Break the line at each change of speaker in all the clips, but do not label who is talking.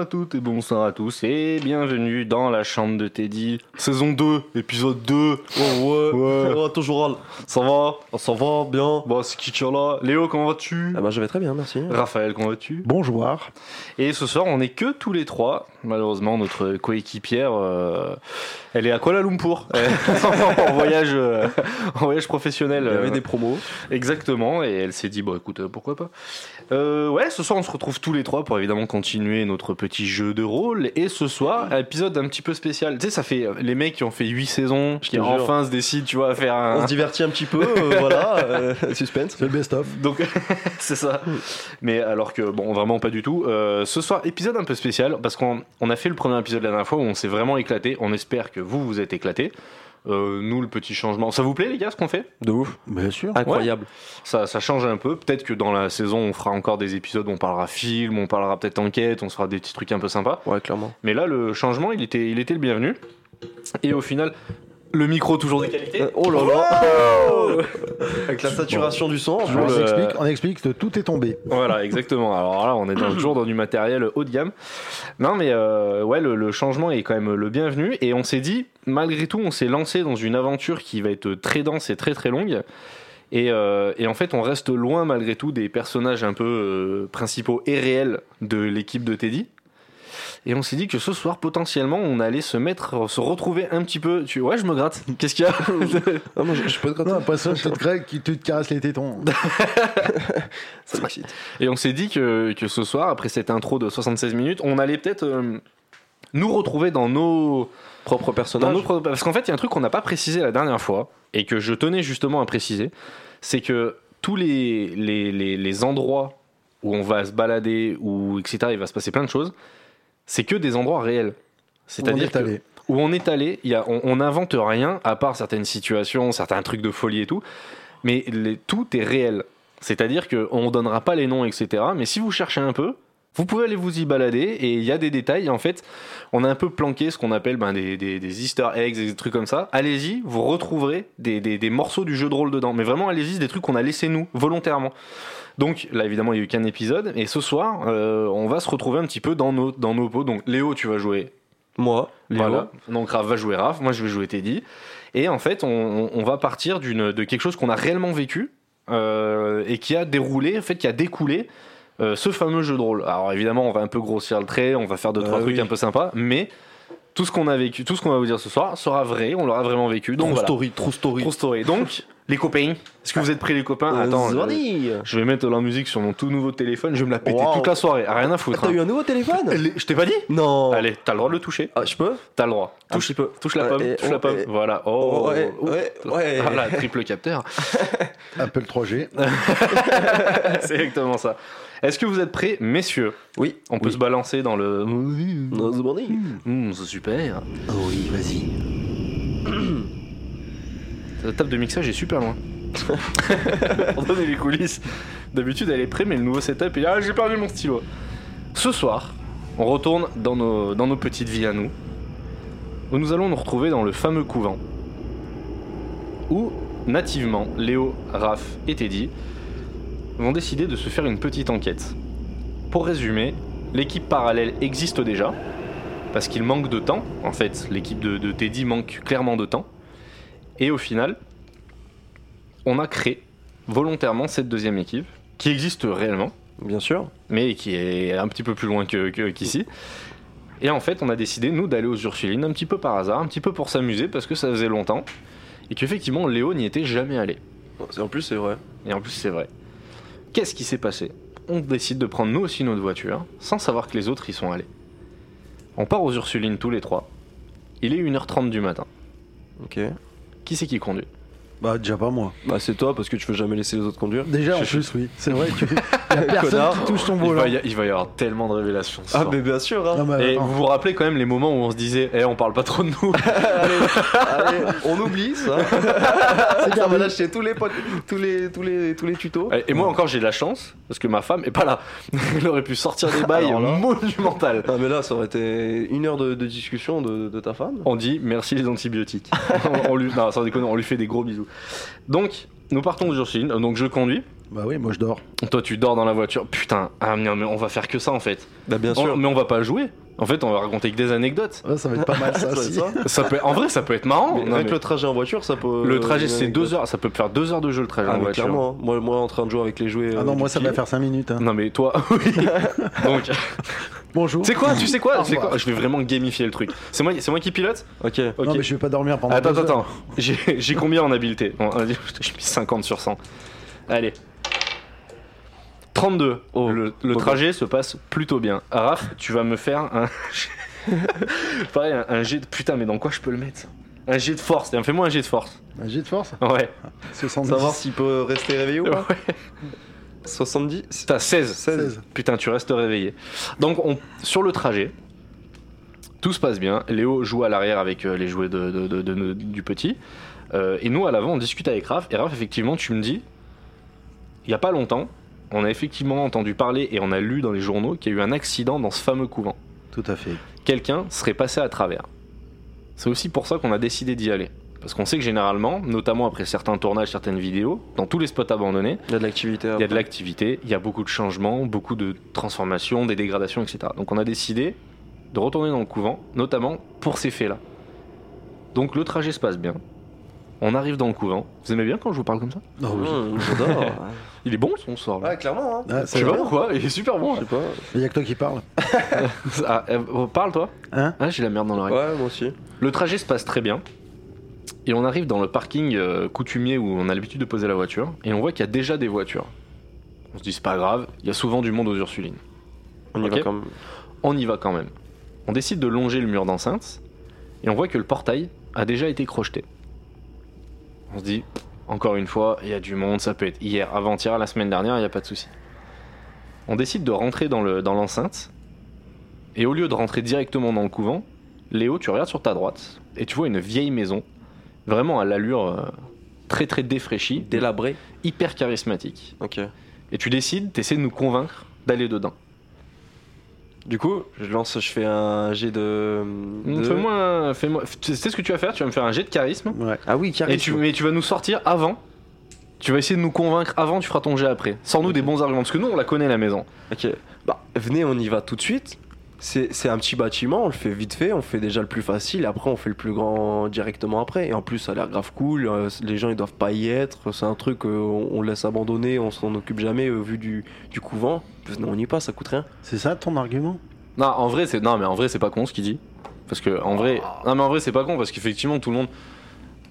à toutes et bonsoir à tous et bienvenue dans la chambre de Teddy, saison 2, épisode 2.
Oh ouais,
Ouais.
frérot, toujours Al.
Ça va
On s'en va bien.
Bon, Bah, c'est qui tire là Léo, comment vas-tu
Ah bah je vais très bien, merci.
Raphaël, comment vas-tu
Bonjour.
Et ce soir, on n'est que tous les trois. Malheureusement, notre coéquipière, euh, elle est à Kuala Lumpur, en, voyage, euh, en voyage professionnel.
Il y avait
euh,
des promos.
Exactement, et elle s'est dit, bon écoute, euh, pourquoi pas. Euh, ouais, ce soir on se retrouve tous les trois pour évidemment continuer notre petit jeu de rôle, et ce soir, un épisode un petit peu spécial. Tu sais, ça fait euh, les mecs qui ont fait 8 saisons,
Je
qui
te jure.
enfin se décident, tu vois, à faire un...
On se divertit un petit peu, euh, voilà, euh, suspense.
C'est le best-of.
Donc, c'est ça. Mais alors que, bon, vraiment pas du tout. Euh, ce soir, épisode un peu spécial, parce qu'on on a fait le premier épisode la dernière fois où on s'est vraiment éclaté. On espère que vous vous êtes éclaté. Euh, nous, le petit changement. Ça vous plaît, les gars, ce qu'on fait
De ouf.
Bien sûr.
Incroyable.
ça, ça change un peu. Peut-être que dans la saison, on fera encore des épisodes où on parlera film, on parlera peut-être enquête, on se fera des petits trucs un peu sympas.
Ouais, clairement.
Mais là, le changement, il était, il était le bienvenu. Et au final, le micro toujours de qualité.
Euh, oh là là Avec la saturation du son, en
Je
On
le-
plus.
explique, on explique que tout est tombé.
Voilà, exactement. Alors là, on est dans- toujours dans du matériel haut de gamme. Non, mais euh, ouais, le, le changement est quand même le bienvenu. Et on s'est dit, malgré tout, on s'est lancé dans une aventure qui va être très dense et très très longue. Et, euh, et en fait, on reste loin malgré tout des personnages un peu euh, principaux et réels de l'équipe de Teddy. Et on s'est dit que ce soir, potentiellement, on allait se mettre, se retrouver un petit peu. Tu... Ouais, je me gratte. Qu'est-ce qu'il y a
Ah, moi, je, je peux te gratter.
Non, pas ça, je te craque, qui te caresse les tétons.
Ça m'excite.
Et on s'est dit que, que ce soir, après cette intro de 76 minutes, on allait peut-être euh, nous retrouver dans nos.
Propre
Dans
personnage.
nos pro- parce qu'en fait, il y a un truc qu'on n'a pas précisé la dernière fois, et que je tenais justement à préciser, c'est que tous les, les, les, les endroits où on va se balader, ou etc., il va se passer plein de choses, c'est que des endroits réels.
On
C'est-à-dire
est
que-
allé.
où on est allé, il y a- on on n'invente rien, à part certaines situations, certains trucs de folie et tout, mais les- tout est réel. C'est-à-dire qu'on ne donnera pas les noms, etc. Mais si vous cherchez un peu, vous pouvez aller vous y balader et il y a des détails. En fait, on a un peu planqué ce qu'on appelle ben, des, des- des easter eggs, des trucs comme ça. Allez-y, vous retrouverez des, des- des morceaux du jeu de rôle dedans. Mais vraiment, allez-y, c'est des trucs qu'on a laissés nous, volontairement. Donc là, évidemment, il n'y a eu qu'un épisode. Et ce soir, euh, on va se retrouver un petit peu dans nos, dans nos pots. Donc Léo, tu vas jouer
Moi, Léo.
voilà. Donc Raph va jouer Raph, moi je vais jouer Teddy. Et en fait, on, on- on va partir d'une, de quelque chose qu'on a réellement vécu euh, et qui a déroulé, en fait, qui a découlé euh, ce fameux jeu de rôle. Alors évidemment, on va un peu grossir le trait, on va faire deux,
Ah
trois trucs
oui.
un peu sympas, mais tout ce qu'on a vécu, tout ce qu'on va vous dire ce soir sera vrai, on l'aura vraiment vécu. Donc
True
voilà.
story, true story.
True story. Donc, les copains, est-ce que vous êtes prêts les copains
Euh,
Attends, je,
Zordi.
je vais mettre la musique sur mon tout nouveau téléphone, je vais me la péter
Wow.
toute la soirée, rien à
Ah,
foutre.
T'as
hein.
eu un nouveau téléphone
Les- Je t'ai pas dit
Non.
Allez, t'as le droit de le toucher.
Ah, je peux
T'as le droit.
Un petit peu.
Touche la
Ouais,
pomme,
et
touche
on-
la pomme.
et-
Voilà. Oh,
ouais, ouais, ouais.
Voilà, triple capteur.
Apple 3G.
C'est exactement ça. Est-ce que vous êtes prêts, messieurs
Oui.
On peut se balancer dans le.
Hmm.
Non, Zordi.
Mmh, c'est super.
Oh oui, vas-y.
La table de mixage est super loin. Pour donner les coulisses. D'habitude, elle est prête, mais le nouveau setup est. Ah, j'ai perdu mon stylo. Ce soir, on retourne dans nos, dans nos petites vies à nous, où nous allons nous retrouver dans le fameux couvent, où, nativement, Léo, Raph et Teddy vont décider de se faire une petite enquête. Pour résumer, l'équipe parallèle existe déjà, parce qu'il manque de temps, en fait, l'équipe de- de Teddy manque clairement de temps. Et au final, on a créé volontairement cette deuxième équipe, qui existe réellement,
Bien sûr.
mais qui est un petit peu plus loin que- que- qu'ici. et en fait, on a décidé, nous, d'aller aux Ursulines, un petit peu par hasard, un petit peu pour s'amuser, parce que ça faisait longtemps, et qu'effectivement, Léo n'y était jamais allé.
En plus, c'est vrai.
Et en plus, c'est vrai. Qu'est-ce qui s'est passé On décide de prendre nous aussi notre voiture, sans savoir que les autres y sont allés. On part aux Ursulines tous les trois. Il est 1h30 du matin.
Ok.
Qui c'est qui conduit
Bah, déjà pas moi.
Bah, c'est toi parce que tu veux jamais laisser les autres conduire.
Déjà, en
Je-
plus, oui. C'est vrai que y a personne
Connard.
qui touche ton
il
volant.
va, y, il va y avoir tellement de révélations. ce
Ah,
soir.
mais bien sûr, hein.
Non, mais
Et
attends.
vous vous rappelez quand même les moments où on se disait, eh, on parle pas trop de nous. Ah
Allez, on oublie ça. ça va lâcher tous les, pod- tous les, tous les, tous les tutos.
Et moi encore, j'ai de la chance parce que ma femme est pas là. Elle aurait pu sortir des bails
Alors là.
monumentales.
Ah mais là ça aurait été une heure de, de discussion de, de ta femme.
On dit merci les antibiotiques. on, on lui, non, sans déconner, on lui fait des gros bisous. Donc, nous partons sur Chine, donc je conduis.
Bah oui, moi je dors.
Toi, tu dors dans la voiture. Putain, ah, mais mais on va faire que ça en fait.
Bah, bien
On- Oh, mais on va pas jouer. En fait, on va raconter que des anecdotes.
Ouais, ça va être pas mal ça.
Ça,
si.
ça.
Ça peut, en vrai, ça peut être marrant.
Mais
Non,
avec
mais
le trajet en voiture, ça peut.
le trajet, c'est deux heures. Ça peut faire deux heures de jeu le trajet
Ah,
en
mais
voiture.
clairement. hein. Moi, moi, en train de jouer avec les jouets.
Ah
euh,
non, moi
du
ça va
petit.
faire 5 minutes. hein.
Non mais toi, oui. Donc, tu
Bonjour.
sais quoi, tu sais
Au
quoi, tu sais
revoir.
quoi Je vais vraiment gamifier le truc. C'est moi, c'est moi qui pilote.
Ok.
Ok.
Non, mais je vais pas dormir pendant.
attends,
deux
attends,
heures.
attends. J'ai j'ai combien en habileté Bon, euh, J'ai mis 50 sur 100. Allez. 32. le le
ok.
trajet se passe plutôt bien. Raph, tu vas me faire un. Pareil, un, un jet de. Putain, mais dans quoi je peux le mettre ça Un jet de force. Tiens, Fais-moi un jet de force.
Un jet de force
Ouais.
70.
Savoir s'il peut rester réveillé ou
ouais.
pas. 70.
T'as 16.
16.
Putain, tu restes réveillé. Donc, on, sur le trajet, tout se passe bien. Léo joue à l'arrière avec euh, les jouets de, de- de- de- du petit. Euh, et nous, à l'avant, on discute avec Raph. Et Raph, effectivement, tu me dis, il n'y a pas longtemps, on a effectivement entendu parler et on a lu dans les journaux qu'il y a eu un accident dans ce fameux couvent.
Tout à fait.
Quelqu'un serait passé à travers. C'est aussi pour ça qu'on a décidé d'y aller. Parce qu'on sait que généralement, notamment après certains tournages, certaines vidéos, dans tous les spots abandonnés,
Il y a de l'activité.
il y a de l'activité, il y a beaucoup de changements, beaucoup de transformations, des dégradations, etc. Donc on a décidé de retourner dans le couvent, notamment pour ces faits-là. Donc le trajet se passe bien. On arrive dans le couvent. Vous aimez bien quand je vous parle comme ça
Non, oui.
Mmh, J'adore.
Il est bon son sort. Là.
Ouais, clairement. hein.
Ah,
Je
c'est
sais pas
vrai.
pourquoi, il est super bon.
Je
là.
sais pas.
Il y a que toi qui parle.
Ah, euh, parle toi.
Hein
Ah, j'ai la merde dans l'oreille.
Ouais, moi aussi.
Le trajet se passe très bien. Et on arrive dans le parking euh, coutumier où on a l'habitude de poser la voiture. Et on voit qu'il y a déjà des voitures. On se dit c'est pas grave, il y a souvent du monde aux Ursulines.
On y
Ok.
va quand même.
On y va quand même. On décide de longer le mur d'enceinte et on voit que le portail a déjà été crocheté. On se dit, encore une fois, il y a du monde, ça peut être hier, avant-hier, la semaine dernière, il n'y a pas de souci. On décide de rentrer dans le- dans l'enceinte et au lieu de rentrer directement dans le couvent, Léo, tu regardes sur ta droite et tu vois une vieille maison, vraiment à l'allure euh, très très défraîchie,
Délabré.
hyper charismatique.
Ok.
Et tu décides, tu essaies de nous convaincre d'aller dedans.
Du coup, je lance, je fais un jet de. de-
Fais-moi un- fais-moi- tu sais ce que tu vas faire Tu vas me faire un jet de charisme.
Ouais.
Ah oui,
Et
carrément.
tu, mais tu vas nous sortir avant. Tu vas essayer de nous convaincre avant, tu feras ton jet après. Sans nous
Ok.
des bons arguments, parce que nous on la connaît la maison.
Ok. Bah, venez, on y va tout de suite. C'est c'est un petit bâtiment, on le fait vite fait, on fait déjà le plus facile, après on fait le plus grand directement après. Et en plus, ça a l'air grave cool, euh, les gens ils doivent pas y être, c'est un truc euh, on, on laisse abandonner, on s'en occupe jamais euh, vu du, du couvent. Venez, on y passe, ça coûte rien.
C'est ça ton argument
Non, en vrai c'est non mais en vrai c'est pas con ce qu'il dit. Parce que en vrai, non mais en vrai c'est pas con parce qu'effectivement tout le monde.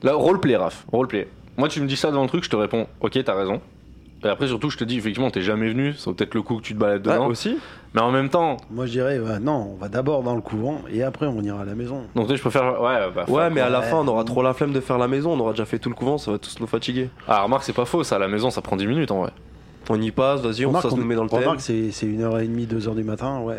Là roleplay Raph, roleplay. Moi tu me dis ça devant le truc, je te réponds ok t'as raison. Et après surtout je te dis effectivement t'es jamais venu, ça vaut peut-être le coup que tu te balades
Ah,
dedans.
aussi
mais en même temps,
Moi je dirais, euh, non, on va d'abord dans le couvent et après on ira à la maison.
donc tu sais, je préfère ouais bah.
Ouais, mais à la
ouais.
fin on aura trop la flemme de faire la maison, on aura déjà fait tout le couvent, ça va tous nous fatiguer.
Ah remarque c'est pas faux ça, à la maison ça prend 10 minutes en vrai.
On y passe, vas-y, on,
Remarque,
ça se
on-
nous met dans le thème.
remarque, c'est c'est une heure et demie, deux heures du matin, ouais.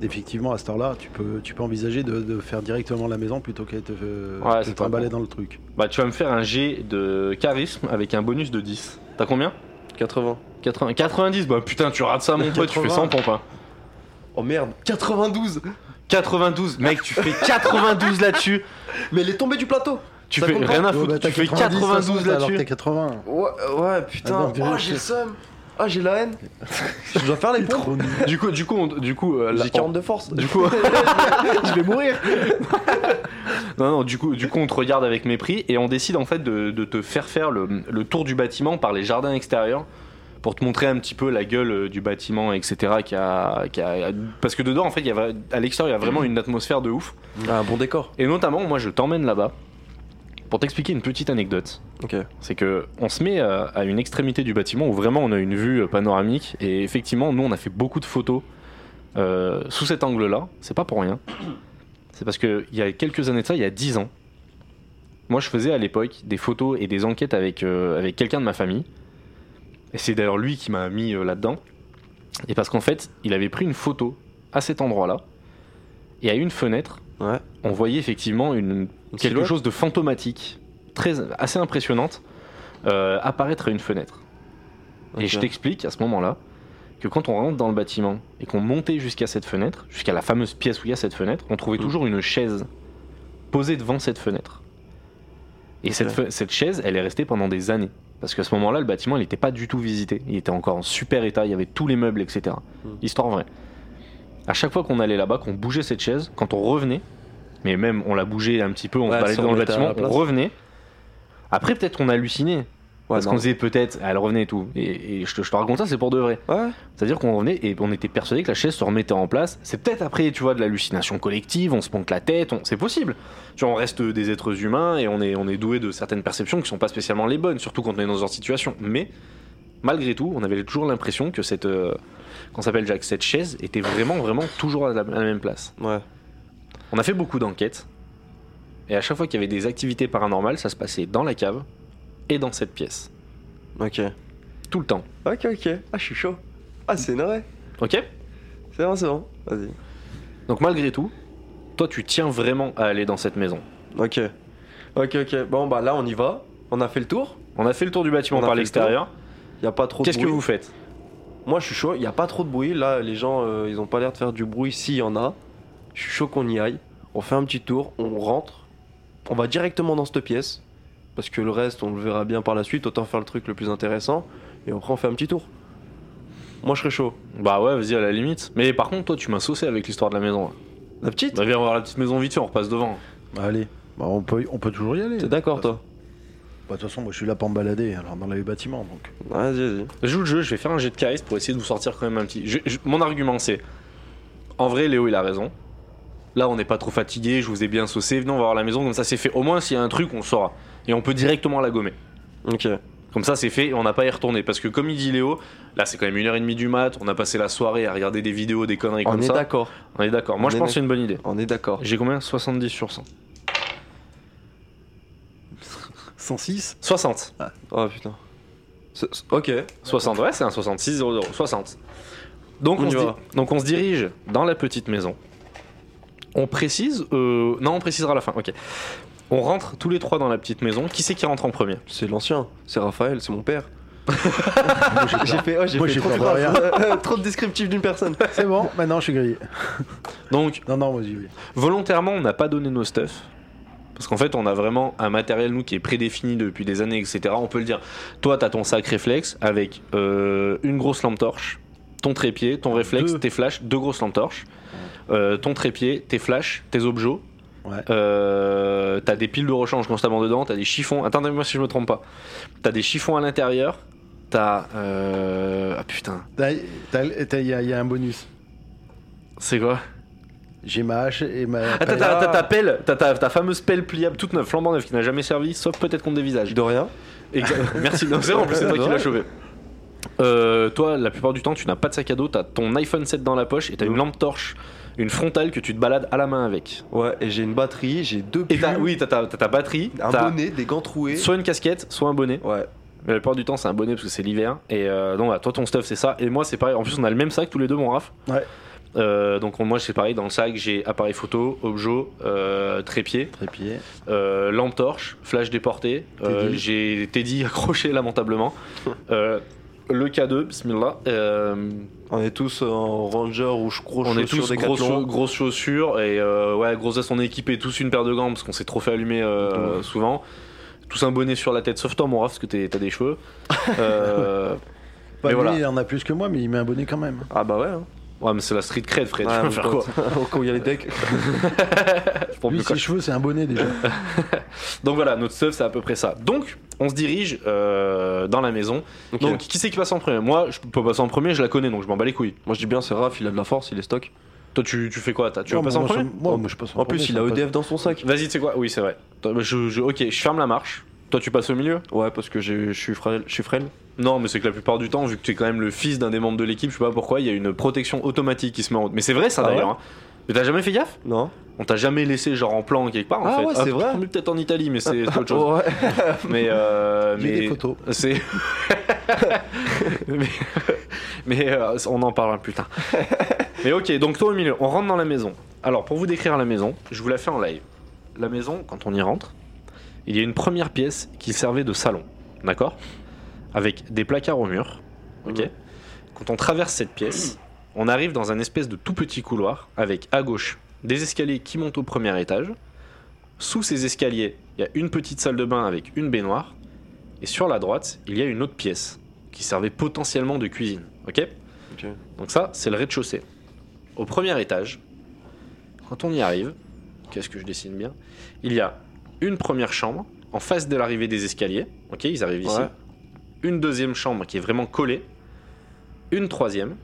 Effectivement, à cette heure-là, tu peux, tu peux envisager de, de faire directement la maison plutôt qu'à te, euh,
Ouais,
te
c'est pas
trimballer
bon.
dans le truc.
Bah tu vas me faire un jet de charisme avec un bonus de 10. T'as combien
80.
80, 90, bah putain, tu rates ça, mon pote, tu fais 100 pompes. hein.
Oh merde, 92
92, mec, tu fais 92 là-dessus.
Mais elle est tombée du plateau
Tu
Ça
fais
compte pas.
rien à
Ouais,
foutre,
bah,
Ah, tu
t'as
fais
90,
92
60, alors que t'as
là-dessus.
80.
Ouais, euh, ouais, putain.
Ah non,
oh,
purée,
j'ai
je-
le seum. Ah, j'ai la haine. je dois faire les pompes.
Du coup, du coup, on- du coup, euh, la-
J'ai 40 de force.
Du coup,
je vais mourir.
non, non, du coup, du coup, on te regarde avec mépris et on décide en fait de, de te faire faire le, le tour du bâtiment par les jardins extérieurs pour te montrer un petit peu la gueule euh, du bâtiment, etc. qui a- qui a- parce que dedans, en fait, il y a, vra- à l'extérieur, il y a vraiment une atmosphère de ouf.
un bon décor.
Et notamment, moi, je t'emmène là-bas pour t'expliquer une petite anecdote.
Ok.
c'est que on se met euh, à une extrémité du bâtiment où vraiment on a une vue euh, panoramique et effectivement nous on a fait beaucoup de photos euh, sous cet angle là c'est pas pour rien c'est parce que il y a quelques années de ça il y a 10 ans moi je faisais à l'époque des photos et des enquêtes avec, euh, avec quelqu'un de ma famille et c'est d'ailleurs lui qui m'a mis là dedans et parce qu'en fait il avait pris une photo à cet endroit là et à une fenêtre
Ouais.
on voyait effectivement une quelque chose de fantomatique, très, assez impressionnante, euh, apparaître à une fenêtre. Et je t'explique à ce moment-là que quand on rentre dans le bâtiment et qu'on montait jusqu'à cette fenêtre, jusqu'à la fameuse
Mm.
pièce où il y a cette fenêtre, on trouvait
Mhm.
toujours une chaise posée devant cette fenêtre. Et cette,
Ouais.
fe- cette chaise, elle est restée pendant des années. Parce qu'à ce moment-là, le bâtiment, il n'était pas du tout visité. Il était encore en super état, il y avait tous les meubles, etc.
Mm.
Histoire vraie. À chaque fois qu'on allait là-bas, qu'on bougeait cette chaise, quand on revenait, mais même on la bougeait un petit peu, on
Ouais,
se
si
baladait
on
dans le
mettait à la
bâtiment, on
place.
revenait. Après, peut-être qu'on hallucinait. parce
non.
qu'on se disait peut-être, elle revenait et tout. Et, et je, te, je te raconte ça, c'est pour de vrai.
Ouais.
C'est-à-dire qu'on revenait et on était persuadé que la chaise se remettait en place. C'est peut-être après, tu vois, de l'hallucination collective, on se monte la tête, on... c'est possible. Tu vois, on reste des êtres humains et on est, on est doué de certaines perceptions qui sont pas spécialement les bonnes, surtout quand on est dans ce genre de situation. Mais malgré tout, on avait toujours l'impression que cette, euh, qu'on s'appelle Jacques, cette chaise était vraiment, vraiment toujours à la, à la même place.
Ouais.
On a fait beaucoup d'enquêtes et à chaque fois qu'il y avait des activités paranormales, ça se passait dans la cave et dans cette pièce,
Ok.
tout le temps.
Ok, ok. Ah, je suis chaud. Ah, c'est vrai.
Ok
C'est bon, c'est bon. Vas-y.
Donc malgré tout, toi tu tiens vraiment à aller dans cette maison.
Ok. Ok, ok. Bon, bah là, on y va. On a fait le tour.
On a fait le tour du bâtiment
On a
par
fait le
l'extérieur.
Y a pas trop
Qu'est-ce
de
que
bruit.
vous faites
Moi, je suis chaud. Y a pas trop de bruit. Là, les gens, euh, ils ont pas l'air de faire du bruit. S'il y en a, je suis chaud qu'on y aille. On fait un petit tour. On rentre. On va directement dans cette pièce. Parce que le reste, on le verra bien par la suite. Autant faire le truc le plus intéressant. Et après, on fait un petit tour. Moi, je serais chaud.
Bah ouais, vas-y à la limite. Mais par contre, toi tu m'as saucé avec l'histoire de la maison. là.
La petite
Bah viens voir la petite maison vite fait, on repasse devant.
Allez, Bah, on, peut, on peut toujours y aller.
T'es d'accord, toi
Bah, De toute façon, moi je suis là pour me balader, alors dans les bâtiments. Donc.
Vas-y, vas-y.
Je joue le jeu, je vais faire un jet de charisme pour essayer de vous sortir quand même un petit. je- je- mon argument c'est. En vrai, Léo il a raison. Là, on n'est pas trop fatigué, je vous ai bien saucé. Venez, on va voir la maison, comme ça c'est fait. Au moins, s'il y a un truc, on le saura. Et on peut directement la gommer.
Ok.
Comme ça, c'est fait et on n'a pas à y retourner. Parce que, comme il dit Léo, là, c'est quand même une heure et demie du mat. On a passé la soirée à regarder des vidéos, des conneries
On
comme
est
ça.
d'accord.
On est d'accord. Moi,
On
je
est
pense que c'est une bonne idée.
On est d'accord.
J'ai combien 70 sur 100.
106
60.
Oh putain. Ce- ce- Ok.
60, ouais, c'est un 66 00. 60. Donc
On
on,
y
se
va.
di- donc on se dirige dans la petite maison. On précise. euh, Non, on précisera à la fin. Ok. On rentre tous les trois dans la petite maison. Qui c'est qui rentre en premier
C'est l'ancien. C'est Raphaël, c'est mon père. j'ai fait, oh, j'ai
Moi,
fait
j'ai
trop,
peur
de
de
phrases. trop de descriptifs d'une personne.
C'est bon, maintenant je suis grillé.
Donc
Non, non, moi j'y vais.
Volontairement, on n'a pas donné nos stuff. Parce qu'en fait, on a vraiment un matériel, nous, qui est prédéfini depuis des années, etc. On peut le dire. Toi, t'as ton sac réflexe avec euh, une grosse lampe torche, ton trépied, ton réflexe,
Deux.
tes flashs, deux grosses lampes torches, euh, ton trépied, tes flashs, tes objets.
Ouais.
Euh, t'as des piles de rechange constamment dedans, t'as des chiffons. Attendez-moi si je me trompe pas. T'as des chiffons à l'intérieur. T'as. euh, Ah putain.
T'as- t'as- t'as- Il y, a- il y a un bonus.
C'est quoi
J'ai ma hache et ma.
Ah, t'as
paille.
ta, t'as ta pelle, t'as ta, ta fameuse pelle pliable toute neuve, flambant neuve, qui n'a jamais servi, sauf peut-être contre des visages.
De rien.
Exact. Merci. Non, c'est vrai, en plus, c'est toi qui l'as chauffé. Euh, toi, la plupart du temps, tu n'as pas de sac à dos, t'as ton iPhone 7 dans la poche et t'as une lampe torche, une frontale que tu te balades à la main avec.
Ouais, et j'ai une batterie, j'ai deux
Et t'as,
pulls,
oui, t'as ta, t'as ta batterie,
un
t'as
bonnet, des gants troués.
soit une casquette, soit un bonnet.
Ouais.
Mais la plupart du temps, c'est un bonnet parce que c'est l'hiver. Et euh, donc, voilà, toi, ton stuff, c'est ça. Et moi, c'est pareil. En plus, on a le même sac tous les deux, mon Raph.
Ouais.
Euh, donc, moi, c'est pareil. Dans le sac, j'ai appareil photo, objet, euh, trépied.
Trépied.
Euh, lampe torche, flash déporté, euh,
Teddy.
j'ai Teddy accroché lamentablement, Euh, le K2, bismillah, euh,
On est tous en ranger ou je crois
on est
chaussures
tous grosses,
Decathlon.
chau- grosses chaussures et euh, ouais, grosses on est équipés tous une paire de gants parce qu'on s'est trop fait allumer euh, souvent, tous un bonnet sur la tête, sauf toi mon Raph parce que t'es- t'as des cheveux. Euh,
Bah,
Mais
lui,
voilà.
il en a plus que moi, mais il met un bonnet quand même.
Ah bah ouais. Hein.
ouais mais c'est la street cred Fred,
Ouais,
tu
mon
vas faire quoi
pote. Quand il y a les decks.
Pour
Lui,
me
ses cheveux, c'est un bonnet déjà.
Donc voilà, notre stuff c'est à peu près ça. Donc on se dirige euh, dans la maison.
Ok.
Donc qui c'est qui passe en premier Moi je peux passer en premier, je la connais donc je m'en bats les couilles.
Moi je dis bien, c'est Raph, il a de la force, il est stock.
Toi, tu, tu fais quoi t'as- Tu
Ouais,
veux passer
moi,
en premier
moi, moi, moi, je passe en,
En plus, il a
EDF
EDF dans son sac.
Vas-y, tu sais quoi Oui, c'est vrai. Toi, bah, je- je- ok, je ferme la marche. Toi, tu passes au milieu
Ouais, parce que j'ai- je suis frêle. Je suis frêle.
Non, mais c'est que la plupart du temps, vu que tu es quand même le fils d'un des membres de l'équipe, je sais pas pourquoi, il y a une protection automatique qui se met en route. Mais c'est vrai, ça
Ah
d'ailleurs.
ouais
hein. Mais t'as jamais fait gaffe
Non.
On t'a jamais laissé genre en plan quelque part en
Ah
fait.
ouais, c'est
Ah,
vrai.
mais Peut-être en Italie, mais c'est c'est autre chose.
Oh, ouais.
Mais, euh,
J'ai
mais-
des photos.
C'est. mais euh, mais, euh, on en parle plus tard. mais ok, donc toi au milieu, on rentre dans la maison. Alors pour vous décrire la maison, je vous la fais en live. La maison, quand on y rentre, il y a une première pièce qui servait de salon, d'accord Avec des placards au mur, ok
Mhm.
Quand on traverse cette pièce, on arrive dans un espèce de tout petit couloir avec à gauche des escaliers qui montent au premier étage, Sous ces escaliers, il y a une petite salle de bain avec une baignoire. Et sur la droite, il y a une autre pièce qui servait potentiellement de cuisine. Ok
Ok.
Donc ça, c'est le rez-de-chaussée. Au premier étage, quand on y arrive, qu'est-ce que je dessine bien Il y a une première chambre en face de l'arrivée des escaliers. Ok, ils arrivent ici.
Ouais.
Une deuxième chambre qui est vraiment collée. Une troisième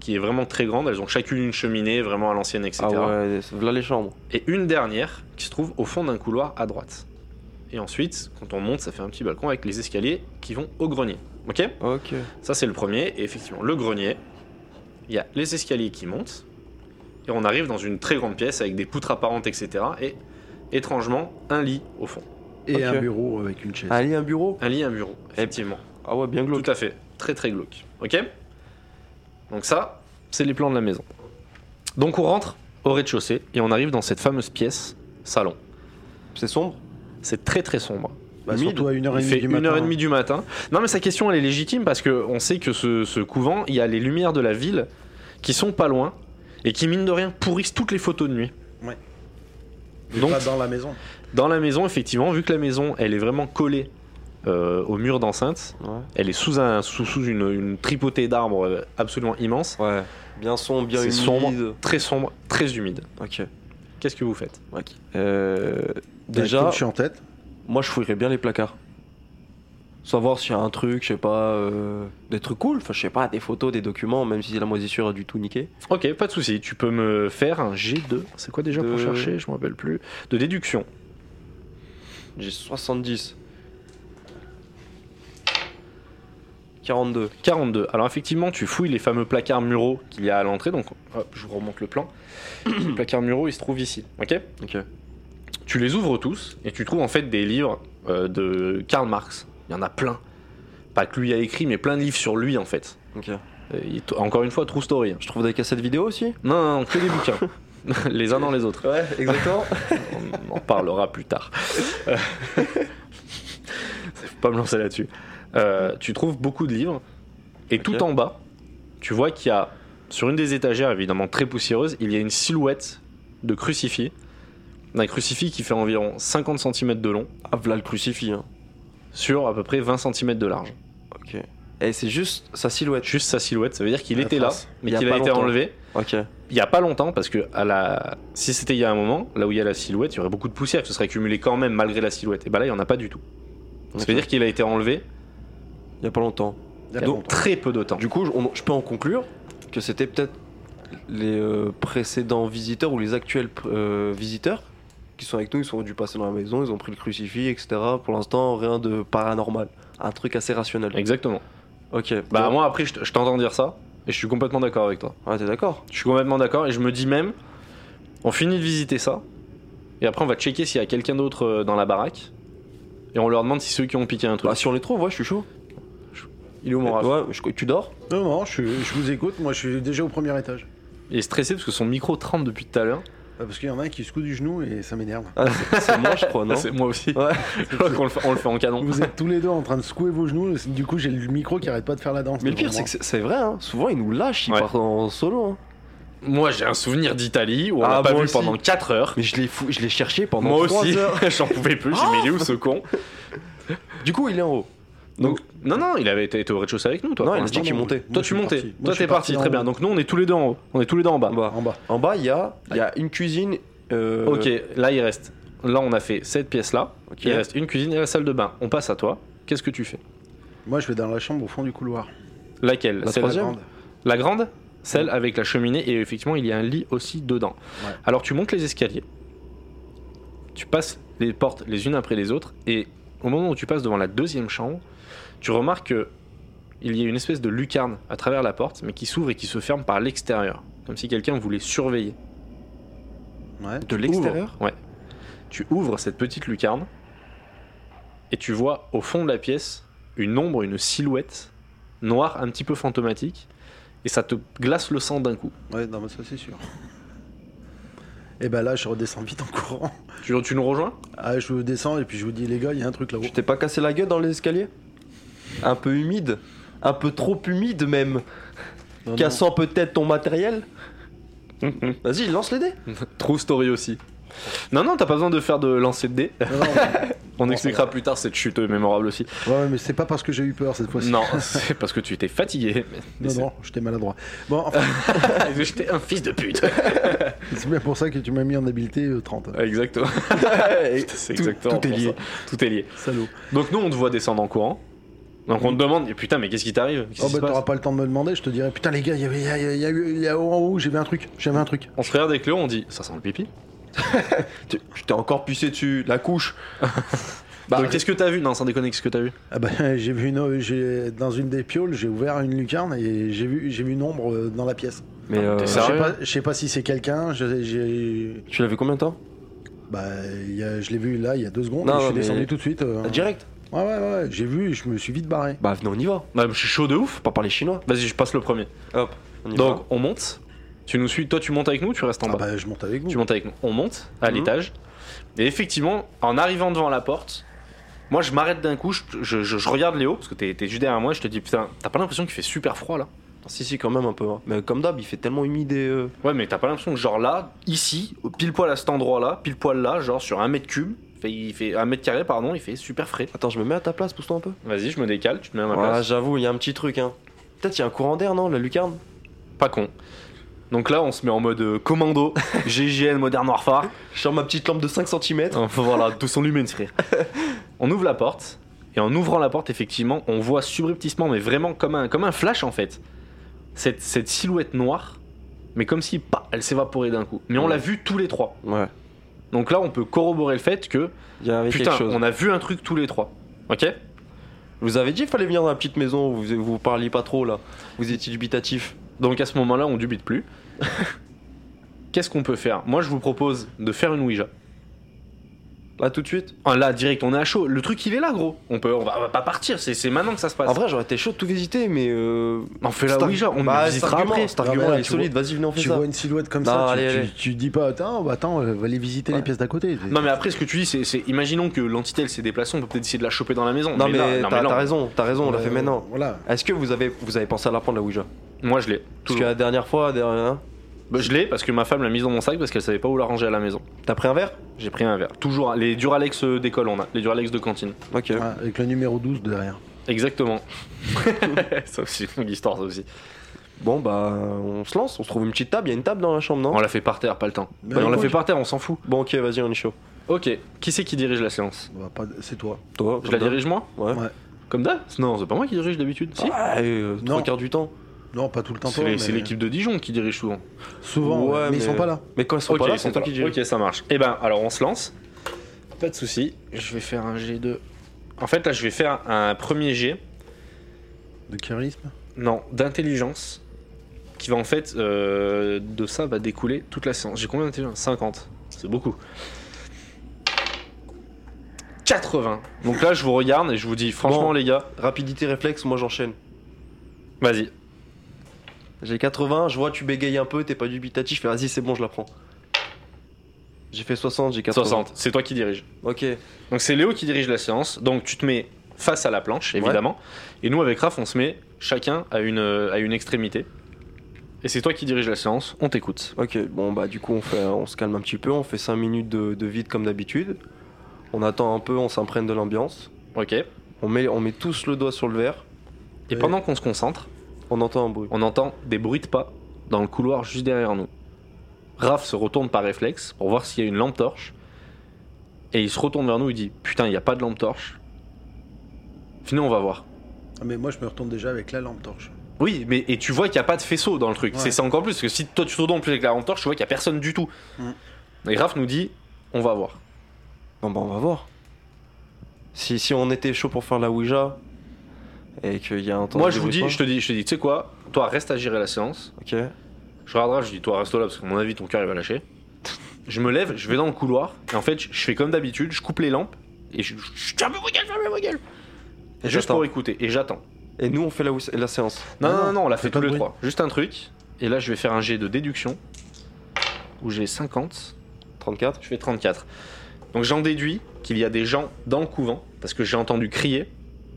qui est vraiment très grande. Elles ont chacune une cheminée, vraiment à l'ancienne, etc.
Ah ouais, voilà les chambres.
Et une dernière qui se trouve au fond d'un couloir à droite. Et ensuite, quand on monte, ça fait un petit balcon avec les escaliers qui vont au grenier. Ok
Ok.
ça, c'est le premier. Et effectivement, le grenier. Il y a les escaliers qui montent. Et on arrive dans une très grande pièce avec des poutres apparentes, etc. Et étrangement, un lit au fond.
Et
Ok.
un bureau avec une
Ah,
chaise.
Allez, un bureau
Un lit, un bureau. Effectivement.
Ah ouais, bien glauque.
Tout à fait. Très, très glauque. Ok Donc, ça, c'est les plans de la maison. Donc, on rentre au rez-de-chaussée et on arrive dans cette fameuse pièce, salon.
C'est sombre
C'est très, très sombre.
Bah,
humide.
surtout à 1h30
Il fait
du matin.
1h30 du matin. Non, mais sa question, elle est légitime parce qu'on sait que ce, ce couvent, il y a les lumières de la ville qui sont pas loin et qui, mine de rien, pourrissent toutes les photos de nuit.
Ouais.
Donc,
Pas dans la maison.
dans la maison, effectivement, vu que la maison, elle est vraiment collée euh, au mur d'enceinte,
Ouais.
elle est sous, un, sous, sous une, une tripotée d'arbres euh, absolument immense,
Ouais. Bien sombre, bien
C'est
humide.
sombre. très sombre, très humide.
Ok.
Qu'est-ce que vous faites
ok. Euh,
Avec
déjà,
qui je suis en tête.
moi je fouillerais bien les placards. Savoir s'il y a un truc, je sais pas, euh, des trucs cool, enfin je sais pas, des photos, des documents, même si la moisissure a du tout niqué.
Ok, pas de souci. Tu peux me faire un G2. C'est quoi déjà
De-
pour chercher Je me rappelle plus. De déduction.
J'ai 70. 42.
42. Alors effectivement, tu fouilles les fameux placards muraux qu'il y a à l'entrée. Donc, hop, je vous remonte le plan. les placards muraux, ils se trouvent ici. Ok.
Ok.
Tu les ouvres tous et tu trouves en fait des livres euh, de Karl Marx. Il y en a plein. Pas que lui a écrit, mais plein de livres sur lui en fait.
Ok.
Euh, il- Encore une fois, true story. hein.
Je trouve des cassettes vidéo aussi
Non, non, non, que des bouquins. les uns dans les autres.
Ouais, exactement.
On en parlera plus tard. Euh, Faut pas me lancer là-dessus. Euh, tu trouves beaucoup de livres et
Ok.
tout en bas, tu vois qu'il y a sur une des étagères évidemment très poussiéreuse, il y a une silhouette de crucifix, d'un crucifix qui fait environ 50 cm de long
ah, v'là le crucifix. Hein.
sur à peu près 20 cm de large.
Ok. Et c'est juste sa silhouette.
Juste sa silhouette, ça veut dire qu'il
La
était là,
trace.
mais
Il y a
qu'il a,
pas
été
longtemps.
enlevé.
Ok.
Il y a pas longtemps parce que à la... si c'était il y a un moment, là où il y a la silhouette, il y aurait beaucoup de poussière, ce serait cumulé quand même malgré la silhouette. Et bah là, il y en a pas du tout. Ça veut dire qu'il a été enlevé
Il y a pas longtemps.
Il y
il
a
y a
longtemps.
très peu de temps.
Du coup, je, on- je peux en conclure que c'était peut-être les euh, précédents visiteurs ou les actuels euh, visiteurs qui sont avec nous, ils sont dû passer dans la maison, ils ont pris le crucifix, etc. Pour l'instant, rien de paranormal. Un truc assez rationnel.
Exactement.
Ok.
Bah
Bon.
moi après je t- je t'entends dire ça et je suis complètement d'accord avec toi.
Ouais, Ah, t'es d'accord
Je suis complètement d'accord et je me dis même on finit de visiter ça et après on va checker s'il y a quelqu'un d'autre euh, dans la baraque et on leur demande si ceux qui ont piqué un truc. Euh,
Bah, si on les trouve, ouais, je suis chaud.
Il est où mon Raph
Ouais, je- tu dors
Non, non, je, suis- je vous écoute. Moi, je suis déjà au premier étage.
Il est stressé parce que son micro tremble depuis tout à l'heure.
Ah, Parce qu'il y en a un qui se coupe du genou et ça m'énerve.
Ah, c'est c'est moi, je crois, non
Ah, c'est moi aussi.
Ouais.
Je crois qu'on le fait- on le fait en canon.
Vous êtes tous les deux en train de secouer vos genoux. Du coup, j'ai le micro qui arrête pas de faire la danse.
Mais le pire,
devant
c'est
moi.
que c'est- c'est vrai, hein. souvent ils nous lâchent, ils
Ouais.
partent en solo. hein.
Moi j'ai un souvenir d'Italie où on
Ah,
l'a pas
moi
vu
aussi.
pendant 4 heures.
Mais je les, fou- je les cherchais pendant
Moi
trois
aussi,
heures.
j'en pouvais plus, j'ai mis il est où ce con
Du coup, il est en haut.
Donc, non, non, il avait été été au rez-de-chaussée avec nous, toi.
Oh Non,
pour
il a dit
l'instant.
qu'il
non,
montait.
moi,
Toi,
je
tu
suis
montais.
parti. Moi,
Toi,
je suis
t'es parti.
parti
Très
en
bien.
haut.
Donc, nous, on est tous les deux en haut. On est tous les deux en bas.
En bas.
en bas.
En bas, il y a, il y a une cuisine. euh,
Ok, là, il reste. Là, on a fait cette pièce-là.
ok.
Il reste une cuisine et la salle de bain. On passe à toi. Qu'est-ce que tu fais
Moi, je vais dans la chambre au fond du couloir.
Laquelle
La
Celle-
troisième
grande.
La grande Celle avec la cheminée. Et effectivement, il y a un lit aussi dedans.
Ouais.
Alors, tu montes les escaliers. Tu passes les portes les unes après les autres. Et au moment où tu passes devant la deuxième chambre, tu remarques que il y a une espèce de lucarne à travers la porte, mais qui s'ouvre et qui se ferme par l'extérieur. Comme si quelqu'un voulait surveiller.
Ouais.
De l'extérieur
Ouais. Tu ouvres cette petite lucarne et tu vois au fond de la pièce une ombre, une silhouette noire un petit peu fantomatique et ça te glace le sang d'un coup.
Ouais, non, mais ça, c'est sûr. Et ben là, je redescends vite en courant.
Tu, tu nous rejoins
Ah, je descends et puis je vous dis, les gars, il y a un truc là-haut.
Tu t'es pas cassé la gueule dans les escaliers Un peu humide Un peu trop humide même
Non, non.
Mhm. Cassant peut-être ton matériel Vas-y, lance les dés
True story aussi. Non, non, t'as pas besoin de faire de lancer de dés.
Non, non, ouais,
On expliquera plus tard cette chute mémorable aussi.
ouais, mais c'est pas parce que j'ai eu peur cette fois-ci.
Non, c'est parce que tu t'es fatigué. Mais
non,
c'est-
non, j'étais maladroit. Bon, enfin,
Ah,
J'étais un fils de pute.
c'est bien pour ça que tu m'as mis en habileté euh, 30.
Exactement. c'est
Tout-
exactement.
tout est
pour
lié.
ça. Tout est lié.
Salaud.
Donc nous, on te voit descendre en courant. Donc on te demande, eh, putain, mais qu'est-ce qui t'arrive Qu'est-ce
Oh
qui se
bah
passe
t'auras pas le temps de me demander, je te dirais putain les gars, il y avait, il y a- il y a- il y a eu- il y a en haut, j'avais un truc, j'avais un truc.
On se regarde avec Léo, on dit, ça sent le pipi.
Tu- Je t'ai encore pissé dessus, la couche.
Bah,
Donc qu'est-ce que t'as vu Non, sans déconner, qu'est-ce que t'as vu
Ah bah j'ai vu une, j'ai- dans une des pioles, j'ai ouvert une lucarne et j'ai vu, j'ai vu une ombre euh, dans la pièce.
Mais euh,
t'es
Je
sérieux
sais pas, je sais pas si c'est quelqu'un, je- j'ai,
tu l'as vu combien de temps
bah il y a- je l'ai vu là il y a deux secondes,
Non,
et je suis
mais-
descendu tout de suite. euh.
Direct
Ouais ouais ouais, j'ai vu, et je me suis vite barré.
Bah venez, on y va.
Bah, je suis chaud de ouf.
Pas parler chinois.
Vas-y, je passe le premier.
Hop, on y
Donc on monte. Tu nous suis, toi tu montes avec nous, tu restes en
Ah
bas.
bah je monte avec vous.
Tu montes avec nous. On monte à
Mhm.
l'étage. Et effectivement, en arrivant devant la porte, moi je m'arrête d'un coup, je, je- je- je regarde Léo, parce que t'es t'es juste derrière moi, je te dis putain, t'as pas l'impression qu'il fait super froid là
va. Si, si, quand même un peu. hein. Mais comme d'hab, il fait tellement humide et. euh,
Ouais, mais t'as pas l'impression que genre là, ici, pile poil à cet endroit là, pile poil là, genre sur un mètre cube, fait- il fait un mètre carré, pardon, il fait super frais.
Attends, je me mets à ta place, pousse-toi un peu.
Vas-y, je me décale, tu te mets à ma
Voilà,
place.
j'avoue, il y a un petit truc, hein. Peut-être il y a un courant d'air, non La lucarne
Pas con. Donc là, on se met en mode euh, commando, GGN, moderne noir
Je sors ma petite lampe de 5 cm.
Enfin voilà, 200 lumens, frère. on ouvre la porte, et en ouvrant la porte, effectivement, on voit subrepticement, mais vraiment comme un, comme un flash en fait, cette, cette silhouette noire, mais comme si, pas, elle s'évaporait d'un coup. Mais on l'a vu tous les trois.
Ouais.
Donc là, on peut corroborer le fait que,
Il y avait
putain,
quelque chose.
on a vu un truc tous les trois. Ok
Je vous avais dit qu'il fallait venir dans la petite maison, vous vous parliez pas trop là. Vous étiez dubitatif.
Donc à ce moment-là, on dubite plus. Qu'est-ce qu'on peut faire Moi, je vous propose de faire une Ouija.
Là tout de suite.
Ah, là, direct, on est à chaud. Le truc, il est là, gros. On peut, on va, on va pas partir. C'est c'est maintenant que ça se passe.
En vrai, j'aurais été chaud de tout visiter, mais. euh,
on fait la
cet
Ouija.
argu-
On
bah,
la
cet
visitera
argument,
après.
Cet
Non, mais
argument
là,
il est
tu vois-
solide, vas-y, venez, on fait
Tu
ça.
vois une silhouette comme
Non,
ça, tu-
allez,
tu,
allez.
tu dis pas attends, bah, attends, euh, va aller visiter
Ouais.
les pièces d'à côté.
Non mais après ce que tu dis c'est, c'est- imaginons que l'entité elle s'est déplacée on peut peut-être essayer de la choper dans la maison.
Non, mais,
là- non,
t'as
là,
t'as raison, t'as raison, on l'a
Euh,
fait maintenant.
Voilà.
Est-ce que vous avez, vous avez pensé à la prendre la Ouija
Moi je l'ai.
Parce
toujours.
que la dernière fois, derrière, hein,
Bah, je l'ai parce que ma femme l'a mise dans mon sac parce qu'elle savait pas où la ranger à la maison.
t'as pris un verre
J'ai pris un verre. Toujours les Duralex euh, d'école on a, les Duralex de cantine.
Ok.
Ouais, avec le numéro 12 derrière.
Exactement. ça aussi, c'est une longue histoire ça aussi.
Bon, bah, on se lance, on se trouve une petite table, il y a une table dans la chambre, non
On l'a fait par terre, pas le temps.
Mais
Bah, on
moi,
l'a fait
je-
par terre, on s'en fout.
Bon, ok, vas-y, on est chaud.
Ok, qui c'est qui dirige la séance
Bah, pas- c'est toi.
Toi,
Je la dirige moi
Ouais.
Ouais.
Comme d'hab Non, c'est pas moi qui dirige d'habitude. Si
Ah, euh,
Non.
trois quarts du temps.
Non, pas tout le temps
c'est,
toi.
les-
mais
c'est l'équipe de Dijon qui dirige souvent.
Souvent,
Ouais,
ouais, mais, ils
mais-
sont pas là.
Mais quand ils sont
Ok,
pas là,
ils
c'est
sont
toi
pas-
qui dirige.
Ok, ça marche. Et ben, alors on se lance. Pas de souci. Je vais faire un G2. En fait, là, je vais faire un premier G.
De charisme.
Non, d'intelligence. Qui va en fait. euh, de ça va découler toute la séance. J'ai combien d'intelligence 50. C'est beaucoup. 80. Donc là, je vous regarde et je vous dis, franchement,
Bon.
les gars,
Rapidité, réflexe, moi j'enchaîne.
vas-y.
J'ai 80, je vois, tu bégayes un peu, t'es pas dubitatif, fais vas-y, c'est bon, je la prends. J'ai fait 60, j'ai 80.
60. C'est toi qui dirige.
Ok.
Donc c'est Léo qui dirige la séance. Donc tu te mets face à la planche, évidemment. Et nous, avec Raph, on se met chacun à une, euh, à une extrémité. Et c'est toi qui dirige la séance, on t'écoute.
Ok, bon bah du coup on, fait, on se calme un petit peu, on fait 5 minutes de, de vide comme d'habitude. On attend un peu, on s'imprègne de l'ambiance.
Ok. Et
On met, on met tous le doigt sur le verre,
Ouais.
pendant qu'on se concentre,
on entend un bruit.
on entend des bruits de pas dans le couloir juste derrière nous. Raph se retourne par réflexe pour voir s'il y a une lampe torche. Et il se retourne vers nous, il dit Putain, il n'y a pas de lampe torche. Finalement, on va voir.
Ah, mais moi, je me retourne déjà avec la lampe torche.
Oui, mais et tu vois qu'il n'y a pas de faisceau dans le truc.
Ouais.
C'est ça encore plus, parce que si toi tu te retournes plus avec la lampe torche, tu vois qu'il n'y a personne du tout.
Mm.
Et Raph nous dit, on va voir.
Bon bah on va voir. Si, si on était chaud pour faire la Ouija et qu'il y a un temps...
Moi
de
je vous dis,
bruit
je te dis, je te dis, tu sais quoi, toi reste à gérer la séance.
pas. Ok.
Je regarde Raph, je dis, toi reste là, parce que à mon avis ton cœur il va lâcher. Je me lève, je vais dans le couloir, et en fait je je fais comme d'habitude, je coupe les lampes, et je, je, je- ferme ma gueule, ferme ma gueule.
Et
Juste
j'attends.
pour écouter, et j'attends.
Et nous on fait la, Ouija- la séance.
Non,
Ah
non, non,
non,
non, on l'a fait
fais pas
tous
de
les
bruit.
trois. Juste un truc, et là je vais faire un jet de déduction, où j'ai 50.
34.
Je fais 34. Donc j'en déduis qu'il y a des gens dans le couvent, parce que j'ai entendu crier,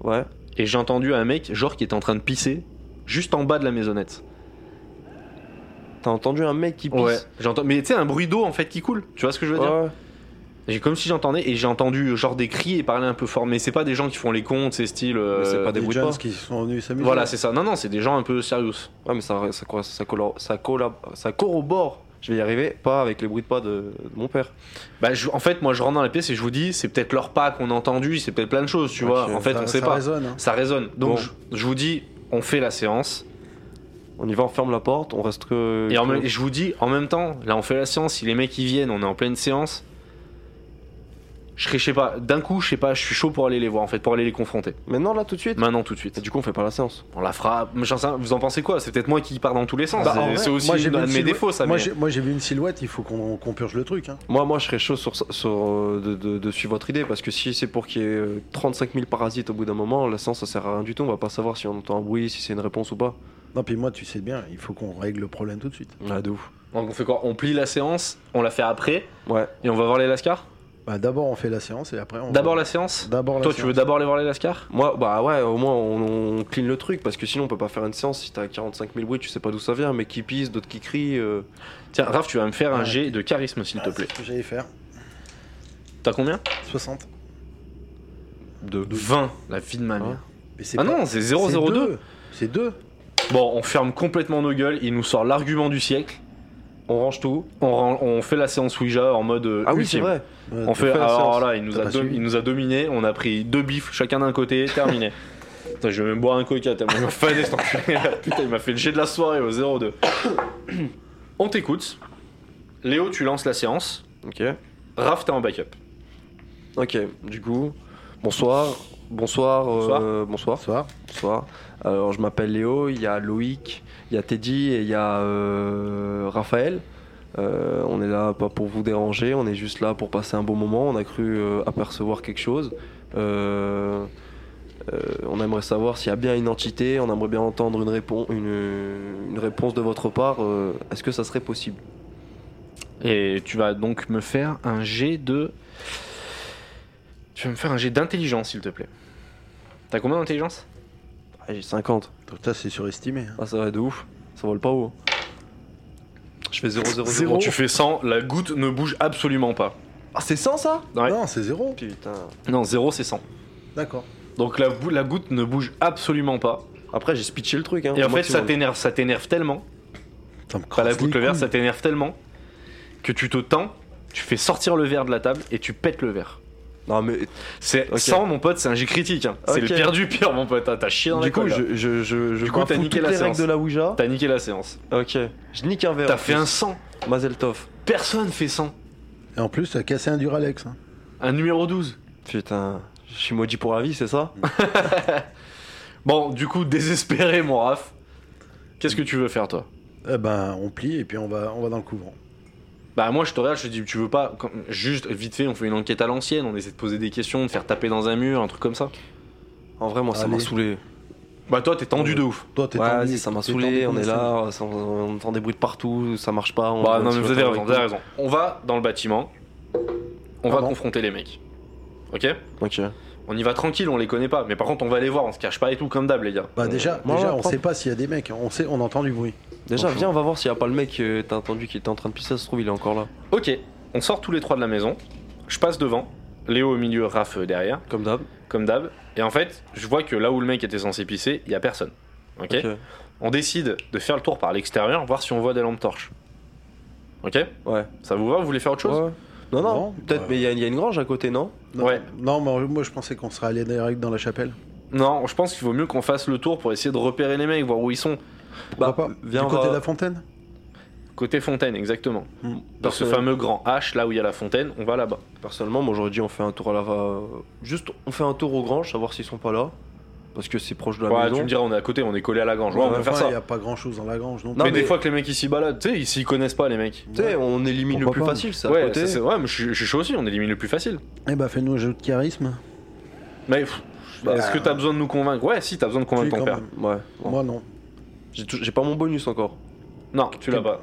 Ouais.
et j'ai entendu un mec, genre, qui était en train de pisser, juste en bas de la maisonnette.
T'as entendu un mec qui pisse
Ouais, j'entends. Mais tu sais, un bruit d'eau en fait qui coule. Tu vois ce que je veux dire
Ouais.
J'ai comme si j'entendais et j'ai entendu genre des cris et parler un peu fort. Mais c'est pas des gens qui font les comptes, c'est style. euh,
c'est pas des
Des
bruits de
gens
pas.
qui sont venus s'amuser.
Voilà, c'est ça. Non, non, c'est des gens un peu sérieux.
Ouais, mais ça, ça, quoi- ça, collo- ça, collab- ça corrobore. Je vais y arriver, pas avec les bruits de pas de, de mon père.
Bah, je- en fait, moi, je rentre dans la pièce et je vous dis, c'est peut-être leur pas qu'on a entendu, c'est peut-être plein de choses, tu
Ok,
vois. En fait,
Ça-
on sait
ça
pas.
résonne, hein.
Ça résonne. Donc,
Bon.
je, je vous dis, on fait la séance.
On y va, on ferme la porte, on reste que.
Et en même- et je vous dis, en même temps, là, on fait la séance. Si les mecs ils viennent, on est en pleine séance. Je serais, je sais pas, d'un coup, je sais pas, je suis chaud pour aller les voir, en fait, pour aller les confronter.
Maintenant, là, tout de suite
Maintenant, tout de suite.
Et Du coup, on fait pas la séance.
On la fera. mais j'en sais- Vous en pensez quoi C'est peut-être moi qui pars dans tous les sens.
Bah, en
c'est
vrai,
c'est aussi
moi,
un
j'ai vu
de
une
mes
silhouette-
défauts, ça.
Moi,
mais-
j'ai- moi, j'ai vu une silhouette, il faut qu'on qu'on purge le truc. hein.
Moi, moi, je serais chaud sur, ça- sur, euh, de, de- de suivre votre idée, parce que si c'est pour qu'il y ait euh, 35 000 parasites au bout d'un moment, la séance, ça sert à rien du tout. On va pas savoir si on entend un bruit, si c'est une réponse ou pas.
Non, puis moi, tu sais bien, il faut qu'on règle le problème tout de suite.
Ah,
Ouais, de ouf.
Donc, on fait quoi On plie la séance, on la fait après,
Ouais.
et on va voir les Lascars
Bah, d'abord, on fait la séance et après, on.
D'abord la séance
D'abord la
Toi, tu veux
séance.
d'abord les voir les Lascars
Moi, bah ouais, au moins on, on clean le truc parce que sinon on peut pas faire une séance si t'as 45 000 bruits, tu sais pas d'où ça vient, mais qui pisse, d'autres qui crient. euh.
Tiens, Raph, tu vas me faire un
Ouais.
jet de charisme, s'il te plaît.
Ah, C'est ce que j'allais faire.
T'as combien
60.
20, la vie de ma mère.
Mais c'est
Ah
Hein? pas-
non, c'est
c'est
002.
deux. C'est 2.
Bon, on ferme complètement nos gueules, il nous sort l'argument du siècle,
On range tout.
on, ran- on fait la séance Ouija en mode. euh,
Ah oui, c'est
ultime.
vrai.
On fait,
fait la
alors
séance.
là, il nous,
T'as
a
pas
do-
suivi.
il nous a dominé, on a pris deux bifles, chacun d'un côté, terminé. Putain, je vais même boire un coca, tellement il m'a fané cet enculé. Putain, il m'a fait le jet de la soirée au 0-2. on t'écoute. Léo, tu lances la séance.
Ok.
Raph, t'es en backup.
Ok, du coup, bonsoir. Bonsoir. euh, bonsoir.
Bonsoir.
Bonsoir. Alors je m'appelle Léo, il y a Loïc, il y a Teddy et il y a euh, Raphaël. Euh, on est là pas pour vous déranger, on est juste là pour passer un bon moment. On a cru euh, apercevoir quelque chose. Euh, euh, on aimerait savoir s'il y a bien une entité, on aimerait bien entendre une, répon- une, une réponse de votre part. Euh, Est-ce que ça serait possible
Et tu vas donc me faire un jet de. Tu vas me faire un jet d'intelligence, s'il te plaît. T'as combien d'intelligence
Ah, J'ai 50.
Donc, ça, c'est surestimé. hein.
Ah, ça va de ouf, ça vole pas haut. hein. Je fais 0, 0, 0.
Quand tu fais 100, la goutte ne bouge absolument pas.
Ah, c'est 100 ça
Ouais.
Non, c'est 0.
Putain.
Non, 0 c'est 100.
D'accord.
Donc la, bou- la goutte ne bouge absolument pas.
Après, j'ai speedché le truc. Hein,
Et
au
en fait, ça
maximum.
t'énerve, ça t'énerve tellement.
Ça me
Pas la
casse les
goutte, le verre,
couilles.
ça t'énerve tellement que tu te tends, tu fais sortir le verre de la table et tu pètes le verre.
Non, mais
C'est
Ok.
100, mon pote, c'est un jet critique. hein. C'est
Ok.
le pire du pire, mon pote. hein. T'as chié dans la
Du coup,
colle, là.
je, je, je, je
Du coup,
m'en
t'as
fous
niqué
toutes
la
les
séance.
règles de la Ouija.
t'as niqué la séance.
Ok. Je nique un verre.
T'as
en
fait
plus.
un 100.
Mazel Tov.
Personne fait 100.
Et en plus, t'as cassé un Duralex. hein.
Un numéro 12.
Putain. Je suis maudit pour la vie, c'est ça
Bon, du coup, désespéré, mon Raph. Qu'est-ce que tu veux faire, toi
Eh ben, on plie et puis on va, on va dans le couvrant.
Bah, moi, je te regarde, je te dis, tu veux pas. comme- Juste, vite fait, on fait une enquête à l'ancienne, on essaie de poser des questions, de faire taper dans un mur, un truc comme ça.
En vrai, moi, ça
Allez.
m'a saoulé.
Bah, toi, t'es tendu
Ouais.
de ouf.
Toi, t'es
Ouais,
tendu-
vas-y, ça m'a
t'es
saoulé. On
tendu
est
comme
là, on, s'en- on entend des bruits de partout, ça marche pas. On
Bah, non, mais vous avez raison,
raison.
vous avez raison. On va dans le bâtiment, on
Ah
va
bon
confronter les mecs. Ok
Ok.
On y va tranquille, on les connaît pas, mais par contre, on va les voir, on se cache pas et tout, comme d'hab, les gars.
Bah, déjà,
Moi,
déjà
ouais,
on
propre.
sait pas s'il y a des mecs. On, sait, on entend du bruit.
Déjà,
Bonjour.
viens, on va voir s'il n'y a pas le mec que t'as entendu qui était en train de pisser. Ça se trouve, il est encore là.
Ok, on sort tous les trois de la maison, je passe devant, Léo au milieu, Raph euh, derrière.
Comme d'hab.
comme d'hab. Et en fait, je vois que là où le mec était censé pisser, il y a personne. Ok,
Ok.
On décide de faire le tour par l'extérieur, voir si on voit des lampes torches. Ok
Ouais.
Ça vous va Vous voulez faire autre chose
Ouais. Non, non,
Non,
peut-être,
bah-
mais il y, a- il y a une grange à côté, non
Non,
Ouais.
Non, mais moi, je pensais qu'on serait allé direct dans la chapelle.
Non, je pense qu'il vaut mieux qu'on fasse le tour pour essayer de repérer les mecs, voir où ils sont.
Pourquoi
Bah,
pas
viens,
Du
on
côté
va-
de la fontaine
Côté fontaine, exactement.
Hmm.
Dans ce fameux grand H, là où il y a la fontaine, on va là-bas.
Personnellement, moi j'aurais dit on fait un tour à la. Juste, on fait un tour aux granges, savoir s'ils sont pas là. Parce que c'est proche de la
Ouais,
maison.
tu me diras, on est à côté, on est collé à la grange. Ouais,
Ouais,
on peut
enfin,
faire
Il n'y
ça.
a pas grand chose dans la grange
Non,
non
mais,
plus.
des
mais-
fois que les mecs ils s'y baladent, tu sais, ils s'y connaissent pas les mecs.
Tu sais, on élimine
Pourquoi
le plus
pas
facile, c'est à
Ouais,
côté.
ça, c'est- ouais, mais je suis- je suis chaud aussi, on élimine le plus facile.
Eh bah, fais-nous un jeu de charisme.
Mais pff,
Bah,
est-ce que t'as besoin de nous convaincre Ouais, si, t'as besoin de
Si,
convaincre ton
Bah, quand
père.
même.
Ouais. bon.
Moi, non.
J'ai tou- j'ai pas mon bonus encore.
Non, tu l'as pas.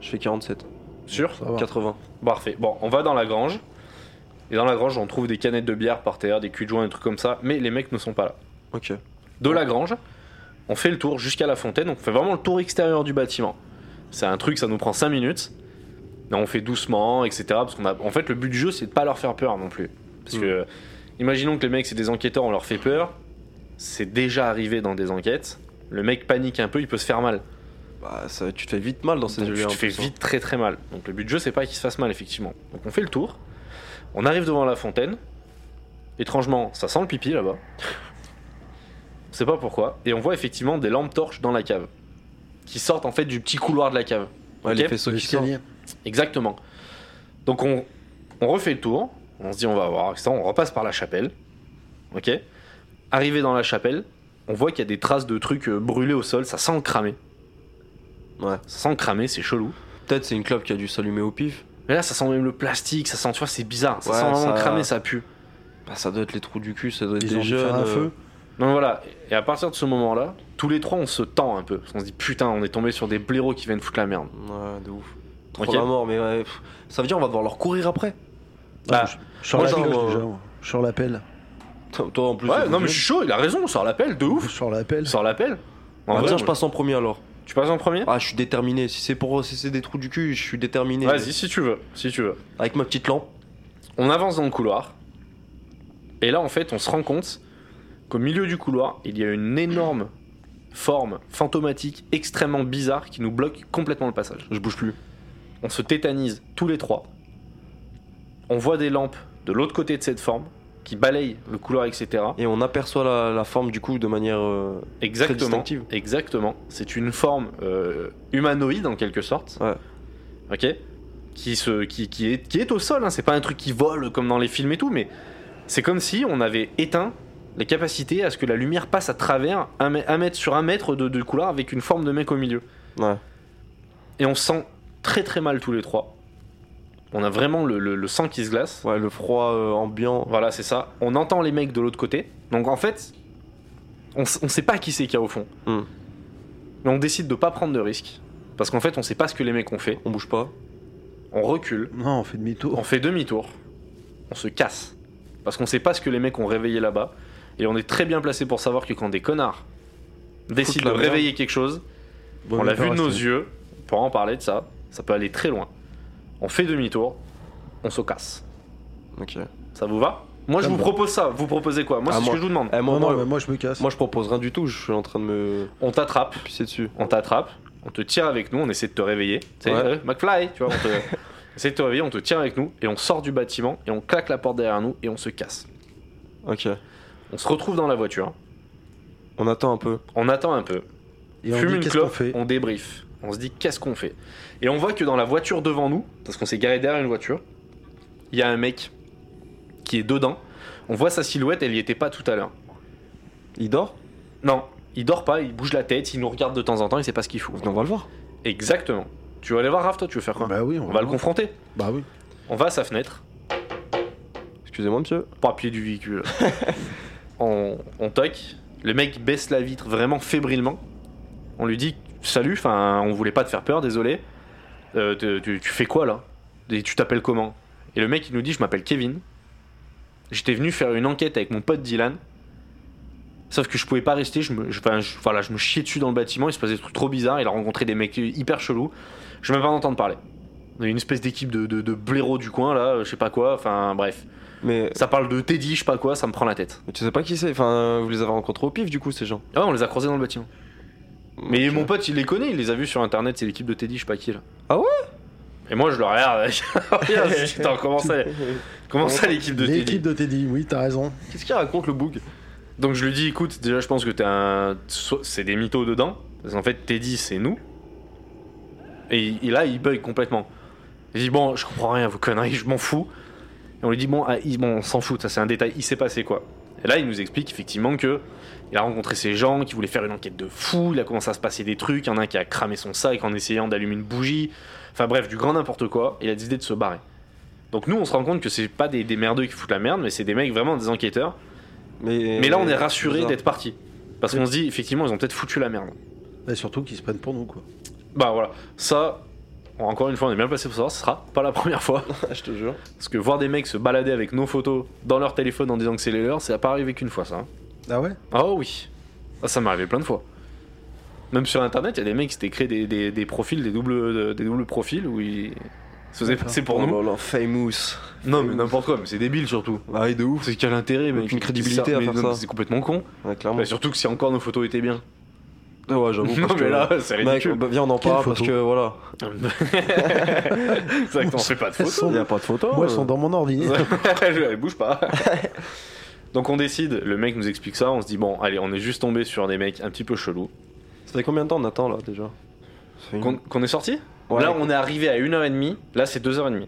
Je fais 47.
Sûr
Ça va.
80.
Parfait. Bon, on va dans la grange. Et dans la grange, on trouve des canettes de bière par terre, des culs de joint, des trucs comme ça. Mais les mecs ne sont pas là.
Ok.
De la grange, on fait le tour jusqu'à la fontaine, on fait vraiment le tour extérieur du bâtiment. C'est un truc, ça nous prend 5 minutes, mais on fait doucement, etc. Parce qu'on a, en fait, le but du jeu, c'est de pas leur faire peur non plus. Parce
Mm.
que, imaginons que les mecs, c'est des enquêteurs, on leur fait peur, c'est déjà arrivé dans des enquêtes, le mec panique un peu, il peut se faire mal.
Bah, ça, tu te fais vite mal dans ces
Donc,
jeux
tu te fais vite très très mal. Donc le but du jeu, c'est pas qu'il se fasse mal, effectivement. Donc on fait le tour, on arrive devant la fontaine. Étrangement, ça sent le pipi là-bas. On sait pas pourquoi. Et on voit effectivement des lampes torches dans la cave. Qui sortent en fait du petit couloir de la cave.
Ouais, les
Ok.
faisceaux qui sortent.
L'escalier.
Exactement. Donc on, on refait le tour, on se dit on va voir, etc. On repasse par la chapelle. Ok Arrivé dans la chapelle, on voit qu'il y a des traces de trucs euh, brûlés au sol, ça sent le cramé.
Ouais.
Ça sent le cramé, c'est chelou.
Peut-être c'est une clope qui a dû s'allumer au pif.
Mais là, ça sent même le plastique, ça sent, tu vois, c'est bizarre. Ça
Ouais,
sent vraiment
ça-
cramé, ça pue.
Bah, ça doit être les trous du cul, ça doit être
Ils ont
des
envie de faire
jeunes.
un
euh,
feu.
Donc voilà, et à partir de ce moment-là, tous les trois, on se tend un peu. On se dit, putain, on est tombé sur des blaireaux qui viennent foutre la merde.
Ouais, de ouf. Trop
Ok.
la mort, mais ouais, pff, ça veut dire on va devoir leur courir après.
Bah,
Ah, je- je sors
moi,
la
j'en-
pioche
euh,
déjà. moi. Je sors l'appel.
Toi, toi, en plus.
ouais,
t'es
non, mais je
jeune.
suis chaud, il a raison, on sort l'appel, de
Je
ouf.
sors l'appel.
On sort l'appel. En
Ah,
vrai,
tiens,
on-
je passe en premier alors.
Tu passes en premier
Ah, je suis déterminé. Si c'est pour si c'est des trous du cul, je suis déterminé.
Vas-y, si tu veux, si tu veux.
Avec ma petite lampe.
On avance dans le couloir. Et là, en fait, on se rend compte qu'au milieu du couloir, il y a une énorme forme fantomatique extrêmement bizarre qui nous bloque complètement le passage.
Je bouge plus.
On se tétanise tous les trois. On voit des lampes de l'autre côté de cette forme qui balayent le couloir, etc.
Et on aperçoit la, la forme du coup de manière. euh, Très
Exactement.
distinctive.
Exactement. C'est une forme euh, humanoïde en quelque sorte.
Ouais.
Ok. Qui se, qui, qui est, qui est au sol. hein. C'est pas un truc qui vole comme dans les films et tout, mais c'est comme si on avait éteint les capacités à ce que la lumière passe à travers un, mè- un mètre sur un mètre de, de couloir avec une forme de mec au milieu.
Ouais.
Et on se sent très très mal tous les trois. On a vraiment le- le- le sang qui se glace.
Ouais, le froid euh, ambiant.
Voilà, c'est ça. On entend les mecs de l'autre côté. Donc en fait, on, s- on sait pas qui c'est qu'il y a au fond.
Hmm.
Mais on décide de pas prendre de risques. Parce qu'en fait, on sait pas ce que les mecs ont fait.
On bouge pas.
On recule,
Non, on fait demi-tour.
on fait demi-tour, on se casse. Parce qu'on sait pas ce que les mecs ont réveillé là-bas. Et on est très bien placé pour savoir que quand des connards décident
la
de
merde.
réveiller quelque chose,
Bon,
on l'a
pas
vu de nos
rester.
yeux, on pourra en parler de ça, ça peut aller très loin. On fait demi-tour, on se casse.
Ok.
Ça vous va Moi je
Ça me
vous
va.
propose ça, vous proposez quoi Moi
Ah,
c'est ce
moi-
que je vous demande.
Eh, moi,
Non, non,
moi,
mais moi je me casse.
moi, je propose rien du tout. Je suis en train de me
On t'attrape,
pisser dessus.
on t'attrape, on te tire avec nous, on essaie de te réveiller. Tu sais,
Ouais.
euh, McFly, tu vois, on, te, on essaie de te réveiller, on te tire avec nous, et on sort du bâtiment, et on claque la porte derrière nous, et on se casse.
Ok.
On se retrouve dans la voiture, hein.
On attend un peu.
on attend un peu,
Et on
fume
dit
une
qu'est-ce qu'on
clope,
fait
on débrief, on se dit qu'est-ce qu'on fait. Et on voit que dans la voiture devant nous, parce qu'on s'est garé derrière une voiture, il y a un mec qui est dedans, on voit sa silhouette, elle y était pas tout à l'heure.
Il dort
Non, il dort pas, il bouge la tête, il nous regarde de temps en temps, il sait pas ce qu'il fout.
On va le voir.
Exactement. Tu veux aller voir Raph, toi, tu veux faire quoi
Bah oui, on,
On va le confronter.
Bah oui.
On va à sa fenêtre,
Excusez-moi, monsieur.
pour appuyer du véhicule. on, on toque, le mec baisse la vitre vraiment fébrilement. On lui dit Salut, enfin, on voulait pas te faire peur, désolé. Euh, te- tu, tu fais quoi là Et tu t'appelles comment Et le mec il nous dit Je m'appelle Kevin. J'étais venu faire une enquête avec mon pote Dylan. Sauf que je pouvais pas rester, je me, je- enfin, je- voilà, je me chiais dessus dans le bâtiment, il se passait des trucs trop bizarres, il a rencontré des mecs hyper chelous. Je veux même pas en entendre parler. On a une espèce d'équipe de, de, de blaireaux du coin là, euh, je sais pas quoi, enfin bref.
Mais
Ça parle de Teddy, je sais pas quoi, ça me prend la tête.
mais tu sais pas qui c'est Enfin, vous les avez rencontrés au pif, du coup, ces gens.
Ah ouais, on les a croisés dans le bâtiment. euh, Mais
Ok.
mon pote, il les connaît, il les a vus sur internet, c'est l'équipe de Teddy, je sais pas qui là.
Ah ouais
Et moi, je le regarde. Regarde, putain, comment ça, comment ça l'équipe de Teddy
L'équipe de Teddy, oui, t'as raison.
Qu'est-ce qu'il raconte le bug
Donc je lui dis, écoute, déjà, je pense que t'es un. so- C'est des mythos dedans. Parce qu'en fait, Teddy, c'est nous. Et, il- et là, il bug complètement. Il dit, bon, je comprends rien, à vos conneries, je m'en fous. Et on lui dit, bon, ah, il- bon, on s'en fout, ça c'est un détail, il s'est passé quoi. Et là, il nous explique effectivement que il a rencontré ces gens qui voulaient faire une enquête de fou, il a commencé à se passer des trucs, il y en a un qui a cramé son sac en essayant d'allumer une bougie. Enfin bref, du grand n'importe quoi, il a décidé de se barrer. Donc nous, on se rend compte que c'est pas des, des merdeux qui foutent la merde, mais c'est des mecs vraiment des enquêteurs
mais, euh,
mais là, on est rassuré
bizarre.
d'être parti. Parce qu'on se dit, effectivement, ils ont peut-être foutu la merde.
Et surtout qu'ils se prennent pour nous, quoi.
Bah voilà, ça, encore une fois, on est bien placé pour savoir, ce sera pas la première fois.
je te jure.
Parce que voir des mecs se balader avec nos photos dans leur téléphone en disant que c'est les leurs, ça a pas arrivé qu'une fois, ça. hein.
Ah ouais
Ah oui, Ah, ça m'est arrivé plein de fois. Même sur internet, il y a des mecs qui s'étaient créés des, des- des profils, des doubles, des doubles profils où ils se faisaient
D'accord.
passer pour nous.
Oh là là, famous.
Non, mais n'importe quoi, mais Ah, bah, c'est débile surtout.
Ah, et de ouf.
C'est quel intérêt, mec
Aucune crédibilité à
Mais
faire
non,
ça.
C'est complètement con.
Ouais, clairement.
Bah, surtout que si encore nos photos étaient bien.
Ouais, j'avoue.
Non,
parce que-
mais là, c'est
Mec,
ridicule.
bah, viens, on en
Quelle
parle
photo
parce que voilà.
c'est vrai qu'on fait pas de
Elles
photos.
Il
sont-
n'y a pas de photo.
Moi, elles
euh.
sont dans mon ordi.
Elle bouge pas. Donc on décide, le mec nous explique ça, on se dit bon, allez, on est juste tombé sur des mecs un petit peu chelous.
Ça fait combien de temps on attend là déjà Ça fait une-
Qu'on qu'on est sorti
Mmh. Ouais.
Là, on est arrivé à 1h30, là c'est 2h30.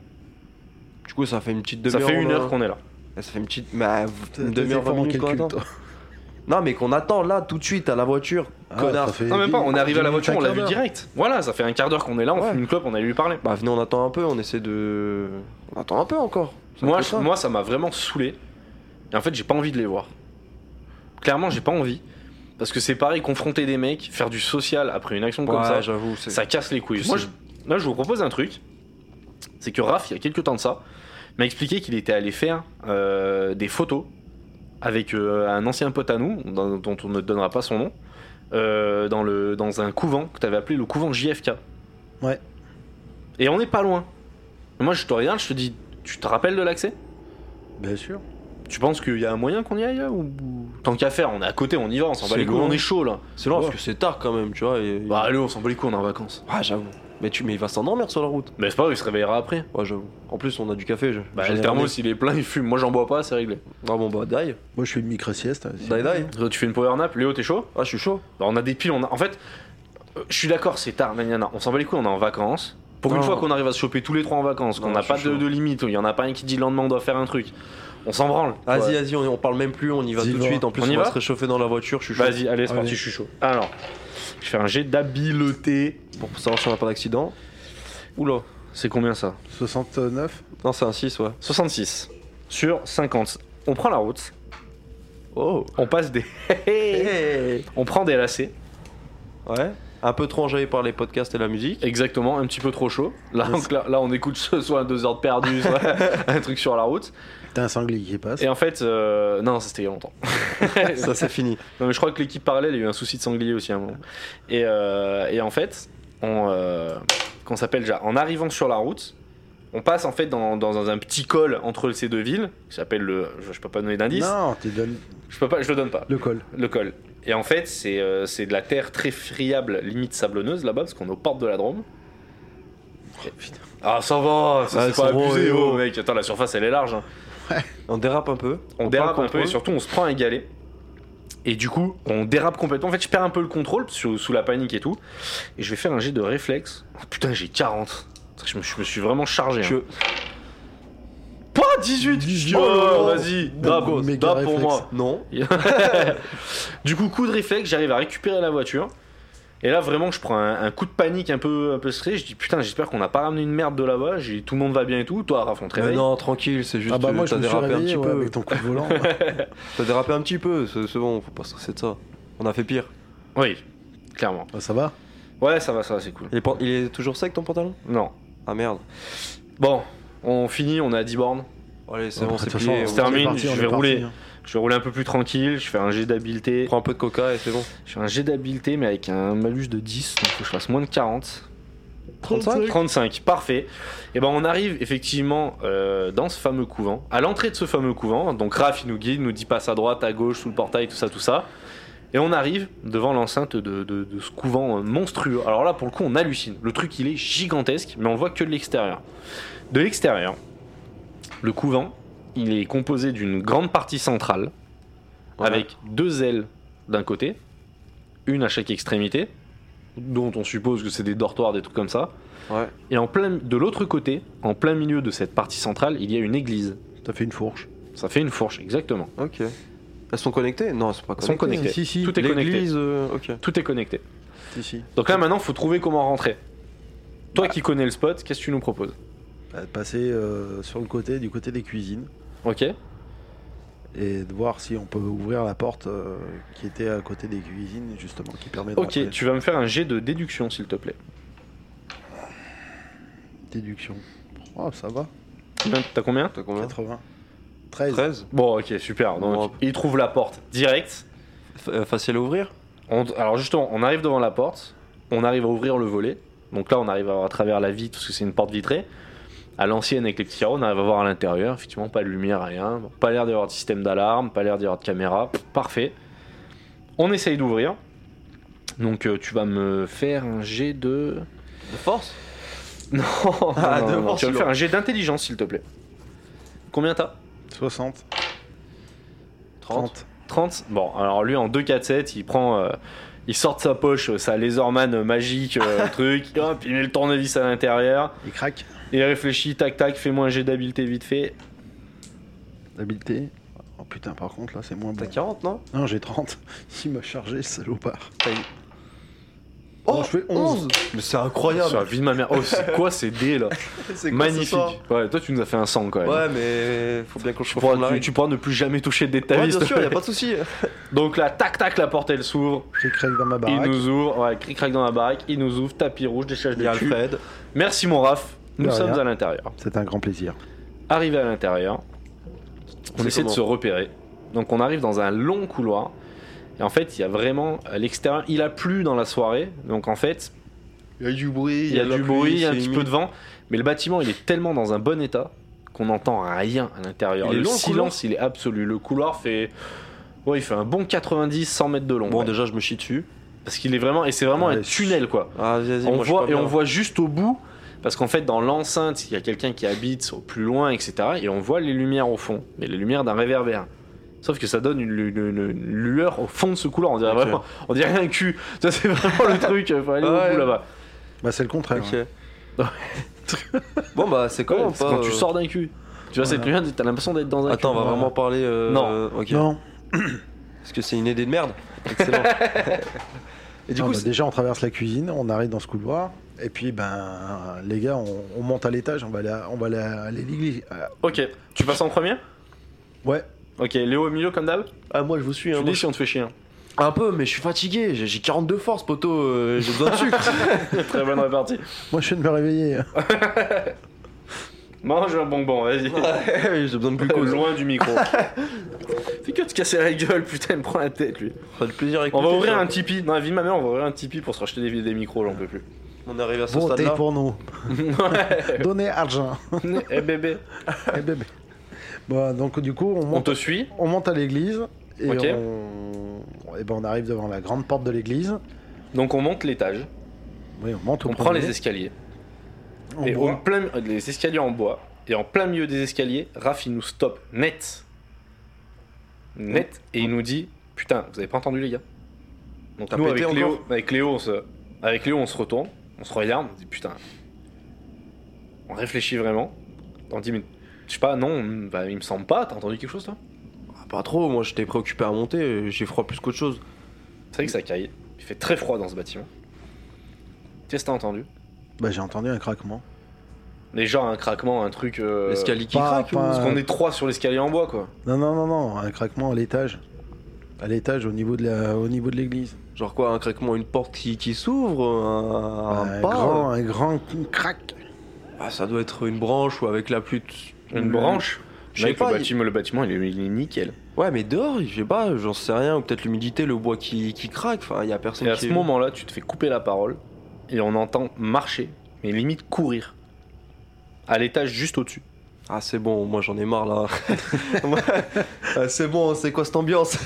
Du coup, ça fait une petite
Ça
demi-heure.
fait une
on a-
heure qu'on est là.
Ça fait une petite. Bah, une demi-heure, vingt minutes qu'on attend.
Connard,
Non, mais qu'on attend là tout de suite à la voiture.
Ah,
Connard.
Non, même pas, on est arrivé à la voiture, on l'a vu
direct
direct. Voilà, ça fait un quart d'heure qu'on est là, on
Ouais.
fume une clope, on allait lui parler.
Bah, venez, on attend un peu, on essaie de. On attend un peu encore. Ça
Moi,
fait
je-
ça.
moi, ça m'a vraiment saoulé. Et en fait, j'ai pas envie de les voir. Clairement, j'ai pas envie. Parce que c'est pareil, confronter des mecs, faire du social après une action comme
Ouais,
ça,
j'avoue. c'est-
ça casse les couilles.
Plus
Moi,
c'est-
je- là, je vous propose un truc. C'est que Raph, il y a quelques temps de ça, m'a expliqué qu'il était allé faire euh, des photos avec euh, un ancien pote à nous, dont, dont on ne donnera pas son nom, euh, dans, le, dans un couvent que tu avais appelé le couvent JFK.
Ouais.
Et on n'est pas loin. Moi, je te regarde, je te dis, tu te rappelles de l'accès
Bien sûr.
tu penses qu'il y a un moyen qu'on y aille là, ou... Tant qu'à faire, on est à côté, on y va, on s'en bat
C'est
les couilles,
loin.
on est chaud là.
C'est long
Ouais.
parce que c'est tard quand même, tu vois. Et...
Bah allez, on s'en bat les couilles, on est en vacances.
Ouais, j'avoue. Mais, tu... mais il va s'endormir sur la route.
Mais c'est pas grave, il se réveillera après.
Ouais, j'avoue. En plus, on a du café. Je...
Bah
j'en ai
le
ramené.
thermos il est plein, il fume, moi j'en bois pas, c'est réglé.
Ah bon, bah, die.
Moi, je fais une micro-sieste.
Die, die.
Toi tu fais une power nap, Léo t'es chaud
Ah, je suis chaud.
Bah on a des piles, on a... En fait, euh, je suis d'accord, c'est tard, nanana, on s'en bat les couilles, on est en vacances. Pour une
Non.
fois qu'on arrive à se choper tous les trois en vacances, qu'on
Non,
n'a
je suis
pas de,
chaud.
de limite, il y en a pas un qui dit le lendemain on doit faire un truc. On s'en branle.
Vas-y, vas-y, on, on parle même plus, on y va
Vas-y,
tout de
va.
suite. En plus,
On
on,
y
va,
va
se réchauffer dans la voiture, je suis chaud.
Vas-y, allez, c'est
Allez.
parti, je suis chaud. Alors, je fais un jet d'habileté.
Pour savoir si on n'a pas d'accident. Oula.
C'est combien ça
69.
Non, c'est un 6, ouais.
66 sur 50. On prend la route,
Oh.
on passe des. on prend des lacets,
Ouais. Un peu trop enjaillé par les podcasts et la musique.
exactement, un petit peu trop chaud. Là,
Yes.
on, là, là, on écoute soit deux heures de perdu, soit un truc sur la route.
T'as un sanglier qui passe.
Et en fait, euh, non, ça c'était il y a longtemps.
Ça, c'est fini.
Non, mais je crois que l'équipe parallèle il y a eu un souci de sanglier aussi à un moment. Et, euh, et en fait, on. euh, qu'on s'appelle déjà. En arrivant sur la route, on passe en fait dans, dans un petit col entre ces deux villes, qui s'appelle le. Je, je peux pas donner d'indice.
Non, tu donnes
Je peux pas, je le donne pas.
le col.
le col. Et en fait, c'est euh, c'est de la terre très friable, limite sablonneuse là-bas, parce qu'on est aux portes de la Drôme. Ah, ça va, ça
Ah,
c'est
c'est
pas
bon,
abusé,
eh oh.
oh, mec. Attends, la surface elle est large. hein.
On dérape un peu.
On, hein.
prend le
dérape un peu
contrôle.
et surtout on se prend un galet. Et du coup, on dérape complètement. En fait, je perds un peu le contrôle sous, sous la panique et tout. Et je vais faire un jet de réflexe. Oh, putain, j'ai 40. Je me, je me suis vraiment chargé. hein.
Je-
Pas 18
18.
Oh, Vas-y,
Bon,
drape,
méga
drape pour
réflexe.
moi.
Non.
du coup, coup de réflexe, j'arrive à récupérer la voiture. Et là, vraiment, je prends un, un coup de panique un peu, un peu stressé. Je dis putain, j'espère qu'on n'a pas ramené une merde de là-bas. J'ai dit, tout le monde va bien et tout. Toi, Raph, on te
Mais
réveille.
non, tranquille, c'est juste
Ah bah
que
moi, je
t'as
me suis
dérapé un
réveillé
petit
ouais,
peu.
avec ton coup de volant.
T'as dérapé un petit peu, c'est c'est bon, faut pas stresser de ça. On a fait pire.
Oui, clairement.
Ah, ça va
Ouais, ça va, ça va, c'est cool.
Il est, pan- il est toujours sec ton pantalon
Non.
Ah merde.
Bon, on finit, on est à 10 bornes.
Allez, c'est bon,
De
c'est
toute façon,
plié.
on
est
on-
termine.
parti,
je
on
vais
est parti,
rouler.
hein.
Je vais rouler un peu plus tranquille. Je fais un jet d'habileté.
Prends un peu de coca et c'est bon.
Je fais un jet d'habileté, mais avec un malus de 10. Donc, faut que je fasse moins de 40.
35
35, parfait. Et ben on arrive effectivement euh, dans ce fameux couvent, à l'entrée de ce fameux couvent. Donc Raph il nous guide, nous dit passe à droite, à gauche, sous le portail, tout ça, tout ça. Et on arrive devant l'enceinte de, de- de ce couvent euh, monstrueux. Alors là pour le coup on hallucine. Le truc il est gigantesque, mais on le voit que de l'extérieur. De l'extérieur, le couvent il est composé d'une grande partie centrale
Ouais.
avec deux ailes d'un côté, une à chaque extrémité, dont on suppose que c'est des dortoirs, des trucs comme ça.
Ouais.
Et en plein, de l'autre côté, en plein milieu de cette partie centrale, il y a une église.
T'as fait une fourche.
Ça fait une fourche, exactement.
Ok. Elles sont connectées Non, elles sont pas
Elles sont
connectées.
connectées.
Si, si,
Tout est connecté.
L'église, euh, ok.
Tout est connecté.
Si, si.
Donc là, maintenant, faut trouver comment rentrer. Toi qui connais le spot, qu'est-ce que tu nous proposes
Bah, passer euh, sur le côté, du côté des cuisines,
Ok
et de voir si on peut ouvrir la porte euh, qui était à côté des cuisines, justement, qui permet de
Ok,
rentrer.
tu vas me faire un jet de déduction, s'il te plaît.
Déduction. Oh, ça va.
Combien- T'as combien
T'as combien
80. 13.
13
Bon, ok, super. Donc,
Bon.
il trouve la porte direct.
F- euh, Facile à ouvrir
On- alors justement, on arrive devant la porte, on arrive à ouvrir le volet. Donc là, on arrive à, voir à travers la vitre parce que c'est une porte vitrée. À l'ancienne avec les petits carreaux, on arrive à voir à l'intérieur. Effectivement, pas de lumière, rien. Bon, pas l'air d'y avoir de système d'alarme, pas l'air d'y avoir de caméra. Pff, Parfait. On essaye d'ouvrir. Donc euh, tu vas me faire un jet de...
De force
Non,
Ah,
non,
de
non,
force,
tu vas me
lourd.
faire un jet d'intelligence, s'il te plaît. Combien t'as
60,
30.
30.
30 Bon, alors lui en 2-4-7, il prend. euh, il sort de sa poche euh, sa laserman euh, magique, euh, truc, hop, il met le tournevis à l'intérieur,
Il craque.
il réfléchit, tac tac, fais-moi un jet d'habileté vite fait.
Habileté. Oh putain, par contre, là, c'est moins bon.
T'as 40, non
Non, j'ai 30. Il m'a chargé, ce salopard.
Oh,
Oh, je fais 11.
Mais c'est
Sur la
incroyable
vie de ma mère, oh, c'est quoi ces dés là
C'est quoi ce
Magnifique
soir
Ouais, toi tu nous as fait un sang quand même.
Ouais, mais faut bien qu'on
Tu
se
pourras,
reprenne la
tu-
règle.
tu pourras ne plus jamais toucher de dés de ta
Ouais,
vie,
bien
s'il te
sûr, y a
plaît.
pas de souci.
Donc là, tac tac, la porte elle s'ouvre,
J'ai craque dans ma
il
baraque.
nous ouvre, ouais, cric crac dans la baraque, il nous ouvre, tapis rouge, déchage
Il
de
y a
cul.
Alfred.
Merci mon Raph, nous
De rien.
sommes à l'intérieur.
C'est un grand plaisir.
Arrivé à l'intérieur, on
C'est
essaie de
comment
se repérer. Donc on arrive dans un long couloir. Et en fait, il y a vraiment à l'extérieur, il a plu dans la soirée. Donc en fait,
Il y a du bruit,
il y a, du bruit, il y a un petit peu de vent, mais le bâtiment, il est tellement dans un bon état qu'on n'entend rien à l'intérieur.
Il est
Le
long, le couloir
silence, il est absolu. Le couloir fait ouais, il fait un bon 90 100 mètres de long.
Bon,
Ouais.
déjà, je me chie dessus.
Parce qu'il est vraiment et c'est vraiment
Ouais,
un tunnel quoi.
Ah, vas-y,
On
moi, je suis
voit
pas
et on
bien.
voit juste au bout parce qu'en fait dans l'enceinte il y a quelqu'un qui habite au plus loin etc et on voit les lumières au fond mais les lumières d'un réverbère sauf que ça donne une, lu- une- une lueur au fond de ce couloir on dirait
Ok.
vraiment on dirait un cul ça c'est vraiment le truc euh, faut aller au
Ouais.
bout là-bas
Bah, c'est le contraire. hein.
Ok. bon, bah, c'est
Ouais,
comment
parce que
pas,
quand tu
euh,
sors d'un cul tu vois
Voilà.
cette lumière t'as l'impression d'être dans un
Attends, on
cul.
va vraiment parler. euh,
Non.
ok.
Non.
Parce que c'est une idée de merde. Excellent. Et du
Non,
coup,
bah,
c'est-
déjà, on traverse la cuisine, on arrive dans ce couloir. Et puis, ben, les gars, on, on monte à l'étage, on va aller à, on va aller à l'église. Euh,
ok tu passes en premier
ouais,
ok Léo au milieu comme d'hab
ah, moi, je vous suis. hein,
tu
moi,
dis si on te fait chier hein.
je- Un peu, mais je suis fatigué. J'ai j'ai 42 forces, poteau. euh, J'ai besoin de sucre.
très bonne répartie
moi je viens de me réveiller.
mange un bonbon vas-y
Ouais, J'ai besoin de glucose.
loin du micro fais que te casser la gueule putain il me prend la tête lui
Ça fait plaisir avec
On va ouvrir un Tipeee. Non, vie de ma mère, on va ouvrir un Tipeee pour se racheter des, des micros, j'en peux plus.
On est arrivé à ce
Votez
stade-là.
pour nous.
ouais.
Donnez argent.
Eh bébé.
Eh bébé. Bon, donc, du coup, on
On
monte,
te suit.
on monte à l'église. Et
Ok.
on... et ben, on arrive devant la grande porte de l'église.
Donc on monte l'étage.
Oui, on monte au
On prend
premier,
les escaliers.
on
et
boit.
en plein, les escaliers en bois. Et en plein milieu des escaliers, Raph il nous stoppe net. Net. Et il nous dit Putain, vous avez pas entendu les gars Donc
T'as
nous,
pété
avec Léo,
encore
avec, Léo, on se, avec Léo, on se retourne. On se regarde. On dit Putain. On réfléchit vraiment. On dit Mais je sais pas, non, bah, il me semble pas. T'as entendu quelque chose toi
Ah, Pas trop, moi j'étais préoccupé à monter, euh, j'ai froid plus qu'autre chose.
C'est vrai que ça caille. Il fait très froid dans ce bâtiment. Qu'est-ce que t'as entendu
Bah, j'ai entendu un craquement.
Mais genre un craquement, un truc. euh,
L'escalier qui
pas-
craque ou-
pas-
Parce qu'on est trois sur l'escalier en bois, quoi.
Non, non, non, non, un craquement à l'étage. À l'étage, au niveau de la- au niveau de l'église.
Genre quoi, un craquement, une porte qui, qui s'ouvre, un, un
un,
pas
grand, un grand crac.
Ah, ça doit être une branche ou avec la pluie. de-
Une branche.
Je sais
Mec,
pas.
Le
il-
bâtiment, le bâtiment, il est, il est nickel.
Ouais, mais dehors, je sais pas, j'en sais rien. Ou peut-être l'humidité, le bois qui, qui craque. Enfin, il y a personne
Et à
qui.
ce moment-là, tu te fais couper la parole et on entend marcher, mais limite courir. À l'étage juste au-dessus.
Ah, c'est bon, moi j'en ai marre là. Moi- Ah, c'est bon, c'est quoi cette ambiance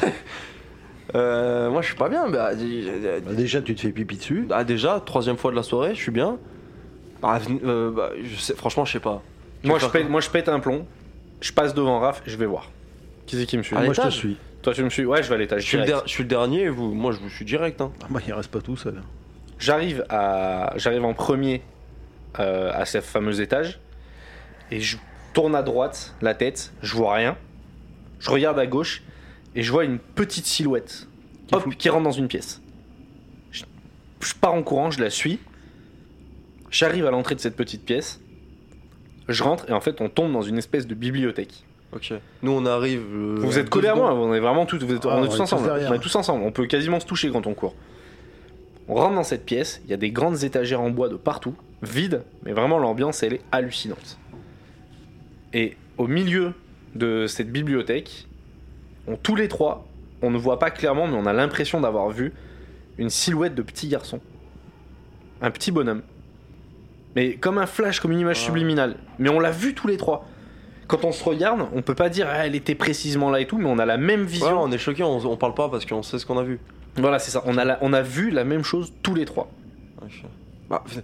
Euh, Moi je suis pas bien. Bah, d- d-
Bah, déjà, tu te fais pipi dessus.
ah, déjà, troisième fois de la soirée, je suis bien. Ah, ven- euh, bah, je sais- franchement, je sais pas.
Moi je,
faire
pète,
quoi
moi, je pète un plomb, je passe devant Raph, je vais voir. Qui c'est qui me suit
À
Moi, je te
l'étage
suis.
Toi, tu me suis Ouais, je vais à
Je
l'étage.
suis, le
direct.
der- je suis le dernier, vous, moi je vous suis direct. Hein.
Ah, bah, il reste pas tout seul.
J'arrive à, j'arrive en premier euh, à ce fameux étage et je tourne à droite la tête, je vois rien. Je regarde à gauche et je vois une petite silhouette,
Qui
hop,
fout-
qui rentre dans une pièce. Je, je pars en courant, je la suis. J'arrive à l'entrée de cette petite pièce. Je rentre et en fait on tombe dans une espèce de bibliothèque.
Ok. Nous on arrive. euh,
vous êtes
deux
collés à
secondes.
moi, on est vraiment tous, vous êtes-
Ah,
on est tous ensemble.
derrière.
on est tous ensemble, on peut quasiment se toucher quand on court. On rentre dans cette pièce, il y a des grandes étagères en bois de partout, vides, mais vraiment l'ambiance elle est hallucinante. Et au milieu de cette bibliothèque, on, tous les trois, on ne voit pas clairement, mais on a l'impression d'avoir vu une silhouette de petit garçon. Un petit bonhomme. Mais comme un flash, comme une image
Ah.
subliminale. Mais on l'a vu tous les trois. Quand on se regarde, on peut pas dire Ah, elle était précisément là et tout, mais on a la même
Voilà,
vision.
on est choqué, on, on parle pas parce qu'on sait ce qu'on a vu.
Voilà, c'est ça. On a, la- on a vu la même chose tous les trois.
Ok. Bah, v-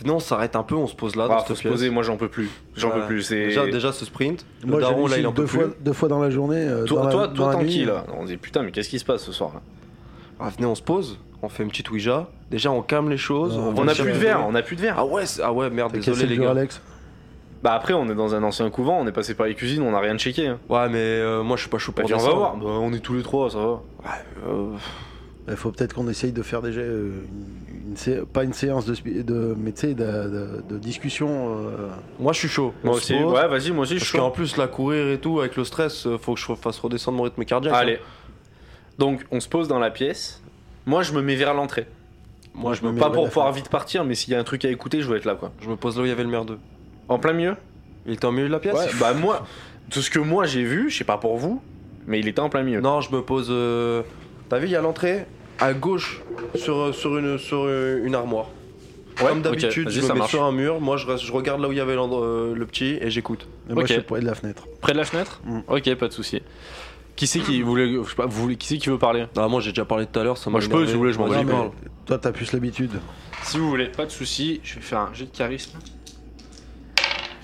venez, on s'arrête un peu, on se pose là.
Ah,
dans
faut
cette
se
pièce.
poser, moi j'en peux plus. J'en
Ouais.
peux plus. C'est...
Déjà, déjà ce sprint. Le
Moi,
daron, là, il en
j'hallucine
peut
deux
plus.
fois, deux fois dans la journée. euh,
Toi,
dans la-
toi,
dans
toi
la
tant
nuit,
qu'il,
euh,
là. On se dit putain, mais qu'est-ce qui se passe ce soir hein là
Ah, venez, on se pose, on fait une petite Ouija. Déjà, on calme les choses.
Non,
On
va
a
dire-
plus de verre, on a plus de verre.
Ah ouais, c'est- ah ouais, merde,
hein. T'as cassé
désolé
le
les
dur,
gars.
Alex.
Bah après, on est dans un ancien couvent, on est passé par les cuisines, on a rien checké. hein.
Ouais, mais euh, moi, je suis pas chaud
T'as
pour
dit, on va
descendre.
voir. Bah, on est tous les trois, ça va.
Euh,
Il faut peut-être qu'on essaye de faire déjà euh, une, une sé- pas une séance de, spi- de mais tu sais, de, de- de discussion. euh,
moi, je suis chaud.
Moi
On se
aussi.
pose.
Ouais, vas-y, moi aussi, je
Parce
suis
qu'en
chaud.
plus, la courir et tout, avec le stress, euh, faut que je fasse redescendre mon rythme cardiaque. hein.
Allez. Donc, on se pose dans la pièce. Moi, je me mets vers l'entrée.
hein. Moi, je
me
me,
mets-
Pas
ouais,
pour
la
pouvoir
fin.
vite partir, mais s'il y a un truc à écouter, je veux être là, quoi.
je me pose là où il y avait le maire 2.
En plein milieu
Il était au milieu de la pièce
Ouais, bah moi, tout ce que moi j'ai vu, je sais pas pour vous, mais il était en plein milieu.
Non, je me pose. euh, T'as vu, il y a l'entrée, à gauche, sur, euh, sur, une, sur euh, une armoire.
Ouais,
Comme
ok,
d'habitude,
vas-y,
je me
ça
mets
marche.
sur un mur. Moi, je, reste- je regarde là où il y avait l'endro- euh, le petit et j'écoute.
et Moi,
Ok.
je suis près de la fenêtre.
Près de la fenêtre
Mm.
Ok, pas de souci. Qui c'est qui voulait, je sais pas, vous voulez- qui c'est qui veut parler
Ah, moi, j'ai déjà parlé tout à l'heure. Ça
Moi,
m'a
je peux,
énervé.
si vous voulez, je m'en
Vas-y,
vais.
parle.
Toi, t'as plus l'habitude.
Si vous voulez, pas de souci. Je vais faire un jet de charisme.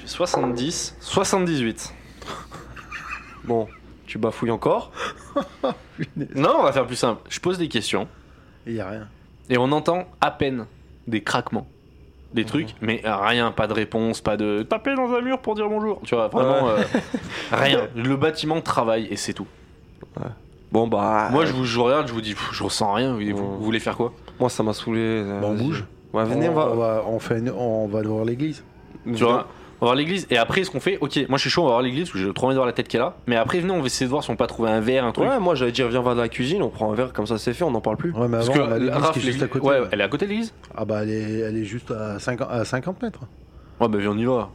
J'ai 70, 78.
Bon, tu bafouilles encore.
Non, on va faire plus simple. Je pose des questions
Il n'y a rien.
et on entend à peine des craquements, des trucs, mais euh, rien, pas de réponse, pas de taper dans un mur pour dire bonjour. Tu vois, vraiment euh, rien. Le bâtiment travaille et c'est tout.
Bon, bah.
Moi, je vous je vous regarde, je vous dis, pff, je ressens rien. Vous, vous- vous voulez faire quoi
moi, ça m'a saoulé. euh,
Bah, on
vas-y.
bouge.
Ouais, venez, on, va.
on va, on fait une- on va ouvrir l'église.
Tu vois, on va voir l'église. Et après, ce qu'on fait, ok, moi je suis chaud, on va voir l'église parce que j'ai trop envie de voir la tête qu'elle a. Mais après, venez, on va essayer de voir si on peut pas trouver un verre, un truc.
Ouais, moi, j'allais dire, viens vers la cuisine, on prend un verre, comme ça, c'est fait, on n'en parle plus.
Ouais, mais
Parce
avant, on a
que
l'église
Raph,
qui est juste à
l'église-
côté.
ouais, elle est à côté de l'église
Ah bah, elle est, elle est juste à 50, à 50 mètres.
Ouais, bah viens, on y va.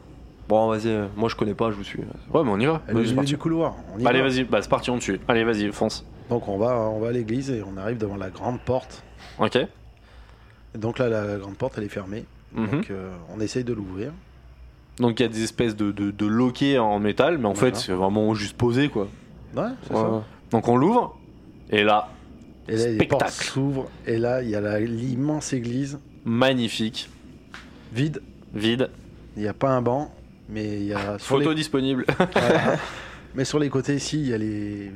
Bon, vas-y, euh, moi, je connais pas, je vous suis.
Ouais, mais on y va. Vas-y, c'est
Elle est au milieu
parti.
du couloir. On y
Allez,
va.
vas-y, bah c'est parti, on tue. Allez, vas-y, fonce.
Donc, on va, on va à l'église et on arrive devant la grande porte.
Ok.
Et donc là, la grande porte, elle est fermée.
Mhm.
Donc, euh, on essaye de l'ouvrir.
Donc il y a des espèces de, de, de loquets en métal, mais en
Voilà.
fait c'est vraiment juste posé quoi.
Ouais, c'est ça.
Ouais.
Donc on l'ouvre, et là,
Et là, les
Spectacle.
portes s'ouvrent. Et là, il y a la- l'immense église
magnifique,
vide.
vide,
Il n'y a pas un banc, mais il y a. sur
photo
les-
disponible.
Voilà. mais sur les côtés, ici, il y a les,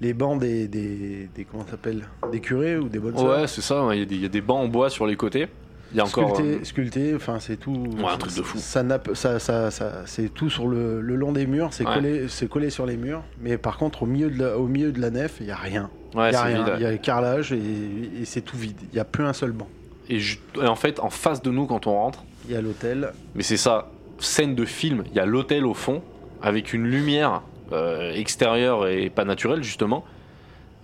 les bancs des, des, des- Comment ça s'appelle Des curés ou des bonnes sœurs.
ouais, c'est ça, hein, il y a des- il y, a des bancs en bois sur les côtés. Il y a encore.
Sculpté,
euh,
sculpté, enfin c'est tout.
Ouais, un truc de fou.
Ça, n'a p- ça, ça, ça- c'est tout sur le, le long des murs, c'est
Ouais.
collé, c'est collé sur les murs. Mais par contre, au milieu de la, au milieu de la nef, il y a rien. Il
euh, ouais,
y a
c'est
rien.
vide. ouais.
Il y a carrelage et, et c'est tout vide. Il y a plus un seul banc.
Et, ju- et en fait, en face de nous, quand on rentre,
Il y a l'hôtel.
mais c'est ça, scène de film, il y a l'hôtel au fond, avec une lumière euh, extérieure et pas naturelle, justement.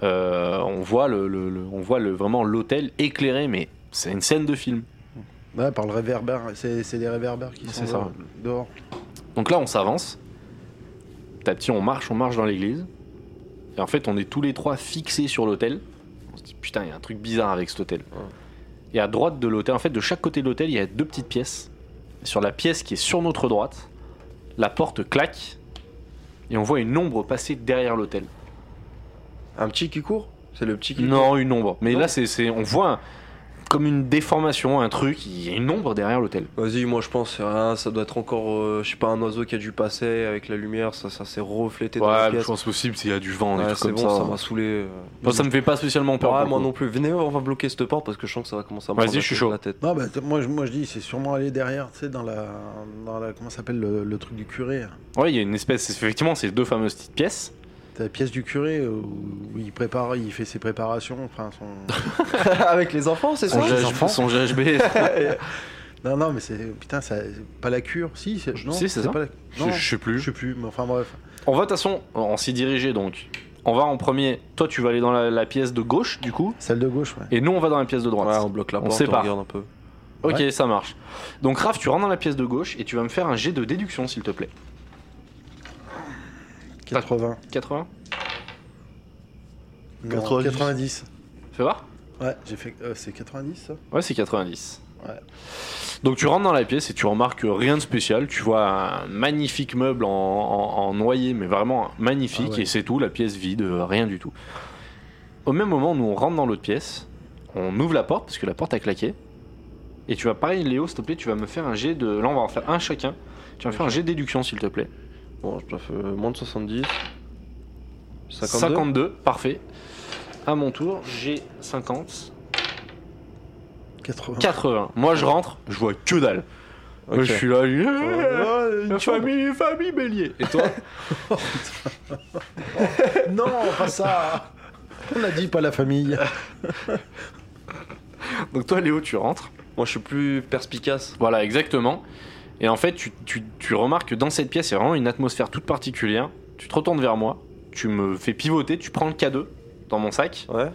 Euh, on voit, le, le- le- on voit le, vraiment l'hôtel éclairé, mais c'est une scène de film.
Ouais, par le réverbère, c'est, c'est des réverbères qui sont
C'est ça.
dehors- dehors.
Donc là, on s'avance. Petit à petit, on marche, on marche dans l'église. Et en fait, on est tous les trois fixés sur l'hôtel. On se dit, putain, il y a un truc bizarre avec cet hôtel. Et à droite de l'hôtel, en fait, de chaque côté de l'hôtel, il y a deux petites pièces. Et sur la pièce qui est sur notre droite, la porte claque. Et on voit une ombre passer derrière l'hôtel.
Un petit qui court C'est le petit qui court
Non, une ombre. Mais
Non.
là, c'est, c'est- on voit un- comme une déformation, un truc. Il y a une ombre derrière l'hôtel.
Vas-y, moi je pense, c'est rien, ça doit être encore, euh, je sais pas, un oiseau qui a dû passer avec la lumière, ça, ça s'est reflété dans la pièce.
pense possible s'il y a du vent,
Ouais, c'est bon, ça m'a saoulé.
hein. Moi, ça me fait pas spécialement peur.
Pas
pour le
moi
coup.
non plus. Venez, on va bloquer cette porte parce que je sens que ça va commencer à me
Vas-y,
prendre la
je suis
tête-
chaud.
la tête.
Non, bah, t- moi, je- moi je dis, c'est sûrement aller derrière, tu sais, dans la, dans la. Comment ça s'appelle le, le truc du curé hein.
Ouais, il y a une espèce, effectivement, ces deux fameuses petites pièces.
T'as la pièce du curé où, où il prépare, il fait ses préparations, enfin son.
avec les enfants, c'est ça
Son GHB,
son GHB.
Non, non, mais c'est. Putain, ça... c'est pas la cure. Si, c'est. Non,
Si, c'est ça.
Pas la...
je,
non,
je sais
je
plus.
sais plus, mais enfin bref.
On va, de toute façon, on s'y dirigeait donc. On va en premier. Toi, tu vas aller dans la, la pièce de gauche, du coup.
Celle de gauche, ouais.
Et nous, on va dans la pièce de droite.
Ouais, on bloque la
On
porte, on,
sépare.
regarde un peu.
ok, ça marche. Donc, Raph, tu rentres dans la pièce de gauche et tu vas me faire un jet de déduction, s'il te plaît.
80.
80
Non,
90.
90.
Fais voir
Ouais, j'ai fait. euh, c'est 90 ça
Ouais, c'est 90.
Ouais.
Donc tu rentres dans la pièce et tu remarques rien de spécial. Tu vois un magnifique meuble en, en- en noyer, mais vraiment magnifique,
Ah ouais.
et c'est tout, la pièce vide, euh, rien du tout. Au même moment, nous on rentre dans l'autre pièce, on ouvre la porte, parce que la porte a claqué, et tu vas, pareil Léo, s'il te plaît, tu vas me faire un jet de... Là on va en faire un chacun. Tu vas me faire un jet de déduction, s'il te plaît.
Bon, je dois faire euh, moins de 70. 52.
52, parfait. À mon tour, j'ai 50.
80.
80. Moi je rentre, je vois que dalle.
Ok.
Moi, je suis là,
Ouais,
La
une chambre.
famille, famille bélier. Et toi
Non, pas ça On l'a dit, pas la famille.
Euh, Donc toi Léo, tu rentres.
Moi, je suis plus perspicace.
Voilà, exactement. Et en fait, tu, tu- tu remarques que dans cette pièce, il y a vraiment une atmosphère toute particulière. Tu te retournes vers moi, tu me fais pivoter, tu prends le K2 dans mon sac,
Ouais.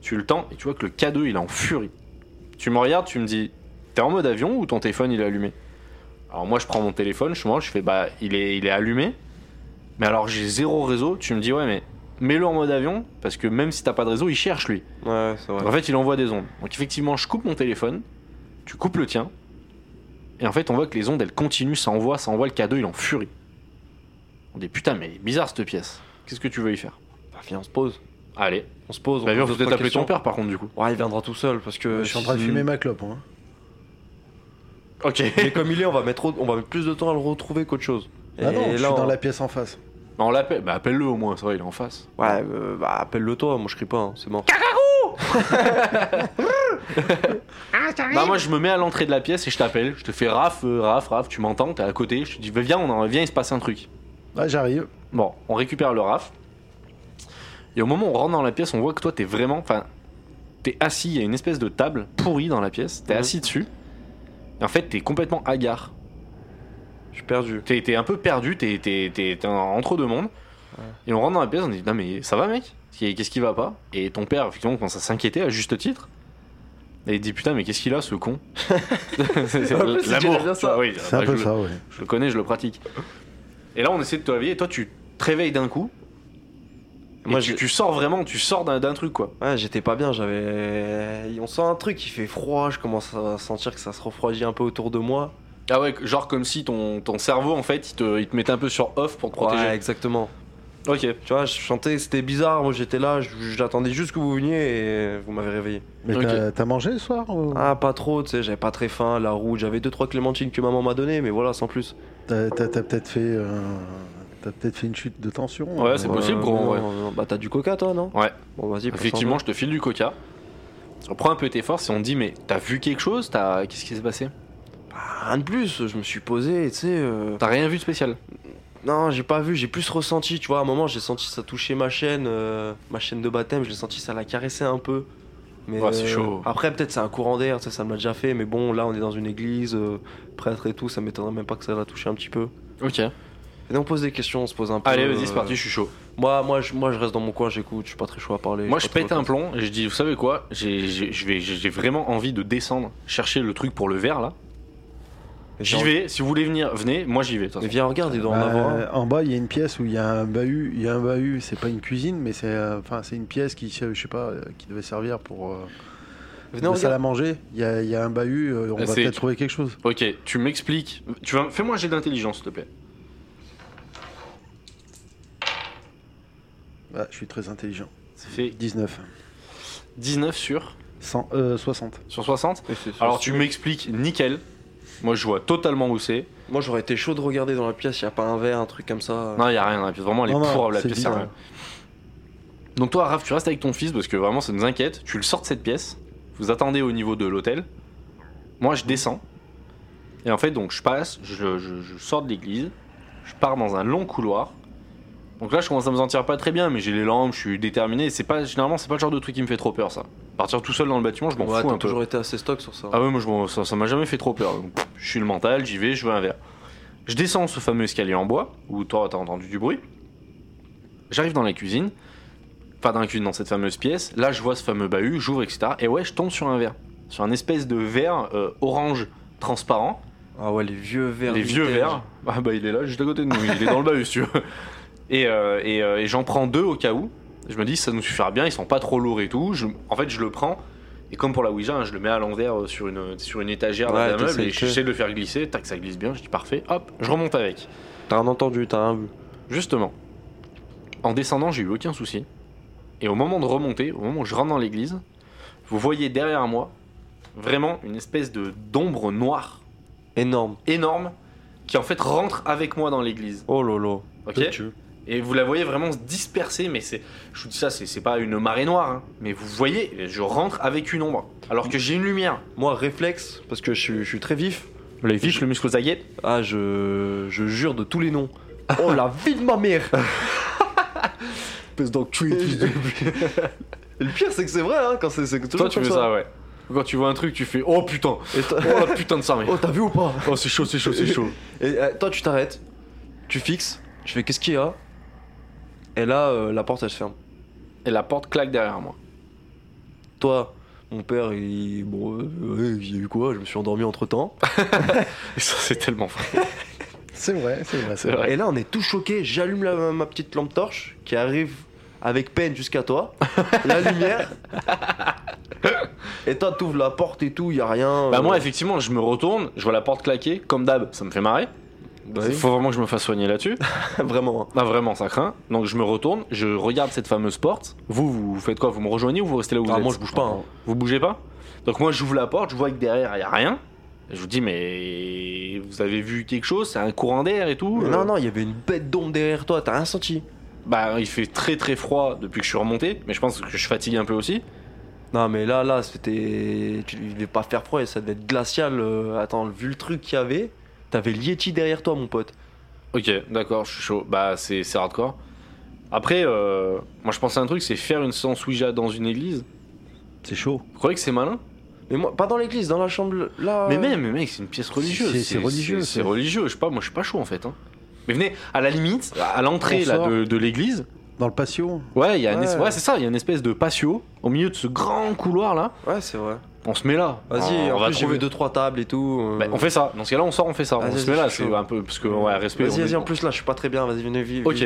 tu le tends et tu vois que le K2 il est en furie. Tu me regardes, tu me dis, t'es en mode avion ou ton téléphone il est allumé Alors moi je prends mon téléphone, je mange, je fais bah il est, il est allumé, mais alors j'ai zéro réseau, tu me dis ouais mais mets-le en mode avion parce que même si t'as pas de réseau il cherche lui.
Ouais, c'est vrai.
En fait, il envoie des ondes. Donc, effectivement, je coupe mon téléphone, tu coupes le tien, et en fait, on voit que les ondes, elles continuent, ça envoie, ça envoie le cadeau, il est en furie. On dit putain, mais bizarre cette pièce. Qu'est-ce que tu veux y faire
Bah, viens, on se pose.
Allez,
On se pose. on
bah, viens,
pose
faut
deux,
peut-être
trois
appeler
questions.
ton père par contre, du coup.
Ouais, il viendra tout seul parce que.
je suis en train de fumer ma clope. Hein.
Ok.
Mais comme il est, on va mettre, au- on va mettre plus de temps à le retrouver qu'autre chose.
Ah non, je suis
on-
dans la pièce en face.
on l'appelle, bah appelle-le au moins, ça va, il est en face.
Ouais, euh, bah appelle-le toi, moi je crie pas, hein, c'est mort.
Bah, moi, je me mets à l'entrée de la pièce et je t'appelle. Je te fais raf, euh, raf, raf, tu m'entends, t'es à côté. Je te dis, bah, viens, on en... viens, il se passe un truc.
Ah, j'arrive.
Bon, on récupère le RAF. Et au moment où on rentre dans la pièce, on voit que toi, t'es vraiment. Enfin, t'es assis, il y a une espèce de table pourrie dans la pièce. T'es
Mhm.
assis dessus. Et en fait, t'es complètement hagard.
Je suis perdu.
T'es t'es un peu perdu, t'es t'es- t'es- t'es en- entre deux mondes. Et on rentre dans la pièce, on dit Non, mais ça va, mec Qu'est-ce qui va pas Et ton père, effectivement, commence à s'inquiéter à juste titre. Et il dit Putain, mais qu'est-ce qu'il a, ce con C'est- c'est
En plus, il dirait bien
tu
ça.
vois, oui.
C'est un
Bah,
peu
je-
ça, ouais.
je le connais, je le pratique. Et là, on essaie de te réveiller, et toi, tu te réveilles d'un coup. Et
Moi,
tu,
je-
tu sors vraiment, tu sors d'un d'un truc, quoi.
Ouais, j'étais pas bien, j'avais. On sent un truc, il fait froid, je commence à sentir que ça se refroidit un peu autour de moi.
Ah ouais, genre comme si ton, ton cerveau, en fait, il te, il te mettait un peu sur off pour te
Ouais,
protéger.
exactement.
Ok.
Tu vois, je chantais, c'était bizarre, moi j'étais là, je- j'attendais juste que vous veniez et vous m'avez réveillé.
Mais
Ok.
t'as- t'as mangé ce soir ou-
Ah, pas trop, tu sais, j'avais pas très faim, la route, j'avais deux trois clémentines que maman m'a donné, mais voilà, sans plus.
T'as t'as- t'as peut-être fait, euh, t'as peut-être fait une chute de tension
Ouais,
euh,
c'est possible, gros,
non,
ouais.
non, Bah, t'as du coca toi, non
Ouais.
Bon, vas-y, passe
Effectivement, je te file du coca. On prend un peu tes forces et on te dit, mais t'as vu quelque chose T'as- Qu'est-ce qui s'est passé
en- Bah, rien de plus, je me suis posé, tu sais. euh,
T'as rien vu de spécial
Non, j'ai pas vu, j'ai plus ressenti, tu vois, à un moment j'ai senti ça toucher ma chaîne, euh, ma chaîne de baptême, je l'ai senti ça la caresser un peu. Mais euh,
Ouais, c'est chaud.
Après peut-être c'est un courant d'air, tu sais, ça me l'a déjà fait, mais bon là on est dans une église, euh, prêtre et tout, ça m'étonnerait même pas que ça l'a touché un petit peu.
Ok.
Et donc on pose des questions, on se pose un peu.
Allez,
euh,
vas-y, c'est parti, je suis chaud.
Moi, moi, je, moi je reste dans mon coin, j'écoute, je suis pas très chaud à parler.
Moi,
suis
je
pas
pète
trop-
un plomb et je dis, vous savez quoi J'ai- J'ai je vais- j'ai vraiment envie de descendre, chercher le truc pour le verre, là.
Mais
J'y
viens-
vais, si vous voulez venir, venez. Moi, j'y vais. de toute
Mais
façon.
viens, regarde, il doit en
bah,
avoir un.
en bas, il y a une pièce où il y a un bahut. Il y a un bahut. C'est pas une cuisine, mais c'est, euh, enfin, c'est une pièce qui, je sais pas, euh, qui devait servir pour euh,
Venez,
la salle
regarde.
à manger. Il y a, il y a un bahut. euh, on
Ah,
va
c'est-
peut-être trouver quelque chose.
Ok, tu m'expliques. Tu vas... Fais-moi un jet d'intelligence, s'il te plaît.
Ah, je suis très intelligent.
Ça fait
19,
19 sur,
100, euh, 60.
sur 60.
Mais c'est-
Alors tu m'expliques nickel. Moi je vois totalement où c'est.
Moi j'aurais été chaud de regarder dans la pièce, y a pas un verre, un truc comme ça.
Non, y a rien dans la pièce. Vraiment, elle est
euh, Non, non,
pourrave la
c'est
pièce.
vide,
sérieux.
hein.
Donc toi, Raph, tu restes avec ton fils parce que vraiment ça nous inquiète. Tu le sors de cette pièce. Vous attendez au niveau de l'hôtel. Moi je descends. Et en fait, donc je passe, je, je- je sors de l'église. Je pars dans un long couloir. Donc là, je commence à me sentir pas très bien, mais j'ai les lampes, je suis déterminé. C'est pas généralement, c'est pas le genre de truc qui me fait trop peur, ça. Partir tout seul dans le bâtiment, je m'en
Ouais,
fous
t'as
un peu.
toujours été assez stock sur ça.
Ah ouais, moi je m'en- ça, ça m'a jamais fait trop peur. Donc, pff, je suis le mental, j'y vais, je veux un verre. Je descends ce fameux escalier en bois où toi t'as entendu du bruit. J'arrive dans la cuisine, enfin dans la cuisine, dans cette fameuse pièce. Là, je vois ce fameux bahut, j'ouvre, etc. Et ouais, je tombe sur un verre, sur un espèce de verre euh, orange transparent,
Ah ouais, les vieux verres.
les vieux
vintage.
verres. Ah bah il est là, juste à côté de nous, il est dans le bahut, si tu veux. Et, euh, et, euh, et j'en prends deux au cas où. Je me dis, ça nous suffira bien, ils sont pas trop lourds et tout. Je- en fait, je le prends, Et comme pour la Ouija, hein, je le mets à l'envers euh, sur une, sur une étagère
Ouais,
d'un meuble
t'essayes
et
que.
j'essaie de le faire glisser. Tac, ça glisse bien. Je dis parfait. Hop, je remonte avec.
T'as rien entendu, t'as rien vu.
Justement, en descendant, j'ai eu aucun souci. Et au moment de remonter, au moment où je rentre dans l'église, vous voyez derrière moi vraiment une espèce de d'ombre noire
Énorme.
énorme qui en fait rentre avec moi dans l'église.
Oh lolo.
Ok
Peu de Dieu.
Et vous la voyez vraiment se disperser, mais c'est, je vous dis ça, c'est c'est pas une marée noire, hein. mais vous voyez, je rentre avec une ombre, alors que j'ai une lumière.
Moi, réflexe, parce que je, suis- je suis très vif.
Les fiches, le muscle aux aguets.
Ah, je, je jure de tous les noms. Oh la vie de ma mère Espèce d'enculé, fils de pute. Et Le pire, c'est que c'est vrai, hein, quand c'est c'est
Toi,
toujours
tu
comme
fais ça, ouais. Quand tu vois un truc, tu fais oh putain,
Et toi-
oh la putain de ça, mais
Oh, t'as vu ou pas
oh c'est chaud, c'est chaud, c'est chaud.
Et euh, toi, tu t'arrêtes, tu fixes, je fais qu'est-ce qu'il y a Et là, euh, la porte, elle se ferme.
Et la porte claque derrière moi.
Toi, mon père, il. Bon, euh, ouais, il y a eu quoi Je me suis endormi entre temps.
Et ça, c'est tellement vrai.
C'est vrai, c'est vrai.
C'est vrai.
Et là, on est tout choqué. J'allume la- ma petite lampe torche qui arrive avec peine jusqu'à toi. la lumière. et toi, t'ouvres la porte et tout, il y a rien.
Bah
euh,
moi, effectivement, je me retourne, je vois la porte claquer, comme d'hab, ça me fait marrer.
bah
Il
oui,
faut vraiment que je me fasse soigner là-dessus.
vraiment. hein.
Ah vraiment, ça craint. Donc je me retourne, je regarde cette fameuse porte. Vous, vous faites quoi Vous me rejoignez ou vous restez là où vous
Ah,
êtes
moi, je bouge pas. hein.
Vous bougez pas Donc moi j'ouvre la porte, je vois que derrière il y a rien. Et Je vous dis mais vous avez vu quelque chose C'est un courant d'air et tout
Mais
Euh,
non, non, il y avait une bête d'ombre derrière toi, t'as rien senti.
Bah il fait très très froid depuis que je suis remonté, mais je pense que je fatigue un peu aussi.
Non, mais là, là, c'était. Tu il devait pas faire froid et ça devait être glacial. euh, Attends, vu le truc qu'il y avait, t'avais l'Yeti derrière toi, mon pote.
Ok, d'accord, je suis chaud. Bah c'est c'est hardcore. Après, euh, moi je pensais à un truc, c'est faire une séance Ouija dans une église.
C'est chaud.
Vous croyez que c'est malin
Mais moi, pas dans l'église, dans la chambre là.
Mais même, mais mec, c'est une pièce religieuse.
C'est- c'est religieux,
C'est
c'est-
religieux, je sais pas, moi je suis pas chaud en fait. hein. Mais venez, à la limite, à l'entrée
On
là
sort.
de- de l'église,
Dans le patio,
Ouais, il y a une
Ouais.
es- ouais, c'est ça, il y a une espèce de patio au milieu de ce grand couloir là.
Ouais, c'est vrai.
On se met là.
Vas-y,
on,
en
va
plus, j'ai vu
trouver.
deux, trois tables et tout. euh.
Bah, on fait ça. Dans ce cas-là, on sort, on fait ça.
Vas-y,
on se
vas-y,
met là,
je suis
c'est
chaud.
un peu parce que ouais, respect.
Vas-y,
on,
vas-y, en plus là, je suis pas très bien, vas-y, venez vivre.
Ok.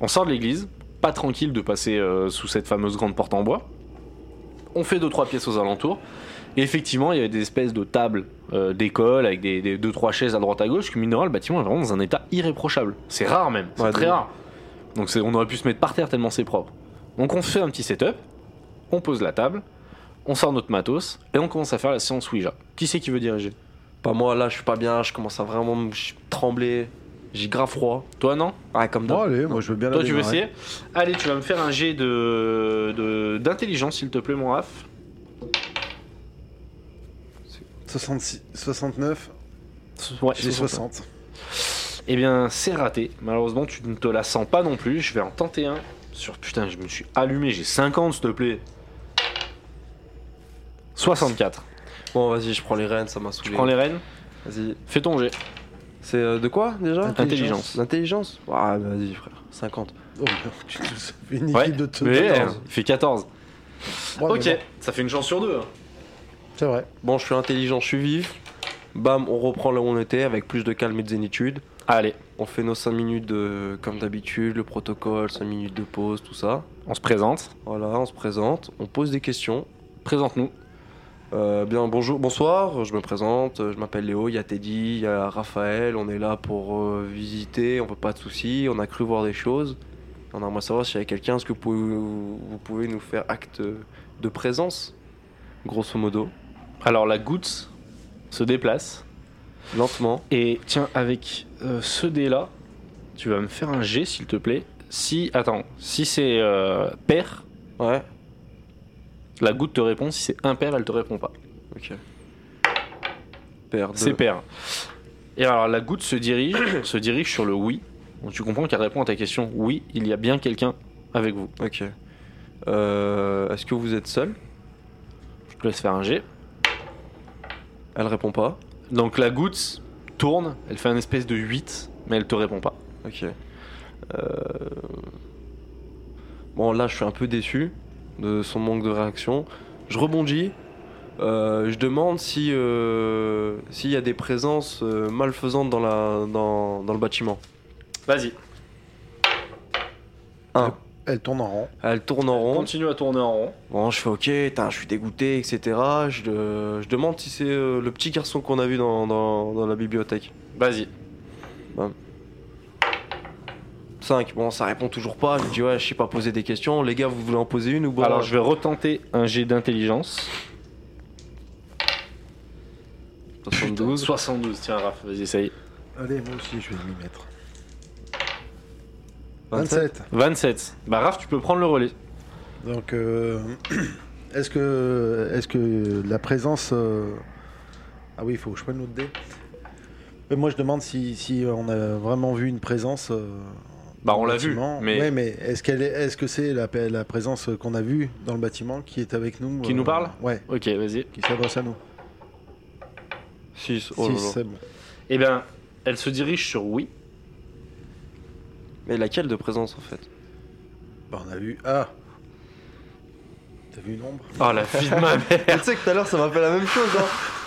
on sort de l'église, pas tranquille de passer euh, sous cette fameuse grande porte en bois. On fait deux trois pièces aux alentours. Et effectivement, il y avait des espèces de tables euh, d'école avec des, des deux trois chaises à droite à gauche. Que mine de rien, le bâtiment est vraiment dans un état irréprochable. C'est rare même, c'est
Ouais,
très
de ouf.
rare. Donc c'est- on aurait pu se mettre par terre tellement c'est propre. Donc on fait un petit setup, on pose la table, on sort notre matos et on commence à faire la séance Ouija. Qui c'est qui veut diriger
Pas moi, là, je suis pas bien, je commence à vraiment me je- trembler. J'ai grave froid.
Toi non
Ah, bah, comme
Bon,
d'hab.
allez, moi je veux bien la
Toi, tu veux
démarrer.
essayer Allez, tu vas me faire un jet de de- d'intelligence, s'il te plaît, mon Raph.
66, 69,
Ouais,
j'ai 60.
Eh bien, c'est raté. Malheureusement, tu ne te la sens pas non plus. Je vais en tenter un. Sur putain, je me suis allumé. J'ai 50, s'il te plaît. 64.
Bon, vas-y, je prends les rênes, ça m'a saoulé.
Tu prends les rênes.
Vas-y.
Fais ton jet.
C'est euh, de quoi déjà
Intelligence.
L'intelligence Ah, vas-y, frère. 50.
Oh, merde, tu te fais une
Ouais.
équipe de te-
Mais,
de-
euh, il fait 14.
Ouais, mais
ok,
bon,
ça fait une chance sur deux. hein.
C'est vrai.
Bon, je suis intelligent, je suis vif. Bam, on reprend là où on était avec plus de calme et de zénitude.
Allez,
On fait nos 5 minutes de, comme d'habitude, le protocole, 5 minutes de pause, tout ça.
on se présente.
Voilà, on se présente, on pose des questions.
Présente-nous.
Euh, bien, bonjour, bonsoir, je me présente, euh, je m'appelle Léo, il y a Teddy, il y a Raphaël, on est là pour euh, visiter, on veut pas de soucis, on a cru voir des choses. On aimerait savoir s'il y a quelqu'un, est-ce que vous pouvez, vous pouvez nous faire acte de présence, grosso modo,
Alors, la goutte se déplace.
lentement.
Et tiens, avec euh, ce dé-là, tu vas me faire un jet, s'il te plaît. Si, attends, si c'est euh, pair,
Ouais,
la goutte te répond. Si c'est impair, elle te répond pas.
ok. Père,
C'est pair. Et alors, la goutte se dirige, se dirige sur le oui. Donc, tu comprends qu'elle répond à ta question. Oui, il y a bien quelqu'un avec vous.
Ok. Euh, est-ce que vous êtes seul
Je te laisse faire un jet.
Elle répond pas.
Donc, la goutte tourne, elle fait un espèce de 8, mais elle te répond pas.
Ok. Euh, Bon, là, je suis un peu déçu de son manque de réaction. Je rebondis. euh, je demande si euh, s'il y a des présences euh, malfaisantes dans, la, dans, dans le bâtiment.
Vas-y.
Un.
Elle tourne en rond.
Elle tourne en
On
rond.
continue à tourner en rond.
Bon, je fais ok, tain, je suis dégoûté, etc. Je, de- je demande si c'est euh, le petit garçon qu'on a vu dans, dans- dans la bibliothèque.
Vas-y.
5. Bon, ça répond toujours pas. Je dis ouais, je sais pas poser des questions. Les gars, vous voulez en poser une ou pas
Alors je vais retenter un jet d'intelligence.
72.
72, tiens Raph, vas-y essaye.
Allez, moi aussi, je vais m'y mettre.
27.
27.
27. Bah Raph, tu peux prendre le relais.
Donc, euh, est-ce que, est que la présence. euh, Ah oui, il faut que je prenne l'autre dé. Mais moi, je demande si, si on a vraiment vu une présence. euh,
Bah,
dans
on
le
l'a vu,
bâtiment.
mais-
Ouais, mais est-ce qu'elle est, est-ce que c'est la, pa- la présence qu'on a vue dans le bâtiment qui est avec nous euh,
Qui nous parle
Ouais,
Ok, vas-y.
qui s'adresse à nous.
6.
Oh
Si, c'est bon.
Eh bien, elle se dirige sur oui.
Mais laquelle de présence en fait
Bah, on a vu. Ah T'as vu une ombre
Oh la fille de ma mère
Tu sais que tout à l'heure ça m'a fait la même chose. hein.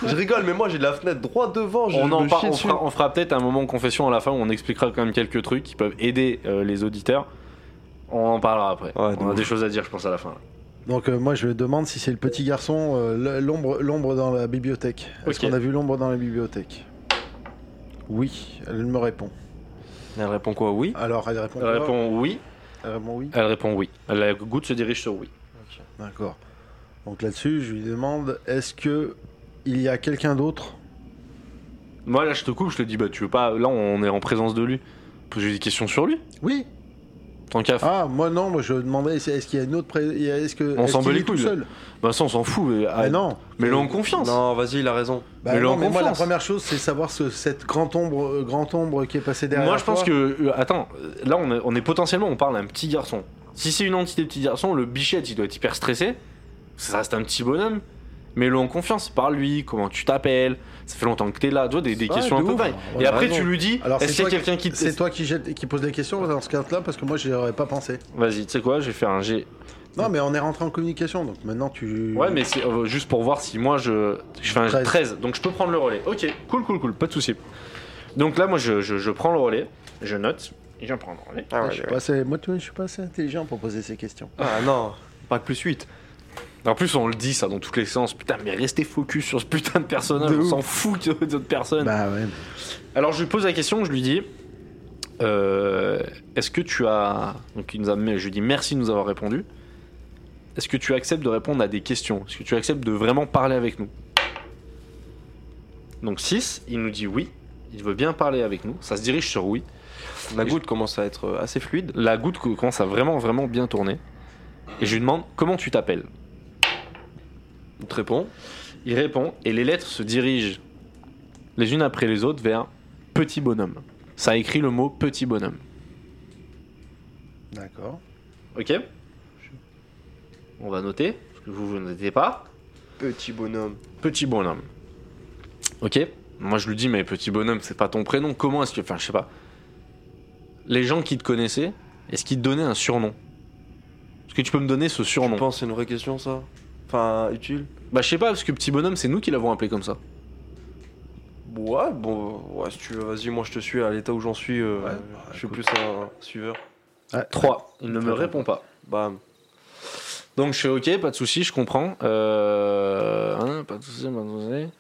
Je rigole, mais moi j'ai de la fenêtre droit devant. Je
on, en
me
par-
chie
on
dessus.
fera, on fera peut-être un moment confession à la fin où on expliquera quand même quelques trucs qui peuvent aider euh, les auditeurs. On en parlera après.
Ouais, de
on a
ouf.
des choses à dire, je pense, à la fin. là.
Donc euh, moi je demande si c'est le petit garçon, euh, l- l'ombre, l'ombre dans la bibliothèque. Est-ce
Ok.
qu'on a vu l'ombre dans la bibliothèque Oui, elle me répond.
Elle répond quoi Oui.
Alors elle répond.
Elle
pas
répond oui.
Elle répond oui.
Elle répond oui. La goutte se dirige sur oui.
D'accord. Donc là-dessus je lui demande est-ce que il y a quelqu'un d'autre
Moi, là, je te coupe, je te dis, bah, tu veux pas. Là, on est en présence de lui. Pose-lui des questions sur lui.
Oui.
Tant qu'à faire.
Ah moi non, moi je demandais est-ce est-ce qu'il y a une autre pré- il y a- est-ce que
On
est-ce
s'en
qu'il
bat les
est tout
couilles, là.
seul
Bah, ça, on s'en fout. Mais,
Ah non.
Mais là, en confiance.
Non, vas-y, il a raison.
Bah
Mais là,
non,
en
mais moi la
confiance.
première chose c'est savoir ce, cette grande ombre, euh, grande ombre qui est passée derrière.
Moi, je pense
toi.
que. euh, attends, euh, là, on est, on est potentiellement, on parle d'un petit garçon. Si c'est une entité de petit garçon, le bichette, il doit être hyper stressé. Ça reste un petit bonhomme. Mais le en confiance, parle-lui, comment tu t'appelles, ça fait longtemps que t'es là, tu vois, des, des
Ouais,
questions
de
un peu
ouf.
vagues.
Ouais,
Et
t'as
après,
raison.
tu lui dis,
Alors,
est-ce
c'est
qu'il y a
toi
quelqu'un qui.
C'est toi qui, jette- qui pose des questions dans ce cas-là parce que moi j'y aurais pas pensé.
Vas-y, tu sais quoi, je vais faire un G.
Non mais on est rentré en communication donc maintenant tu.
Ouais, mais c'est euh, juste pour voir si moi je, je fais un 13.
13.
donc je peux prendre le relais. Ok, cool, cool, cool, pas de souci. Donc là, moi je, je, je prends le relais, je note, et je prends le relais.
Ah,
je suis pas assez... Moi tu vois, je suis pas assez intelligent pour poser ces questions.
Ah non, pas que plus 8.
En plus, on le dit ça dans toutes les séances, putain, mais restez focus sur ce putain de personnage,
De
on
ouf.
s'en fout de- d'autres personnes.
Bah ouais.
Alors je lui pose la question, je lui dis euh, Est-ce que tu as. Donc il nous a, je lui dis merci de nous avoir répondu. Est-ce que tu acceptes de répondre à des questions Est-ce que tu acceptes de vraiment parler avec nous Donc 6, il nous dit oui, il veut bien parler avec nous, ça se dirige sur oui.
La goutte commence à être euh, assez fluide.
La goutte co- commence à vraiment, vraiment bien tourner. Et je lui demande comment tu t'appelles
Il te répond.
Il répond et les lettres se dirigent les unes après les autres vers petit bonhomme. Ça écrit le mot petit bonhomme.
D'accord.
Ok. On va noter, parce que vous, vous notez pas.
Petit bonhomme.
Petit bonhomme. Ok. Moi, je lui dis, mais petit bonhomme, c'est pas ton prénom. Comment est-ce que. Enfin, je sais pas. Les gens qui te connaissaient, est-ce qu'ils te donnaient un surnom Est-ce que tu peux me donner ce
Je
surnom
pense que c'est une vraie question ça. Enfin, utile.
Bah, je sais pas, parce que petit bonhomme, c'est nous qui l'avons appelé comme ça.
Ouais, bon, ouais, si tu veux, vas-y, moi je te suis à l'état où j'en suis. euh,
Ouais,
je suis plus un suiveur.
3. Il ne me répond pas.
Bam.
Donc je fais ok, pas de souci, je comprends. Euh, hein, pas de souci, pas de souci.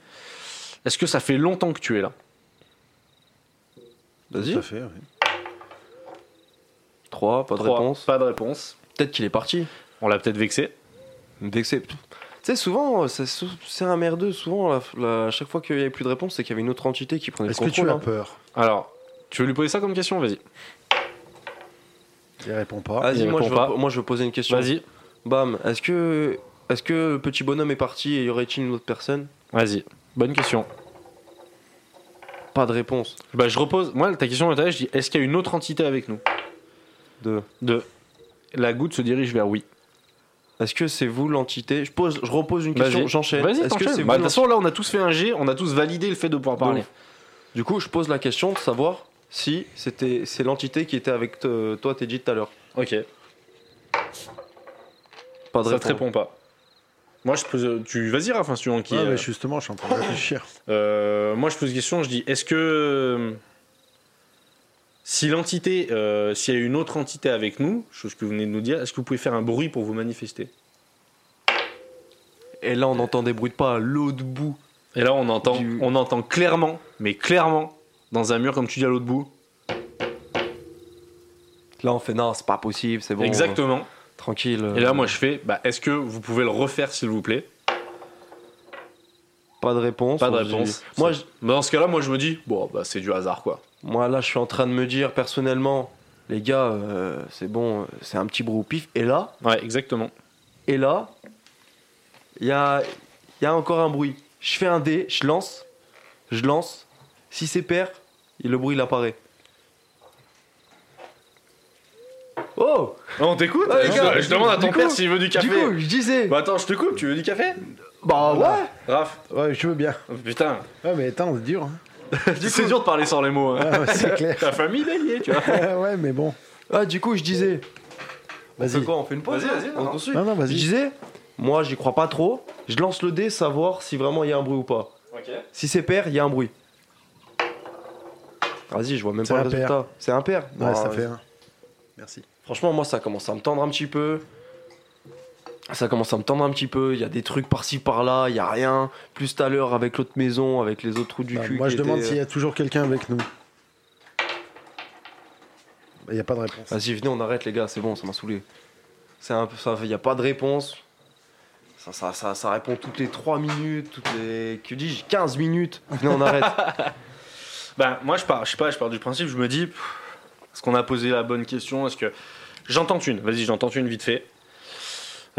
Est-ce que ça fait longtemps que tu es là
Vas-y.
Tout à fait. oui.
3, pas de
Trois,
réponse.
Pas de réponse.
Peut-être qu'il est parti.
On l'a peut-être vexé.
Vexé. Tu sais, souvent, euh, ça sou- c'est un merdeux. Souvent, la- la- à chaque fois qu'il n'y avait plus de réponse, c'est qu'il y avait une autre entité qui prenait le
Est-ce que tu
contrôle.
as
hein.
peur
Alors, tu veux lui poser ça comme question Vas-y.
Il répond pas.
Ah, il
Vas-y, moi,
répond
je veux-
pas.
moi je veux poser une question.
Vas-y,
Bam. Est-ce que, est ce que le petit bonhomme est parti et y aurait-il une autre personne
vas-y. Bonne question.
Pas de réponse.
Bah je repose. Moi, ta question m'intéresse. Je dis est-ce qu'il y a une autre entité avec nous
De.
De. La goutte se dirige vers oui.
Est-ce que c'est vous l'entité je, pose, je repose une question,
Vas-y.
j'enchaîne.
Vas-y,
Est-ce que
t'enchaînes.
c'est
Bah, de
vous
toute façon, là, on a tous fait un G, on a tous validé le fait de pouvoir parler.
ouf. Du coup, je pose la question de savoir si c'était c'est l'entité qui était avec te- toi, t'es dit tout à l'heure.
Ok.
Pas de
Ça te
réponse.
répond pas. Moi, je pose. Tu vas-y, Rafa, si tu veux, qui.
Ouais,
euh,
mais justement, je suis en train de réfléchir.
Euh, moi, je pose question, je dis, est-ce que... euh, Si l'entité, euh, s'il y a une autre entité avec nous, chose que vous venez de nous dire, est-ce que vous pouvez faire un bruit pour vous manifester
Et là, on entend des bruits de pas à l'autre bout.
Et là, on entend,
Du-
on entend clairement, mais clairement, dans un mur, comme tu dis à l'autre bout.
Là, on fait non, c'est pas possible, c'est bon.
Exactement.
euh, tranquille. euh,
Et là, moi, je fais, bah, est-ce que vous pouvez le refaire, s'il vous plaît
Pas de réponse.
Pas de
on se dit-
réponse.
Moi,
C'est- Dans ce cas-là, moi, je me dis, bon, bah, c'est du hasard, quoi.
Moi, là, je suis en train de me dire personnellement, les gars, euh, c'est bon, euh, c'est un petit brou au pif. Et là,
Ouais, exactement.
et là, il y a, il y a encore un bruit. Je fais un dé, je lance, je lance. Si c'est pair, et le bruit il apparaît. Oh
On t'écoute
Ouais, les
je,
gars,
je demande à ton
du
père
coup-
s'il veut du
Du
café.
coup, je disais.
Bah, attends, je te coupe, tu veux du café
Bah ouais
Raph,
Ouais, je veux bien.
oh, putain,
Ouais, mais attends, c'est dur. hein.
c'est dur de parler sans les mots. hein.
Ouais, ouais, c'est clair.
Ta famille, elle y est, tu vois.
ouais, mais bon.
Ah, du coup, je disais. On
Vas-y.
fait quoi On fait une pause
Vas-y, vas-y,
On
non.
poursuit
Non, non,
Je
vas-y.
disais, moi, j'y crois pas trop. Je lance le dé, savoir si vraiment il y a un bruit ou pas.
Ok.
Si c'est pair, il y a un bruit. Vas-y, je vois même
C'est
pas le
un pair.
résultat. C'est un pair.
Ouais,
Ah,
ça fait un. Merci.
Franchement, moi, ça commence à me tendre un petit peu. Ça commence à me tendre un petit peu. Il y a des trucs par-ci par-là, il y a rien. Plus tout à l'heure avec l'autre maison, avec les autres trous du
Bah,
cul.
moi,
qui
je demande
étaient,
s'il y
euh,
a toujours quelqu'un avec nous. Il n'y a pas de réponse.
Vas-y, venez, on arrête, les gars. C'est bon, ça m'a saoulé. C'est un peu ça. Il y a pas de réponse. Ça, ça, ça, ça répond toutes les 3 minutes, toutes les. Que dis-je 15 minutes. Venez, on arrête.
Ben, moi, je pars, je sais pas, je pars du principe, je me dis, pff, est-ce qu'on a posé la bonne question Est-ce que. J'entends une, vas-y, j'entends une vite fait.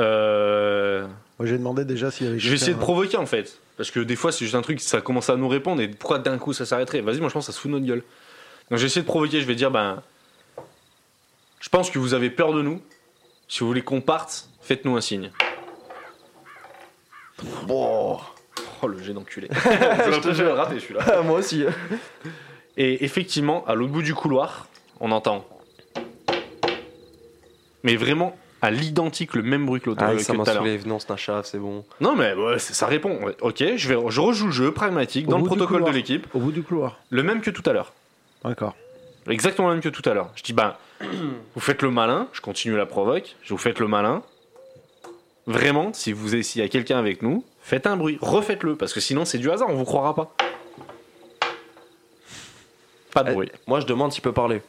Euh,
Moi, j'ai demandé déjà s'il y avait
Je vais essayer de
quelqu'un.
provoquer en fait. Parce que des fois, c'est juste un truc, ça commence à nous répondre et pourquoi d'un coup ça s'arrêterait Vas-y, moi je pense que ça se fout de notre gueule. Donc je vais essayer de provoquer, je vais dire ben. Je pense que vous avez peur de nous. Si vous voulez qu'on parte, faites-nous un signe.
Bon.
Oh le jet d'enculé. J'ai l'impression de le rater celui-là.
Ah, moi aussi.
Et effectivement, à l'autre bout du couloir, on entend. Mais vraiment à l'identique le même bruit que l'autre.
Ah,
euh,
ça
que
m'a
tout à l'heure.
saoulé. Venez, on se la chauffe, c'est bon.
Non mais ouais, c'est- ça répond. Ouais, Ok, je, vais, je rejoue le jeu pragmatique
Au
dans le
bout du
protocole de
couloir.
l'équipe.
Au bout du couloir.
Le même que tout à l'heure.
D'accord.
Exactement le même que tout à l'heure. Je dis, ben, vous faites le malin, je continue la provoque, je vous faites le malin. Vraiment, si vous s'il y a quelqu'un avec nous, faites un bruit, refaites-le, parce que sinon c'est du hasard, on vous croira pas. Pas de
Eh,
bruit.
Moi, je demande s'il peut parler.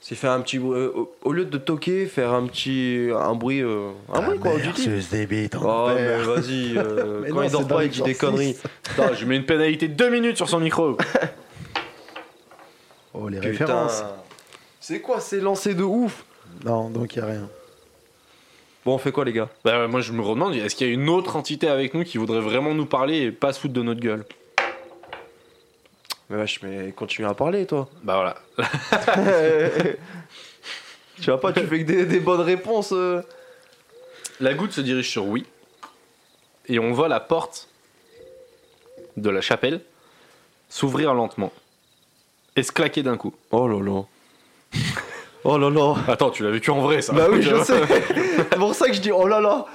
S'il fait un petit bruit. euh, au- au lieu de toquer, faire un petit. Un bruit. euh, un
Ah
bruit, quoi, auditif.
C'est des bites.
Oh,
enfer.
mais vas-y. euh,
Mais
quand
non,
il dort
c'est dans
pas,
le
il dit des
genre
conneries.
six.
Putain, je mets une pénalité de deux minutes sur son micro.
Oh, les
Putain.
références.
C'est quoi ces lancers de ouf
Non, donc il n'y a rien.
Bon, on fait quoi, les gars
Ben, moi je me demande, est-ce qu'il y a une autre entité avec nous qui voudrait vraiment nous parler et pas se foutre de notre gueule
Mais vache, mais continue à parler, toi.
Bah voilà.
tu vas pas, tu fais que des, des bonnes réponses. euh.
La goutte se dirige sur oui. Et on voit la porte de la chapelle s'ouvrir lentement. Et se claquer d'un coup.
Oh là là. Oh là là.
Attends, tu l'as vécu en vrai, ça.
Bah oui, je sais. C'est pour ça que je dis oh là là.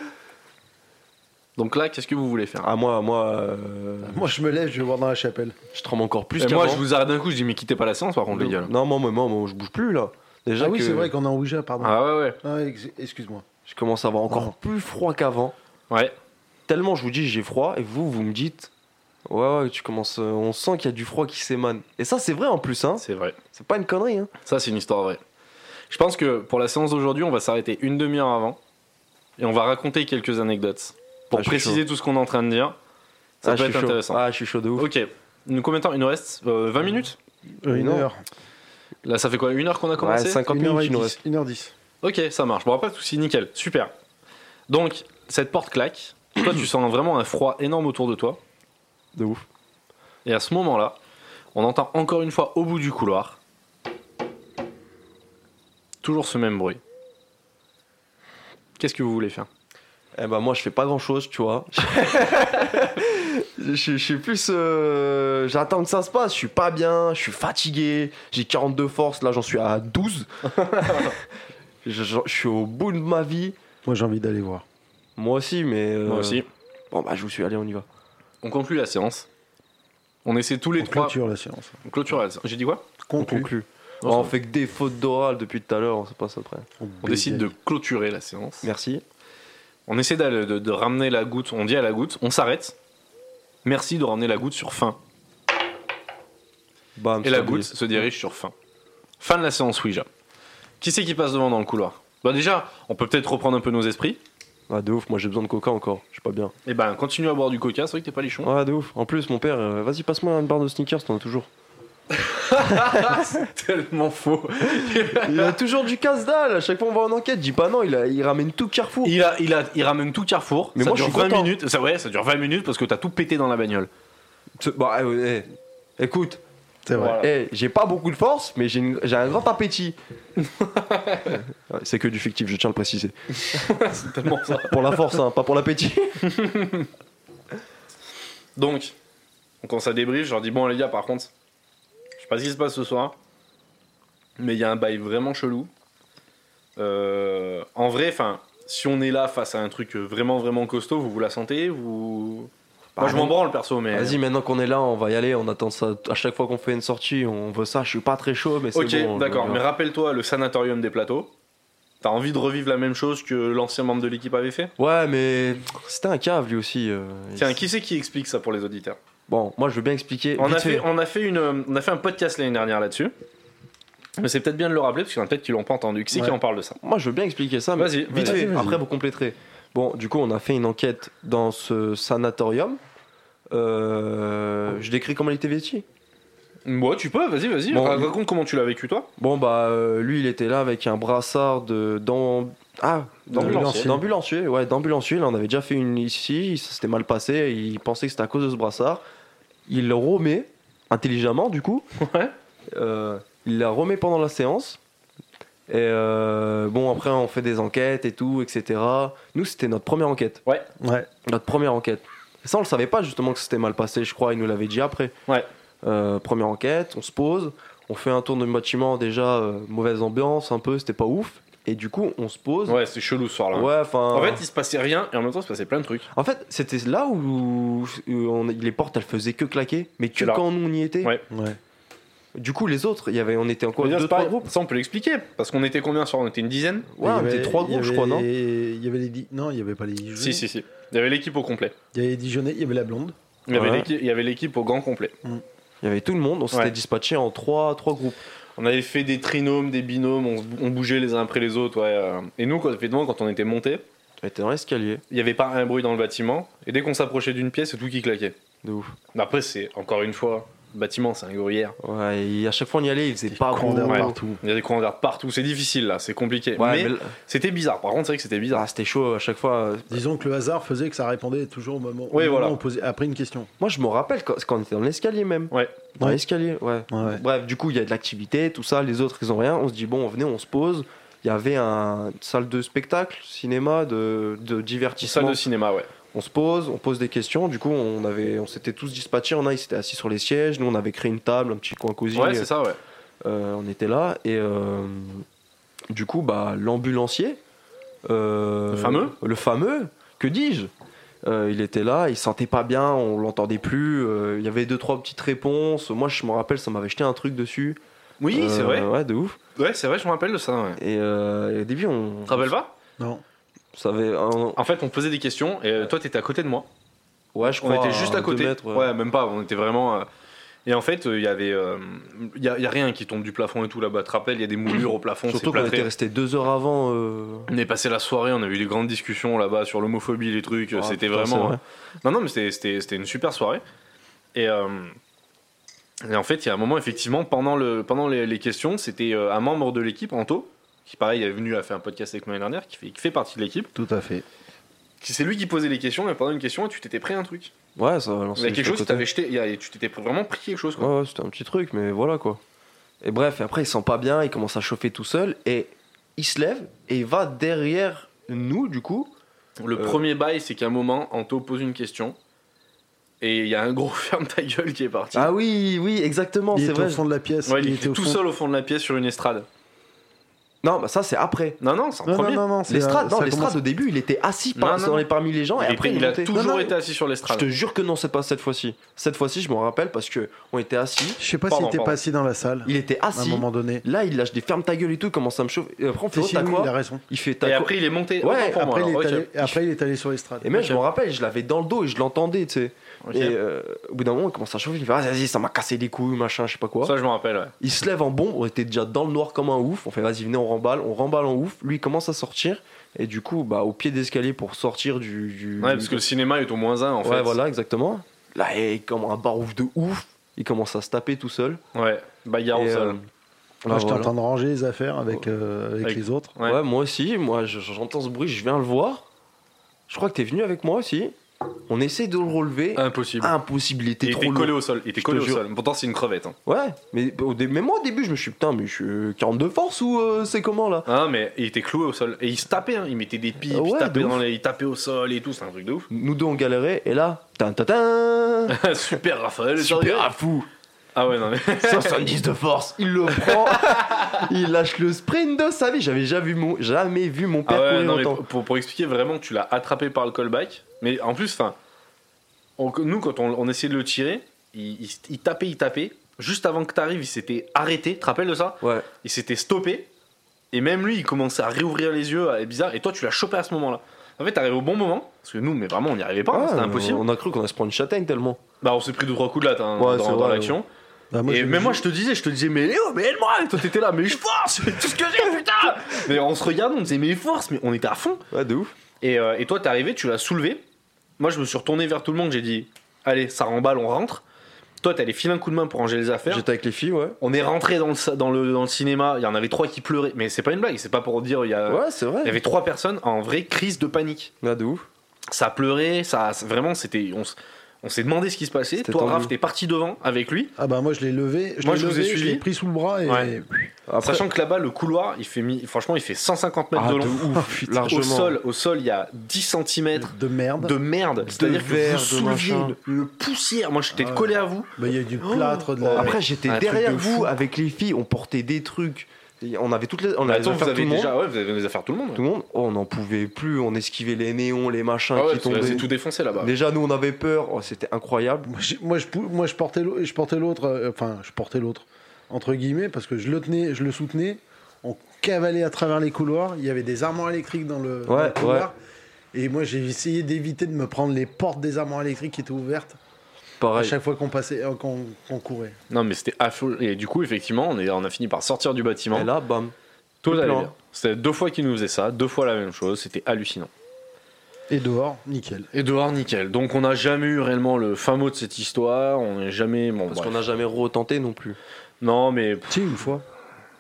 Donc là, qu'est-ce que vous voulez faire
Ah, moi, moi. euh,
Moi, je me lève, je vais voir dans la chapelle.
Je tremble encore plus
Et Moi,
qu'avant.
je vous arrête d'un coup, je dis, mais quittez pas la séance, par contre, les gars.
Non, moi, moi, moi, moi, je bouge plus là. Déjà
Ah oui,
que
c'est vrai qu'on est en Ouija, pardon.
Ah ouais, ouais.
Ah, ex- excuse-moi.
je commence à avoir encore
Ah.
Non.
plus froid qu'avant.
Ouais.
Tellement je vous dis j'ai froid et vous, vous me dites ouais, ouais, tu commences. euh, On sent qu'il y a du froid qui s'émane. Et ça, c'est vrai en plus, hein.
C'est vrai.
C'est pas une connerie, hein.
Ça, c'est une histoire vraie. Je pense que pour la séance d'aujourd'hui, on va s'arrêter une demi-heure avant. Et on va raconter quelques anecdotes. Pour
Ah, je suis
préciser tout ce qu'on est en train de dire. Ça
Ah,
peut
je suis
être
chaud.
intéressant.
Ah, je suis chaud de ouf.
Ok. Nous, combien de temps Il nous reste euh, 20 minutes
Une
non.
heure.
Là, ça fait quoi Une heure qu'on a
ouais,
commencé
50
Une heure
minutes,
et
il nous
dix.
reste.
Une heure dix.
Ok, ça marche. Bon, pas de soucis, nickel. Super. Donc, cette porte claque. Toi, tu sens vraiment un froid énorme autour de toi.
De ouf.
Et à ce moment-là, on entend encore une fois au bout du couloir. Toujours ce même bruit. Qu'est-ce que vous voulez faire
Eh ben, moi, je fais pas grand chose, tu vois. je, suis- je suis plus. euh, J'attends que ça se passe. Je suis pas bien, je suis fatigué. J'ai 42 forces, là, j'en suis à 12. je, je- je suis au bout de ma vie.
Moi, j'ai envie d'aller voir.
Moi aussi, mais. euh, Bon, bah, je vous suis, allez, on y va.
On conclut la séance. On essaie tous les
On
trois.
clôture la séance.
On clôture la séance. J'ai dit quoi
On
Conclu.
conclut.
Non,
on
ça-
fait que des fautes d'oral depuis tout à l'heure, on sait pas ça après.
On décide de clôturer la séance.
Merci.
On essaie d'aller- de, de ramener la goutte, on dit à la goutte, on s'arrête. Merci de ramener la goutte sur fin.
Bam,
Et la
c'est oublié.
goutte se dirige sur fin. Fin de la séance Ouija. Qui c'est qui passe devant dans le couloir Bah déjà, on peut peut-être reprendre un peu nos esprits.
Ah, de ouf, moi j'ai besoin de coca encore, je suis pas bien.
Et ben continue à boire du coca, c'est vrai que t'es pas lichon.
Ouais, de ouf. En plus, mon père, euh, vas-y, passe-moi une barre de sneakers, t'en as toujours.
Tellement faux.
Il a toujours du casse-dalle, à chaque fois on va en enquête, dis pas non, il, a- il ramène tout Carrefour.
Il, a, il, a, il ramène tout Carrefour.
Mais
ça
moi, je
dure
suis
20
content.
minutes. Ça, ouais, ça dure 20 minutes parce que t'as tout pété dans la bagnole.
Ce- Bah, eh, ouais, eh. écoute,
C'est vrai.
Voilà.
eh, j'ai pas beaucoup de force, mais j'ai une- j'ai un grand appétit. Ouais, C'est que du fictif, je tiens à le préciser.
C'est tellement ça.
Pour la force, hein, pas pour l'appétit.
Donc, on commence à débriefer. Je leur dis Bon, les gars, par contre, je sais pas ce qui se passe ce soir, mais il y a un bail vraiment chelou. Euh, en vrai, enfin, si on est là face à un truc vraiment, vraiment costaud, vous vous la sentez vous...
Bah,
Moi, je m'en
mais-
branle perso, mais.
Vas-y, maintenant qu'on est là, on va y aller, on attend ça. À chaque fois qu'on fait une sortie, on veut ça, je suis pas très chaud, mais c'est
Ok,
bon. je
d'accord,
me-
mais rappelle-toi le sanatorium des plateaux. T'as envie de revivre la même chose que l'ancien membre de l'équipe avait fait
Ouais, mais c'était un cave lui aussi. euh,
Tiens,
il-
qui c'est qui explique ça pour les auditeurs
Bon, moi je veux bien expliquer.
on
vite
a,
fait.
fait, on, a fait une, euh, on a fait un podcast l'année dernière là-dessus. Mais c'est peut-être bien de le rappeler parce qu'il y en a peut-être qui l'ont pas entendu. Qui c'est qui
Ouais.
en parle de ça
Moi, je veux bien expliquer ça, mais
Vas-y,
vite
vas-y,
fait.
vas-y.
Après, vous compléterez. Bon, du coup, on a fait une enquête dans ce sanatorium. Euh, je décris comment il était vêtu.
Moi, tu peux, vas-y, vas-y.
Bon,
Ra-
il-
raconte comment tu l'as vécu toi.
Bon, bah, euh, lui, il était là avec un brassard de d'am- ah,
D'ambulancier.
d'ambulancier, ouais, d'ambulancier. Là, on avait déjà fait une ici, ça s'était mal passé. Il pensait que c'était à cause de ce brassard. Il le remet intelligemment, du coup.
Ouais.
Euh, il la remet pendant la séance. Et euh, bon, après, on fait des enquêtes et tout, etc. Nous, c'était notre première enquête.
Ouais.
Notre première enquête. Et ça, on le savait pas justement que c'était mal passé, je crois. Il nous l'avait dit après.
Ouais.
Euh, première enquête, on se pose, on fait un tour de bâtiment. Déjà, euh, mauvaise ambiance un peu, c'était pas ouf. Et du coup, on se pose.
Ouais, c'est chelou ce soir-là.
Ouais, enfin.
En fait, il se passait rien et en même temps, il se passait plein de trucs.
en fait, c'était là où, où on- les portes, elles faisaient que claquer, mais que
C'est là.
quand nous on y était.
Ouais.
Ouais.
Du coup, les autres, il y avait, on était encore
Mais là,
deux,
c'est
trois
pareil.
groupes.
Ça, on peut l'expliquer parce qu'on était combien ce soir On était une dizaine
Ouais, on
Il y
était
avait-
trois
il y
groupes, je
avait
crois, non
les- Il y avait les. Di- Non, il y avait pas les Dijonais.
Si, si, si. Il y avait l'équipe au complet.
Il y avait les Dijonais, il y avait la blonde.
Il y avait
Ouais.
l'équipe- il y avait l'équipe au grand complet.
Il y avait tout le monde, on s'était
Ouais.
dispatché en trois, trois groupes.
On avait fait des trinômes, des binômes, on, on bougeait les uns après les autres. ouais, euh. Et nous, quand, effectivement, quand on était montés,
On était dans l'escalier,
il n'y avait pas un bruit dans le bâtiment. Et dès qu'on s'approchait d'une pièce, c'est tout qui claquait.
de ouf.
Après, c'est encore une fois, le bâtiment, c'est un gruyère.
Ouais, et à chaque fois on y allait, il faisait pas
courants
beau.
d'air
ouais.
partout.
Il y a des courants d'air partout, c'est difficile là, c'est compliqué.
Ouais,
mais
mais là-
c'était bizarre, par contre, c'est vrai que c'était bizarre.
ah, c'était chaud à chaque fois.
Disons que le hasard faisait que ça répondait toujours au moment, au
Oui,
moment
voilà.
où on posait après une question.
Moi je me rappelle quand, quand on était dans l'escalier même.
Ouais.
Dans
Ouais.
l'escalier, ouais.
Ouais.
Bref, du coup il y a de l'activité, tout ça, les autres ils ont rien. On se dit bon, venez, on se pose. Il y avait un- une salle de spectacle, cinéma, de, de
Petite salle
divertissement.
de cinéma, ouais.
On se pose, on pose des questions. Du coup, on avait, on s'était tous dispatchés. On a, ils s'étaient assis sur les sièges. Nous, on avait créé une table, un petit coin cosy.
Ouais, c'est ça, ouais.
Euh, on était là et euh, du coup bah l'ambulancier euh,
Le fameux
le fameux que dis-je Euh, il était là il se sentait pas bien on l'entendait plus euh, il y avait deux trois petites réponses moi je me rappelle ça m'avait jeté un truc dessus
Oui, c'est
Euh,
vrai.
ouais de ouf
Ouais, c'est vrai, je me rappelle de ça, ouais.
et, euh, et au début on
Tu te rappelles pas
Non.
savait un-
En fait, on posait des questions et euh, toi, t'étais à côté de moi.
ouais je
On
crois
était juste à
deux
côté.
mètres,
ouais.
ouais.
même pas. On était vraiment. euh, Et en fait, euh, il y avait, euh, il y, a, il y a rien qui tombe du plafond et tout là-bas. Tu te rappelles, il y a des moulures au plafond, c'est
surtout qu'on était
plâtré.
resté deux heures avant euh,
On est passé la soirée, on a eu des grandes discussions là-bas sur l'homophobie, les trucs.
ah,
c'était
putain, c'est
vraiment. euh,
vrai.
Non, non, mais c'était- c'était c'était une super soirée. Et, euh, et en fait, il y a un moment, effectivement, pendant, le, pendant les, les questions, c'était euh, un membre de l'équipe, Anto, qui pareil est venu à faire un podcast avec moi l'année dernière, qui fait, qui fait partie de l'équipe.
Tout à fait.
qui- C'est lui qui posait les questions, et pendant une question, tu t'étais pris un truc.
ouais ça
Il y a quelque chose qui
t'avait
t'avait jeté, il y a- tu t'étais vraiment pris quelque chose. Quoi.
Ouais, ouais, c'était un petit truc, mais voilà quoi. Et bref, et après il sent pas bien, il commence à chauffer tout seul et il se lève et il va derrière nous du coup.
Le
Euh.
premier bail, c'est qu'à un moment, Anto pose une question, et il y a un gros ferme ta gueule qui est parti.
Ah oui, oui, exactement,
Il
c'est
était
vrai.
au fond de la pièce.
Ouais, il, était
au
tout
fond.
seul au fond de la pièce sur une estrade.
Non, bah ça c'est après.
Non, non, Ah, c'est euh, en
Non, non,
premier.
non, non, c'est-
L'estrade,
ça
non, l'estrade
commence-
au début, il était assis
Non,
par-
non,
dans
non.
les- parmi les gens et
Il,
après
est-
il,
il a
montait.
toujours
Non, non,
été assis sur
Je
l'estrade.
te jure que non, c'est pas cette fois-ci. Cette fois-ci, je m'en rappelle parce que on était assis.
Je sais pas
Pardon,
s'il était
pardon.
pas assis dans la salle
Il était
à un
assis.
moment donné.
Là, il lâche des fermes ta gueule et tout, il commence à me chauffer. Et après, on fait
Si,
oh,
si,
t'as
oui,
quoi
il a raison.
Il fait
Et
t'as quoi
après, il est monté.
Ouais,
Autant pour moi,
Après, il
alors,
est
ok.
allé- après, il est allé sur l'estrade.
Et même, je me rappelle, je l'avais dans le dos et je l'entendais, tu sais.
Ok.
Et euh, au bout d'un moment, il commence à chauffer. Il fait Ah, vas-y, ça m'a cassé les couilles, machin, je sais pas quoi.
Ça, je me rappelle, ouais.
Il se lève en bombe, on était déjà dans le noir comme un ouf. On fait vas-y, venez, on remballe, on remballe en ouf. Lui, il commence à sortir. Et du coup, bah, au pied d'escalier pour sortir du. du-
Ouais, parce que le cinéma est au moins un en
Ouais,
fait.
voilà, exactement. Là, il comme un barouf de ouf. Il commence à se taper tout seul.
Ouais, Bah, bagarre au
Et, euh,
sol.
Moi,
bah,
j'étais
voilà.
en train de ranger les affaires avec, euh, avec
Avec-
les autres.
Ouais.
Ouais. moi aussi, moi je- j'entends ce bruit, je viens le voir. Je crois que t'es venu avec moi aussi. On essaie de le relever.
Impossible.
Impossible, il était
Euh, il était
Ah, trop
collé
lourd.
au sol. Il était
Je te
collé au
jure.
sol. Pourtant, c'est une crevette. hein.
Ouais, mais, au dé- mais moi au début je me suis putain, mais je suis euh, 42 force ou euh, c'est comment là
Hein, mais il était cloué au sol. Et il se tapait, hein. il mettait des pipes,
Ah ouais,
il, tapait
de
dans
ouf.
les- il tapait au sol et tout, c'est un truc de ouf.
Nous deux on galérait et là, tin tin tin
Super Raphaël,
Super
sérieux.
à fou
Ah ouais, non mais.
70 de force, il le prend, il lâche le sprint de sa vie. J'avais jamais vu mon, jamais vu mon père
Ah ouais,
courir
non, mais
autant.
pour, pour- pour expliquer vraiment, tu l'as attrapé par le callback. Mais en plus, enfin, on- nous, quand on, on essayait de le tirer, il, il- il tapait, il tapait. Juste avant que t'arrives, il s'était arrêté. Tu te rappelles de ça
Ouais,
Il s'était stoppé. Et même lui, il commençait à réouvrir les yeux, à- bizarre. Et toi, tu l'as chopé à ce moment-là. En fait, t'arrives au bon moment. Parce que nous, mais vraiment, on n'y arrivait pas. hein,
Ouais,
C'était impossible.
Ah, On a cru qu'on allait se prendre une châtaigne tellement.
Bah, on s'est pris deux, trois coups de latte hein,
Ouais, c'est
dans, dans
vrai,
l'action.
Bah,
et
j'ai-
même moi, je te disais, je te disais, mais Léo, mais aide-moi Et toi, t'étais là, mais je force Tout ce que j'ai, putain Mais on se regardait, on disait, mais force Mais on était à fond.
Ouais, de ouf.
Et, euh, et toi, t'es arrivé, tu l'as soulevé. Moi, je me suis retourné vers tout le monde, j'ai dit, allez, ça remballe, on rentre. Toi, t'allais filer un coup de main pour ranger les affaires.
J'étais avec les filles, ouais.
On est rentré dans le, sa- dans, le, dans le cinéma, il y en avait trois qui pleuraient. Mais c'est pas une blague, c'est pas pour dire, il y, a-
Ouais, c'est vrai.
il y avait trois personnes en vraie crise de panique.
Ouais, de ouf.
Ça pleurait, ça, vraiment, c'était. On, s- on s'est demandé ce qui se passait.
C'était
Toi,
tendu.
Raph, t'es parti devant avec lui.
Ah bah moi je l'ai levé, je
Moi,
l'ai
je vous ai
levé,
suivi.
l'ai pris sous le bras et
Ouais.
Après,
Sachant que là-bas, le couloir, il fait mi- franchement, il fait 150 mètres
Ah,
de
de
long.
ouf,
Au
largement.
sol, au sol, il y a 10 cm
de merde.
Ah bah, de merde. C'est-à-dire que
verre,
vous
de
souleviez
machin.
une, une poussière. Moi, j'étais
Ah ouais.
collé à vous.
Bah, il y a eu du plâtre, de
Oh,
la...
Après, j'étais
Un truc
derrière
de
vous
fou.
avec les filles, on portait des trucs. Et On avait toutes les. On avait
Bah, Attends, vous
tout
avez
le monde.
déjà, ouais, vous avez les affaires tout le monde.
Tout le monde. Oh, on n'en pouvait plus, on esquivait les néons, les machins
Ah ouais,
qui
parce que là,
tombaient.
c'est tout défoncé là-bas.
Déjà, nous, on avait peur. Oh, c'était incroyable.
Moi, j'ai- moi, je, pou- moi je portais l'au- je portais l'autre, euh, enfin je portais l'autre entre guillemets parce que je le tenais, je le soutenais. On cavalait à travers les couloirs. Il y avait des armoires électriques dans le, dans
Ouais,
le couloir. Et moi j'ai essayé d'éviter de me prendre les portes des armoires électriques qui étaient ouvertes à
Pareil.
chaque fois qu'on passait, euh, qu'on qu'on courait.
Non, mais c'était affreux. Et du coup, effectivement, on, est, on a fini par sortir du bâtiment.
Et là, bam.
Tout
le
allait
plan.
bien. C'était deux fois qu'ils nous faisaient ça, deux fois la même chose. C'était hallucinant.
Et dehors, nickel.
Et dehors, nickel. Donc, on n'a jamais eu réellement le fin mot de cette histoire. On n'est jamais. Bon,
Parce
bref.
qu'on n'a jamais retenté non plus.
Non, mais. pff,
Si une fois.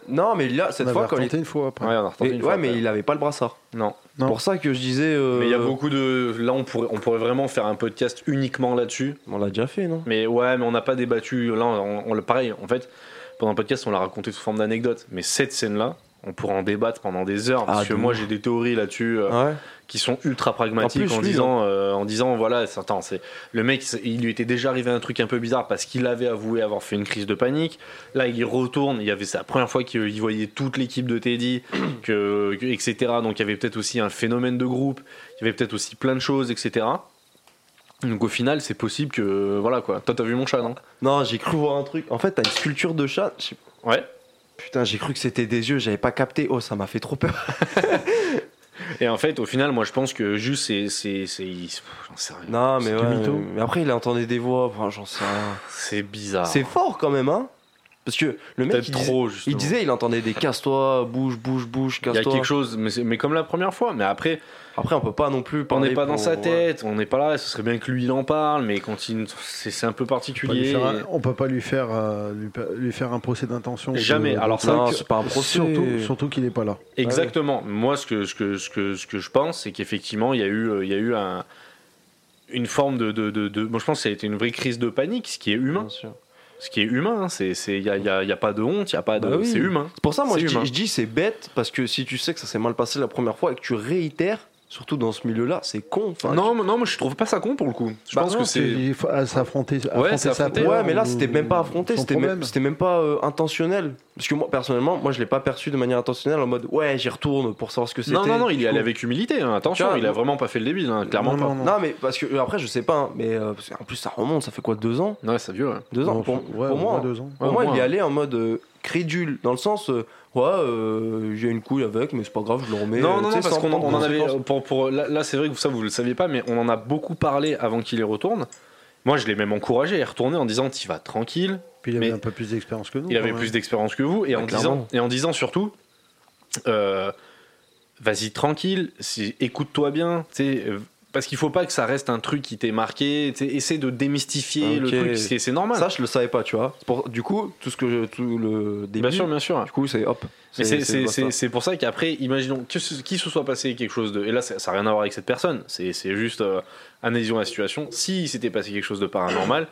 Non, mais là, cette
on
fois,
avait
quand il
retenté une fois après.
Ouais, on a
Et-
retenté une
ouais,
fois
mais
après.
il avait pas le brassard.
Non.
Non.
Pour ça que je disais. euh,
Mais il y a beaucoup de. Là, on pourrait, on pourrait vraiment faire un podcast uniquement là-dessus.
On l'a déjà fait, non
Mais ouais, mais on n'a pas débattu. Là, on, on le pareil. En fait, pendant le podcast, on l'a raconté sous forme d'anecdote. Mais cette scène-là, on pourrait en débattre pendant des heures. Parce
Ah,
que
de
moi,
ouf. Ah,
j'ai des théories là-dessus euh,
Ouais.
qui sont ultra pragmatiques
En
en,
plus, lui, hein.
disant, euh, en disant voilà, c'est- attends, c'est le mec, c'est- il lui était déjà arrivé un truc un peu bizarre parce qu'il avait avoué avoir fait une crise de panique. Là, il retourne. Il y avait c'est la première fois qu'il il voyait toute l'équipe de Teddy, que, que- etc. Donc, il y avait peut-être aussi un phénomène de groupe. Il y avait peut-être aussi plein de choses, etc. Donc au final, c'est possible que voilà quoi. Toi, t'as vu mon chat, non
Non, j'ai cru voir un truc. En fait, t'as une sculpture de chat. je sais-
Ouais.
Putain, j'ai cru que c'était des yeux, j'avais pas capté. Oh, ça m'a fait trop peur.
Et en fait, au final, moi, je pense que juste c'est c'est c'est il- pff, j'en sais rien.
Non,
C'est
mais
du
ouais,
mytho.
mais après, il entendait des voix. Enfin, j'en sais rien.
C'est bizarre.
C'est fort quand même, hein Parce que le mec,
Ah. peut-être
il disait,
trop juste.
il disait, il entendait des casse-toi, bouge, bouge, bouge,
il y a
casse-toi.
quelque chose, mais, c'est- mais comme la première fois. Mais après,
Après, on peut pas non plus.
on
parler
n'est pas dans
pour- euh,
sa tête, on n'est pas là. Ce serait bien que lui il en parle, mais quand il c'est c'est un peu
On peut pas lui
particulier.
faire un- on peut pas lui faire, euh, lui, pa- lui faire un procès d'intention.
Jamais.
De-
Alors ça,
Non, c'est pas un procès.
Surtout, surtout qu'il est pas là.
Exactement. Moi, ce que, ce, que, ce, que, ce que je pense, c'est qu'effectivement, il y a eu, euh, il y a eu un, une forme de, de, de, de- Moi, je pense que ça a été une vraie crise de panique, ce qui est humain.
Bien sûr.
Ce qui est humain, hein, c'est il n'y a, y a- y a pas de honte, il a pas de.
Bah oui.
C'est humain.
C'est pour ça, moi,
C'est
je dis,
humain.
je dis c'est bête parce que si tu sais que ça s'est mal passé la première fois et que tu réitères, surtout dans ce milieu-là, c'est con. Enfin,
non, mais- non, mais je trouve pas ça con pour le coup. Je
Bah
pense
Non,
que c'est.
Il faut ah, à s'affronter.
c'est
affronter sa
affronter.
Ouais,
peur
mais là, c'était
ou
même pas affronté,
son
c'était même,
problème.
c'était même pas euh, intentionnel. Parce que moi, personnellement, moi, je l'ai pas perçu de manière intentionnelle en mode ouais, j'y retourne pour savoir ce que c'était.
Non, non, non, il y
Du coup,
allait avec humilité. hein. Attention,
Tiens,
il a
non.
vraiment pas fait le débile, hein, clairement
Non,
pas.
non,
Non, mais parce que euh, après, je sais pas, hein, mais euh, parce que, en plus, ça remonte, ça fait quoi, deux ans
Ouais, c'est vieux, ouais.
Deux ans pour, pour moi. hein.
deux ans.
Pour
Ouais,
moi,
au
il y
moins.
allait en mode euh, crédule, dans le sens euh, ouais, euh, j'ai une couille avec, mais c'est pas grave, je le remets.
non, non,
euh, tu
non,
sais,
parce
sans
qu'on en- on en avait. euh,
conséquence.
Pour, pour, là, là, c'est vrai que ça, vous le saviez pas, mais on en a beaucoup parlé avant qu'il y retourne. Moi, je l'ai même encouragé à y retourner en disant T'y vas tranquille.
Puis il avait
Mais-
un peu plus d'expérience que nous.
Il
quand
avait
même.
plus d'expérience que vous. Et,
Bah,
en,
clairement.
disant, et en disant surtout euh, Vas-y tranquille, c'est- écoute-toi bien. tu sais, euh, Parce qu'il faut pas que ça reste un truc qui t'est marqué. tu sais, Essaie de démystifier le
Ok.
truc, c'est c'est normal.
Ça, je le savais pas, tu vois. C'est pour- du coup, tout ce que je, tout le début.
bien sûr, bien sûr.
Du coup, c'est hop.
Mais c'est- c'est-
basta.
c'est c'est pour ça qu'après, imaginons que ce- qu'il se soit passé quelque chose de. Et là, ça n'a rien à voir avec cette personne. C'est c'est juste euh, analysons la situation. Si s'était passé quelque chose de paranormal,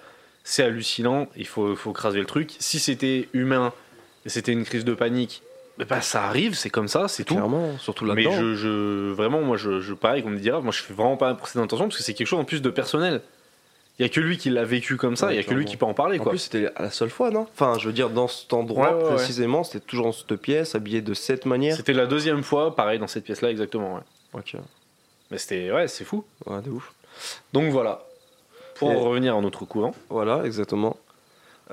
c'est hallucinant. Il faut, faut craser le truc. Si c'était humain, et c'était une crise de panique, bah, bah, ça arrive, c'est comme ça, c'est tout.
Clairement, surtout
Mais
là-dedans.
je, je- vraiment, moi, je, je pareil qu'on me dira, moi, je fais vraiment pas un procès d'intention parce que c'est quelque chose en plus de personnel. Il y a que lui qui l'a vécu comme ça. Il
Ouais,
y a que lui
clairement.
qui peut en parler,
En
quoi.
plus, c'était la seule fois, non Enfin, je veux dire, dans cet
Ouais,
endroit
ouais, ouais.
précisément, c'était toujours dans cette pièce, habillé de cette manière.
C'était la deuxième fois, pareil, dans cette pièce-là, exactement. ouais.
Ok,
Mais c'était, ouais, c'est fou.
ouais, de ouf.
Donc voilà. Pour
Et-
en revenir à notre couvent,
Voilà, exactement.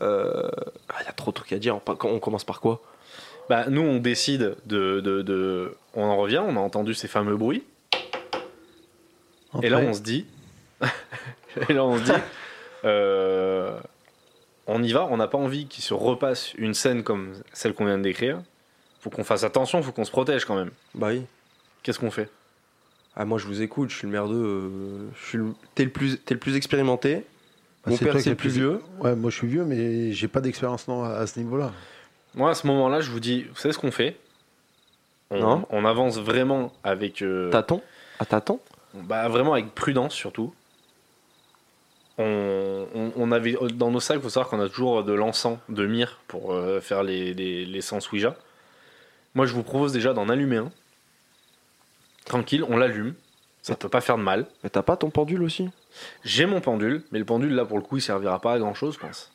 Euh, ah, Il y a trop de trucs à dire. On, par- on commence par quoi
bah, nous on décide de, de, de- On en revient, on a entendu ces fameux bruits, et là
Après,
on se dit. et là on se dit. euh, on y va, on n'a pas envie qu'il se repasse une scène comme celle qu'on vient de décrire. Faut qu'on fasse attention, faut qu'on se protège quand même.
Bah oui.
Qu'est-ce qu'on fait
Ah, moi, je vous écoute, je suis le merdeux. euh, je suis le- T'es le plus, t'es le plus expérimenté.
bah,
Mon
c'est
père,
toi
c'est
qui
le
as
plus vieux.
Ouais, moi je suis vieux, mais j'ai pas d'expérience non à à ce niveau-là.
Moi à ce moment-là, je vous dis, vous savez ce qu'on fait on,
Non.
on avance vraiment avec. euh,
Tâton À tâton
Bah vraiment avec prudence surtout. On, on- on avait dans nos sacs, faut savoir qu'on a toujours de l'encens de myrrhe pour euh, faire les, les, les sens Ouija. Moi, je vous propose déjà d'en allumer un. Tranquille, on l'allume. Ça peut pas faire de mal.
Mais t'as pas ton pendule aussi
J'ai mon pendule, mais le pendule là pour le coup, il servira pas à grand chose, je pense.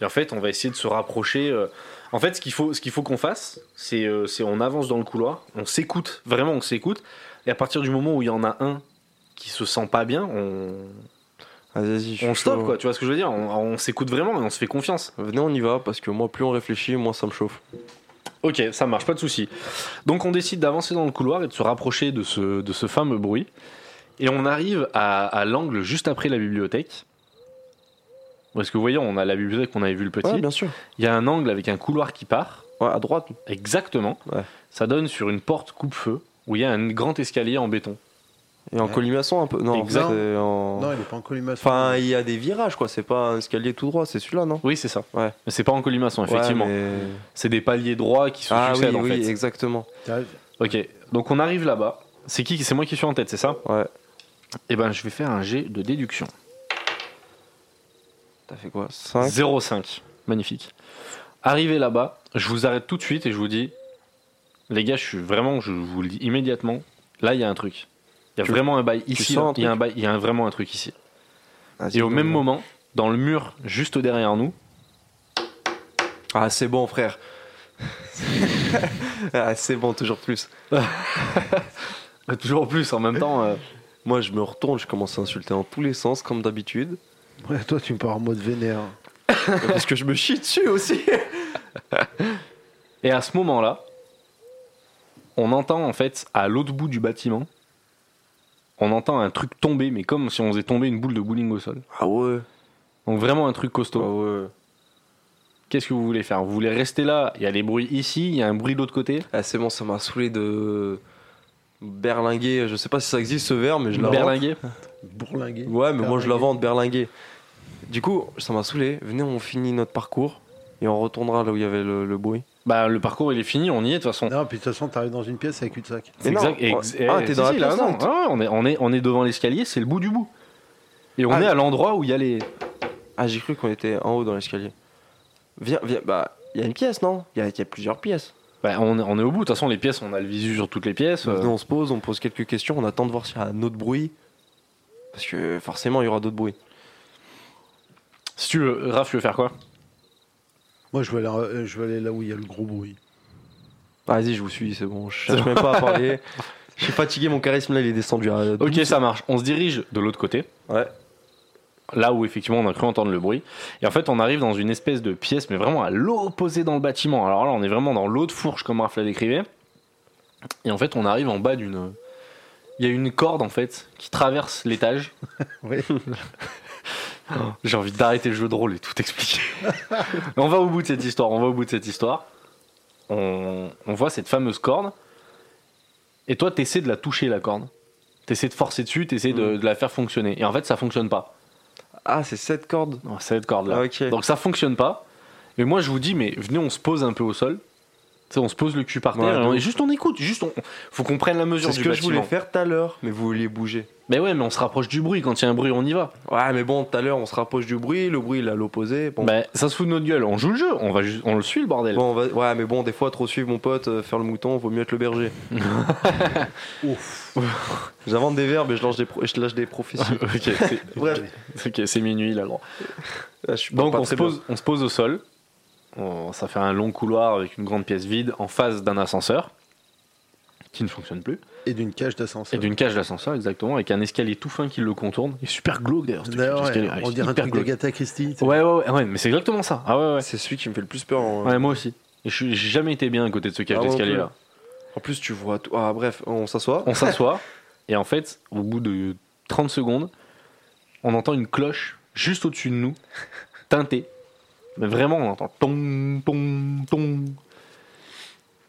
Et en fait, on va essayer de se rapprocher. euh, En fait, ce qu'il faut, ce qu'il faut qu'on fasse, c'est, euh, c'est on avance dans le couloir, on s'écoute, vraiment, on s'écoute. Et à partir du moment où il y en a un qui se sent pas bien, on,
Ah, Vas-y, je suis
on stoppe
chaud.
quoi. Tu vois ce que je veux dire On, on s'écoute vraiment et on se fait confiance.
Venez, on y va, parce que moi, plus on réfléchit, moins ça me chauffe.
Ok, ça marche, pas de souci. Donc on décide d'avancer dans le couloir et de se rapprocher de ce, de ce fameux bruit. Et on arrive à, à l'angle juste après la bibliothèque. Parce que vous voyez, on a la bibliothèque qu'on avait vu le petit.
Ouais, bien sûr.
Il y a un angle avec un couloir qui part,
Ouais, à droite.
exactement.
Ouais.
Ça donne sur une porte coupe-feu où il y a un grand escalier en béton.
Et en
Ouais.
colimaçon un peu. Non,
Exact.
c'est
Oh.
en-
Non, il est pas en colimaçon.
Enfin, il y a des virages, quoi. C'est pas un escalier tout droit, c'est celui-là, non
Oui, c'est ça.
Ouais.
Mais c'est pas en colimaçon, effectivement.
Ouais, mais-
C'est des paliers droits qui se
Ah oui,
succèdent en
oui,
fait.
exactement.
T'arrives-
Ok, donc on arrive là-bas. C'est qui C'est moi qui suis en tête, c'est ça
Ouais.
Eh ben, je vais faire un jet de déduction.
T'as fait quoi 5
0,5. Magnifique. Arrivé là-bas, je vous arrête tout de suite et je vous dis, les gars, je suis vraiment, je vous le dis immédiatement, là, il y a un truc. Il y a
Tu-
vraiment un bail ici.
sens
là.
un
Il y a un bail, il y a un- vraiment un truc ici. Et au même moment, dans le mur juste derrière nous,
Ah, c'est bon, frère. ah, c'est bon, toujours plus.
toujours plus en même temps, euh,
Moi, je me retourne, je commence à insulter en tous les sens, comme d'habitude.
Ouais, toi, tu me pars en mode vénère.
parce que je me chie dessus aussi.
et à ce moment-là, on entend en fait à l'autre bout du bâtiment, on entend un truc tomber, mais comme si on faisait tomber une boule de bowling au sol.
Ah ouais.
Donc vraiment un truc costaud.
Ah ouais.
Qu'est-ce que vous voulez faire Vous voulez rester là Il y a les bruits ici, il y a un bruit de l'autre côté.
Ah, c'est bon, ça m'a saoulé de. Berlinguer, je sais pas si ça existe ce verre, mais je l'avance.
Berlinguer
Bourlingué.
Ouais, mais moi je la
Berlinguer.
vends de berlinguer. Du coup, ça m'a saoulé. Venez, on finit notre parcours et on retournera là où il y avait le, le bruit.
Bah le parcours il est fini, on y est de toute façon.
Non, puis de toute façon, t'arrives dans une pièce avec cul-de-sac.
C'est
Mais non,
exact.
on-
ex- eh,
Ah,
si,
t'es dans la
si, là,
pièce,
non.
non, t-
Ah ouais, on, est, on, est, on est devant l'escalier, c'est le bout du bout. Et on
Ah,
est à
mais-
l'endroit où il y a les.
Ah, j'ai cru qu'on était en haut dans l'escalier. Viens, viens, bah, il y a une pièce, non Il y, a- il y a plusieurs pièces.
Bah, on, est- on est au bout, de toute façon les pièces, on a le visu sur toutes les pièces. euh.
Venez, on se pose, on pose quelques questions, on attend de voir s'il y a un autre bruit. Parce que forcément, il y aura d'autres bruits.
Si tu veux, Raph, tu veux faire quoi
Moi, je vais, aller, euh, je vais aller là où il y a le gros bruit.
Vas-y, je vous suis, c'est bon. Je cherche même pas à parler. Je suis fatigué, mon charisme là, il est descendu à.
Ok, ça marche. On se dirige de l'autre côté.
Ouais.
là où effectivement on a cru entendre le bruit. Et en fait, on arrive dans une espèce de pièce, mais vraiment à l'opposé dans le bâtiment. Alors là, on est vraiment dans l'autre fourche, comme Raph l'a décrivait. Et en fait, on arrive en bas d'une. Il y a une corde en fait qui traverse l'étage.
Ouais.
J'ai envie d'arrêter le jeu de rôle et tout expliquer. on va au bout de cette histoire, on va au bout de cette histoire. On, on voit cette fameuse corde. Et toi, t'essaies de la toucher, la corde. T'essaies de forcer dessus, t'essaies de, de la faire fonctionner. Et en fait, ça fonctionne pas.
Ah, c'est cette corde.
Non, cette corde-là.
Ah, ok.
Donc ça fonctionne pas. Mais moi je vous dis, mais venez, on se pose un peu au sol. Tu sais, on se pose le cul par terre
Ouais,
et,
de
on-
ouf.
et juste on écoute. Juste on, faut qu'on prenne la mesure
C'est
du
ce que je
bâtiment.
voulais faire tout à l'heure, mais vous vouliez bouger.
Mais ouais, mais on se rapproche du bruit. Quand il y a un bruit, on y va.
Ouais, mais bon, tout à l'heure, on se rapproche du bruit, le bruit, il est à l'opposé. Bon,
Bah, ça se fout de notre gueule. On joue le jeu. On va, juste- on le suit le bordel.
Bon, on va- ouais, mais bon, des fois, trop suivre mon pote, euh, faire le mouton, vaut mieux être le berger.
Ouf.
J'invente des verbes et je lâche des, pro- je lâche des prophéties.
ok, c'est-
Bref,
ok, c'est minuit, il a le droit.
là, je suis pas-
Donc
pas
on se,
très
pose, on se pose au sol. On- ça fait un long couloir avec une grande pièce vide en face d'un ascenseur qui ne fonctionne plus.
Et d'une cage
Et
d'ascenseur.
d'une cage d'ascenseur, exactement, avec un escalier tout fin qui le contourne. Il est super glauque d'ailleurs. ce truc,
D'ailleurs,
l'escalier,
ouais,
il est
on dirait un
hyper
truc
glauque.
de Gata Christie. tu sais.
Ouais, ouais, ouais, ouais, mais c'est exactement ça. Ah ouais,
bien.
ouais.
C'est celui qui me fait le plus peur. hein. En,
Ouais, moi aussi. Et je suis- j'ai jamais été bien à côté de ce cage
Ah, moi non plus.
d'escalier là.
en plus, tu vois tout. Ah, bref, on s'assoit.
On s'assoit, et en fait, au bout de 30 secondes, on entend une cloche juste au-dessus de nous, teintée. Mais vraiment, on entend tong, tong, tong.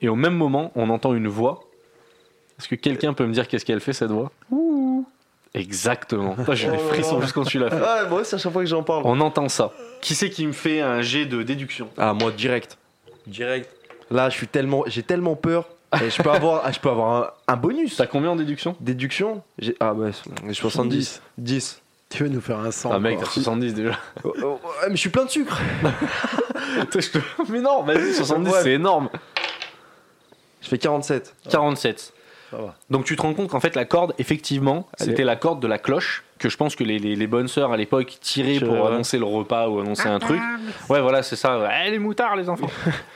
Et au même moment, on entend une voix. Est-ce que quelqu'un peut me dire qu'est-ce qu'elle fait cette voix Exactement. Putain, J'ai des
Oh là
frissons
là.
juste quand tu l'as fait.
Ah, moi, c'est à chaque fois que j'en parle.
On entend ça. Qui c'est qui me fait un jet de déduction
Ah, moi, direct. Direct. Là, je suis tellement. J'ai tellement peur. Et je peux avoir, ah, je peux avoir un, un bonus.
T'as combien en déduction
Déduction J'ai- Ah, bah, c'est- 70. 10.
Tu veux nous faire un sang
Ah mec, t'as
encore.
70 déjà.
Oh, oh, ouais, mais je suis plein de sucre.
Toi, je te- Mais non, vas-y, 70,
Ouais.
c'est énorme.
Je fais 47.
47.
Ça va.
Donc tu te rends compte qu'en fait, la corde, effectivement,
Elle
c'était la corde de la cloche que je pense que les, les- les bonnes sœurs à l'époque tiraient
Je-
pour
ouais.
annoncer le repas ou annoncer un truc. Ouais, voilà, c'est ça. Ouais, Eh, les moutards, les enfants.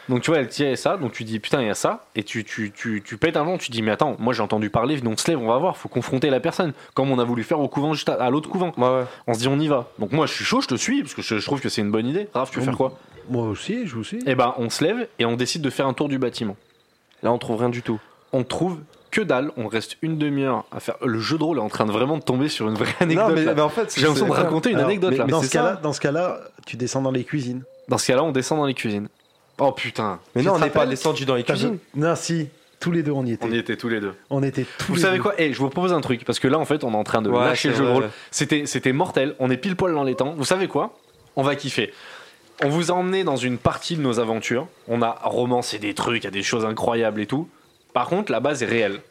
donc tu vois, elle tirait ça, donc tu dis putain, il y a ça, et tu, tu, tu, tu pètes un long, tu dis mais attends, moi j'ai entendu parler, venez, on se lève, on va voir, faut confronter la personne, comme on a voulu faire au couvent juste à, à l'autre couvent.
Ouais, ouais.
On se dit on y va. Donc moi je suis chaud, je te suis, parce que je, je trouve que c'est une bonne idée. Raph, tu veux
Ah Oui.
faire quoi
Moi aussi, je vous suis.
Eh ben, on se lève et on décide de faire un tour du bâtiment.
Là, on trouve rien du tout.
on trouve que dalle, on reste une demi-heure à faire. Le jeu de rôle est en train de vraiment de tomber sur une vraie anecdote.
non, mais,
là.
mais en fait,
J'ai l'impression de
c'est-
raconter une
Alors,
anecdote
mais-
là.
mais-
dans,
c'est
ce cas-là,
ça.
dans ce cas-là, tu descends dans les cuisines.
Dans ce cas-là, on descend dans les cuisines. Oh putain,
Mais
Tu
non, on
te
n'est pas
rappelles
descendu dans les
T'as
cuisines.
vu Non, si. Tous les deux, on y était.
on y était tous les deux.
On était tous
Vous
les
savez
deux.
quoi Eh, je vous propose un truc parce que là, en fait, on est en train de
Ouais,
lâcher le
c'est
jeu de
vrai.
rôle. C'était, c'était mortel. On est pile poil dans les temps. Vous savez quoi On va kiffer. On vous a emmené dans une partie de nos aventures. On a romancé des trucs, il y a des choses incroyables et tout. Par contre, la base est réelle.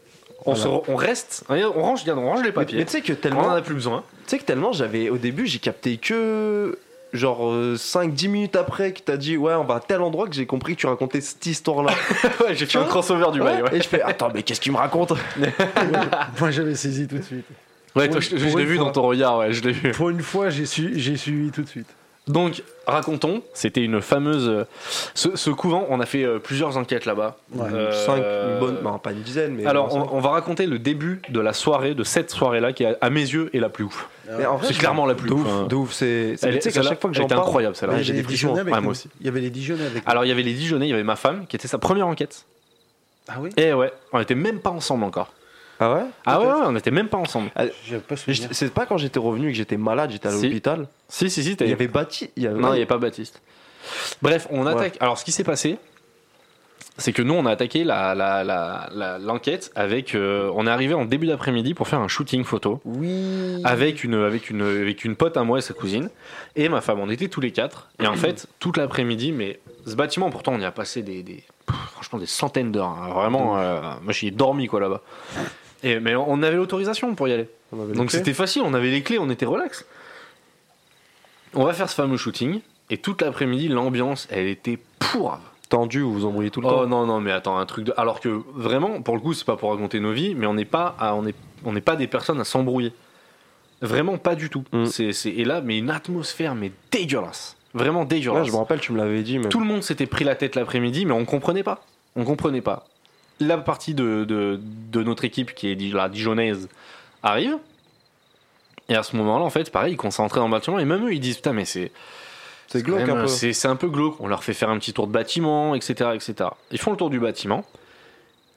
On,
Voilà.
se re- on reste, on range, regarde, on range les
Mais,
papiers.
mais tu sais que
on en
tellement,
a plus besoin.
tu sais que tellement j'avais au début, j'ai capté que genre 5-10 minutes après que t'as dit ouais, on va à tel endroit que j'ai compris que tu racontais cette histoire-là.
Ouais, j'ai fait un
vois
crossover du bail. Hein ouais.
Et je fais attends, mais qu'est-ce qu'il me raconte
Moi, j'avais saisi tout de suite.
Ouais,
Pour
toi,
une-
je, je
pour
l'ai
une
vu
fois.
dans ton regard, ouais, je l'ai vu.
Pour une fois, j'ai su- j'ai suivi tout de suite.
Donc, racontons, c'était une fameuse. euh, Ce, ce couvent, on a fait euh, plusieurs enquêtes là-bas.
Ouais.
Euh,
5 une bonne, non, pas une dizaine, mais
Alors,
cinq.
on, on va raconter le début de la soirée, de cette soirée-là, qui, à, à mes yeux, est la plus ouf.
Mais en vrai,
C'est clairement la plus
de ouf,
Enfin,
de ouf, c'est c'est-
elle est-
tu sais qu'à
celle-là,
chaque fois que
elle
j'en
était
parle,
incroyable
Il y
celle-là.
avait
J'ai
les
des frissons.
Dijonnais avec
Ouais,
nous.
moi aussi.
Il y avait les Dijonnais avec
Alors, il y avait les Dijonais, il y avait ma femme, qui était sa première enquête.
nous. Ah oui
Eh
Et ouais, on était même pas ensemble encore.
ah ouais
Ah ouais, ouais, on était même pas ensemble.
J'avais pas
Mais
souvenir.
je- c'est pas quand j'étais revenu que j'étais malade, j'étais à
Si.
l'hôpital.
Si, si, si, t'as-
Il y avait bâti, il y avait
Non, il n'y a pas Baptiste. Bref, on
Ouais.
attaque. Alors, ce qui s'est passé, c'est que nous, on a attaqué l'enquête la, la, la- l'enquête avec. euh, on est arrivé en début d'après-midi pour faire un shooting photo
oui.
avec une, avec, une, avec une pote à moi et sa cousine. Et ma femme, on était tous les quatre. Et en fait, toute l'après-midi, mais ce bâtiment, pourtant, on y a passé des, des- pff, franchement des centaines d'heures. hein.
Mmh.
Vraiment, euh, moi, j'y ai dormi, quoi, là-bas. Et, mais on avait l'autorisation pour y aller.
On avait
Donc
les clés.
c'était facile, on avait les clés, on était relax. On va faire ce fameux shooting et toute l'après-midi l'ambiance elle était pourrave.
tendu, vous vous embrouillez tout le
Oh
temps.
non non mais attends un truc de alors que vraiment pour le coup c'est pas pour raconter nos vies mais on n'est pas à- on est on n'est pas des personnes à s'embrouiller. Vraiment pas du tout.
Mm.
C'est c'est- et là mais une atmosphère mais dégueulasse. Vraiment dégueulasse.
Ouais, je me rappelle, tu me l'avais dit, mais.
Tout le monde s'était pris la tête l'après-midi, mais on comprenait pas. On comprenait pas. La partie de, de, de notre équipe, qui est di- la Dijonnaise, arrive. Et à ce moment-là, en fait, pareil, ils concentraient dans le bâtiment. Et même eux, ils disent Putain, mais c'est
C'est
quand
glauque
même,
un peu.
c'est- c'est un peu glauque. On leur fait faire un petit tour de bâtiment, etc., etc. Ils font le tour du bâtiment.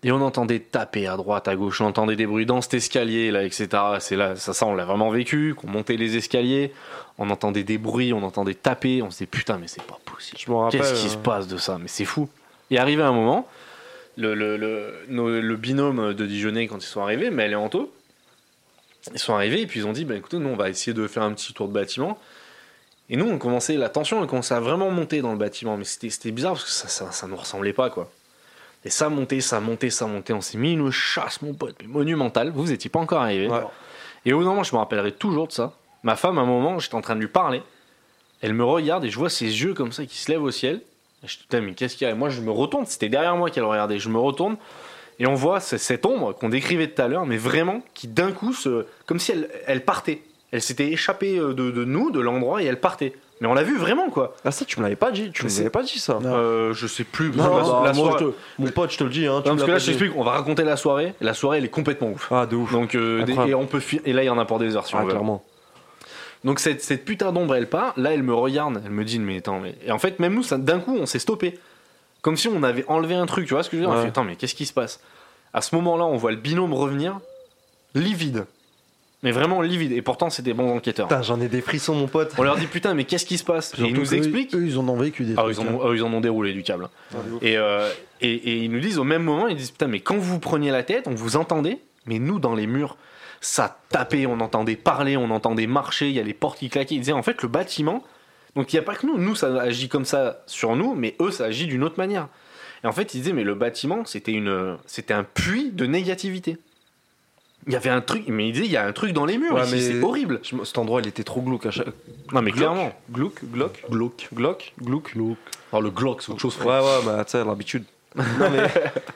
Et on entendait taper à droite, à gauche. On entendait des bruits dans cet escalier, là, etc. C'est là, ça, ça, on l'a vraiment vécu. Qu'on montait les escaliers. On entendait des bruits, on entendait taper. On se disait Putain, mais c'est pas possible.
Je me rappelle. euh.
Qu'est-ce qui se passe de ça Mais c'est fou. Et arrivé un moment, le, le, le, nos- le binôme de Dijonais, quand ils sont arrivés, mais elle est en taux, ils sont arrivés et puis ils ont dit bah, écoutez, nous on va essayer de faire un petit tour de bâtiment. Et nous, on commençait, la tension, elle commençait à vraiment monter dans le bâtiment. Mais c'était c'était bizarre parce que ça, ça, ça nous ressemblait pas, quoi. Et ça montait, ça montait, ça montait. On s'est mis une chasse, mon pote, mais monumentale. Vous n'étiez pas encore arrivé.
Ouais.
Et au moment, je me rappellerai toujours de ça. Ma femme, à un moment, j'étais en train de lui parler. Elle me regarde et je vois ses yeux comme ça qui se lèvent au ciel. Et je dis, putain, mais qu'est-ce qu'il y a Et moi, je me retourne. C'était derrière moi qu'elle regardait. Je me retourne et on voit c- cette ombre qu'on décrivait tout à l'heure, mais vraiment qui d'un coup, se, comme si elle, elle partait. Elle s'était échappée euh, de, de nous, de l'endroit, et elle partait. Mais on l'a vu vraiment, quoi.
Ah, ça, tu me l'avais pas dit. Tu
Mais
me
c'est-
l'avais pas dit, ça.
Non.
Euh, je sais plus.
Ah. Non,
la-
bah,
la
moi,
soirée-
je te- Mon pote, je te le dis, hein. tu
Non,
me
parce que
l'as
là,
pas
je
dit.
t'explique, on va raconter la soirée. et La soirée, elle est complètement ouf.
Ah, de ouf.
Donc, euh, des-
Incroyable.
et on peut fuir- Et là, il y en a pour des heures, si
Ah,
on veut.
clairement.
Donc cette, cette putain d'ombre, elle part. Là, elle me regarde. Elle me dit, mais attends, mais. Et en fait, même nous, ça- d'un coup, on s'est stoppé. Comme si on avait enlevé un truc, tu vois ce que je veux dire On
Ouais.
fait, attends, mais qu'est-ce qui se passe À ce moment-là, on voit le binôme revenir, livide. Mais vraiment livide. Et pourtant, c'est des bons enquêteurs.
Putain, j'en ai des frissons, mon pote.
On leur dit, putain, mais qu'est-ce qui se passe Et ils
Surtout
nous
qu'eux,
expliquent.
Eux, ils en ont vécu des
Ah,
trucs.
ils en,
hein.
ont, ah, ils en ont déroulé du câble.
Ah, de ouf.
Et, euh, et, et ils nous disent au même moment, ils disent putain mais quand vous preniez la tête, on vous entendait, mais nous dans les murs, ça tapait, on entendait parler, on entendait marcher, il y a les portes qui claquaient. Ils disaient en fait le bâtiment, donc il n'y a pas que nous, nous ça agit comme ça sur nous, mais eux ça agit d'une autre manière. Et en fait ils disaient mais le bâtiment c'était une, c'était un puits de négativité. Il y avait un truc, mais ils disaient il y a un truc dans les murs,
Ouais,
ici,
mais-
c'est horrible.
Je me- Cet endroit, il était trop glauque à chaque.
Non mais
Glauque.
clairement.
Glauque, glauque,
Glauque.
glauque, glauque.
Alors le Glock c'est autre chose.
Ouais,
frère.
ouais, bah, tu sais, l'habitude. Non, mais,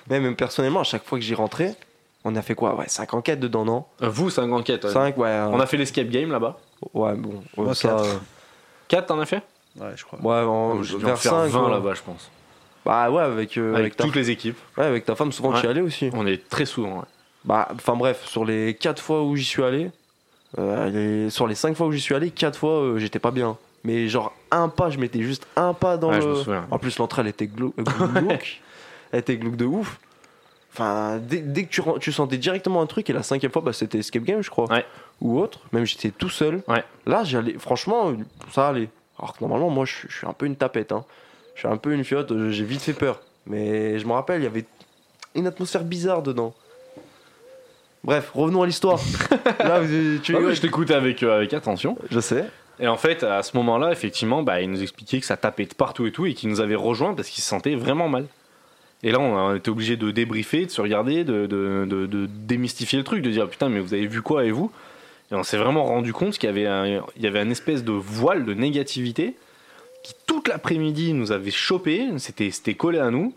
mais même personnellement, à chaque fois que j'y rentrais, on a fait quoi Ouais, 5 enquêtes dedans, non
Euh, Vous c'est une enquête. ouais.
5, ouais. euh,
On a fait l'escape game là-bas.
Ouais, bon, euh,
Moi,
ça.
quatre.
euh,
4 t'en as fait
Ouais, je crois.
Ouais, en-
Oh, j'ai dû en
vers
faire
5.
20 là-bas, je pense.
Bah, ouais, avec, euh,
avec
avec, ta,
toutes les équipes.
ouais, avec ta femme, souvent, tu y
Ouais.
allais aussi.
On est très souvent. hein. ouais.
Bah, enfin, bref, sur les 4 fois où j'y suis allé, euh, les- sur les 5 fois où j'y suis allé, 4 fois, euh, j'étais pas bien. Mais genre, un pas, je mettais juste un pas dans
Ouais,
le.
je me souviens.
En plus, l'entrée, elle était glau- euh, glauque. elle était glauque de ouf. Enfin, dès, dès que tu, ren- tu sentais directement un truc, et la cinquième fois, bah, c'était Escape Game, je crois.
Ouais.
Ou autre. Même j'étais tout seul.
Ouais.
Là, j'allais. Franchement, ça allait. Alors que normalement, moi, je, suis- je suis un peu une tapette. hein. Je suis un peu une fiotte. euh, J'ai vite fait peur. Mais je me rappelle, il y avait une atmosphère bizarre dedans. Bref, revenons à l'histoire. Là, vous- tu
Ouais,
rigoles.
mais Ah je t'écoutais avec, euh, avec attention.
Ah Je sais.
Et en fait, à ce moment-là, effectivement, bah, il nous expliquait que ça tapait de partout et tout, et qu'il nous avait rejoints parce qu'il se sentait vraiment mal. Et là, on a été obligé de débriefer, de se regarder, de, de- de- de démystifier le truc, de dire putain, mais vous avez vu quoi et vous Et on s'est vraiment rendu compte qu'il y avait un, il y avait un espèce de voile de négativité qui toute l'après-midi nous avait chopé, c'était c'était collé à nous.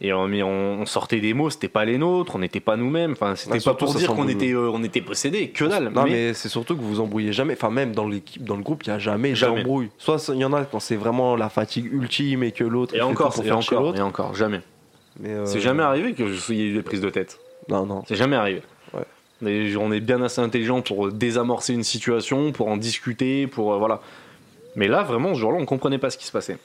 Et on, mais on, on sortait des mots, c'était pas les nôtres, on n'était pas nous-mêmes. Enfin, c'était
Ah,
pas
surtout,
pour
ça
dire qu'on
semble-
était, euh, on était possédés, que dalle.
Non, mais,
mais-
c'est surtout que vous vous embrouillez jamais. Enfin, même dans l'équipe, dans le groupe, il n'y a jamais,
Jamais.
d'embrouille. Soit ça- il y en a quand c'est vraiment la fatigue ultime et que l'autre. il
Et
fait tout
encore,
pour
et
faire chier
encore,
l'autre.
et encore, jamais.
Mais, euh,
C'est jamais arrivé que je y ait eu des prises de tête.
Non, non.
C'est jamais arrivé.
Ouais.
Et on est bien assez intelligent pour euh, désamorcer une situation, pour en discuter, pour euh, voilà. Mais là, vraiment, ce jour-là, on comprenait pas ce qui se passait.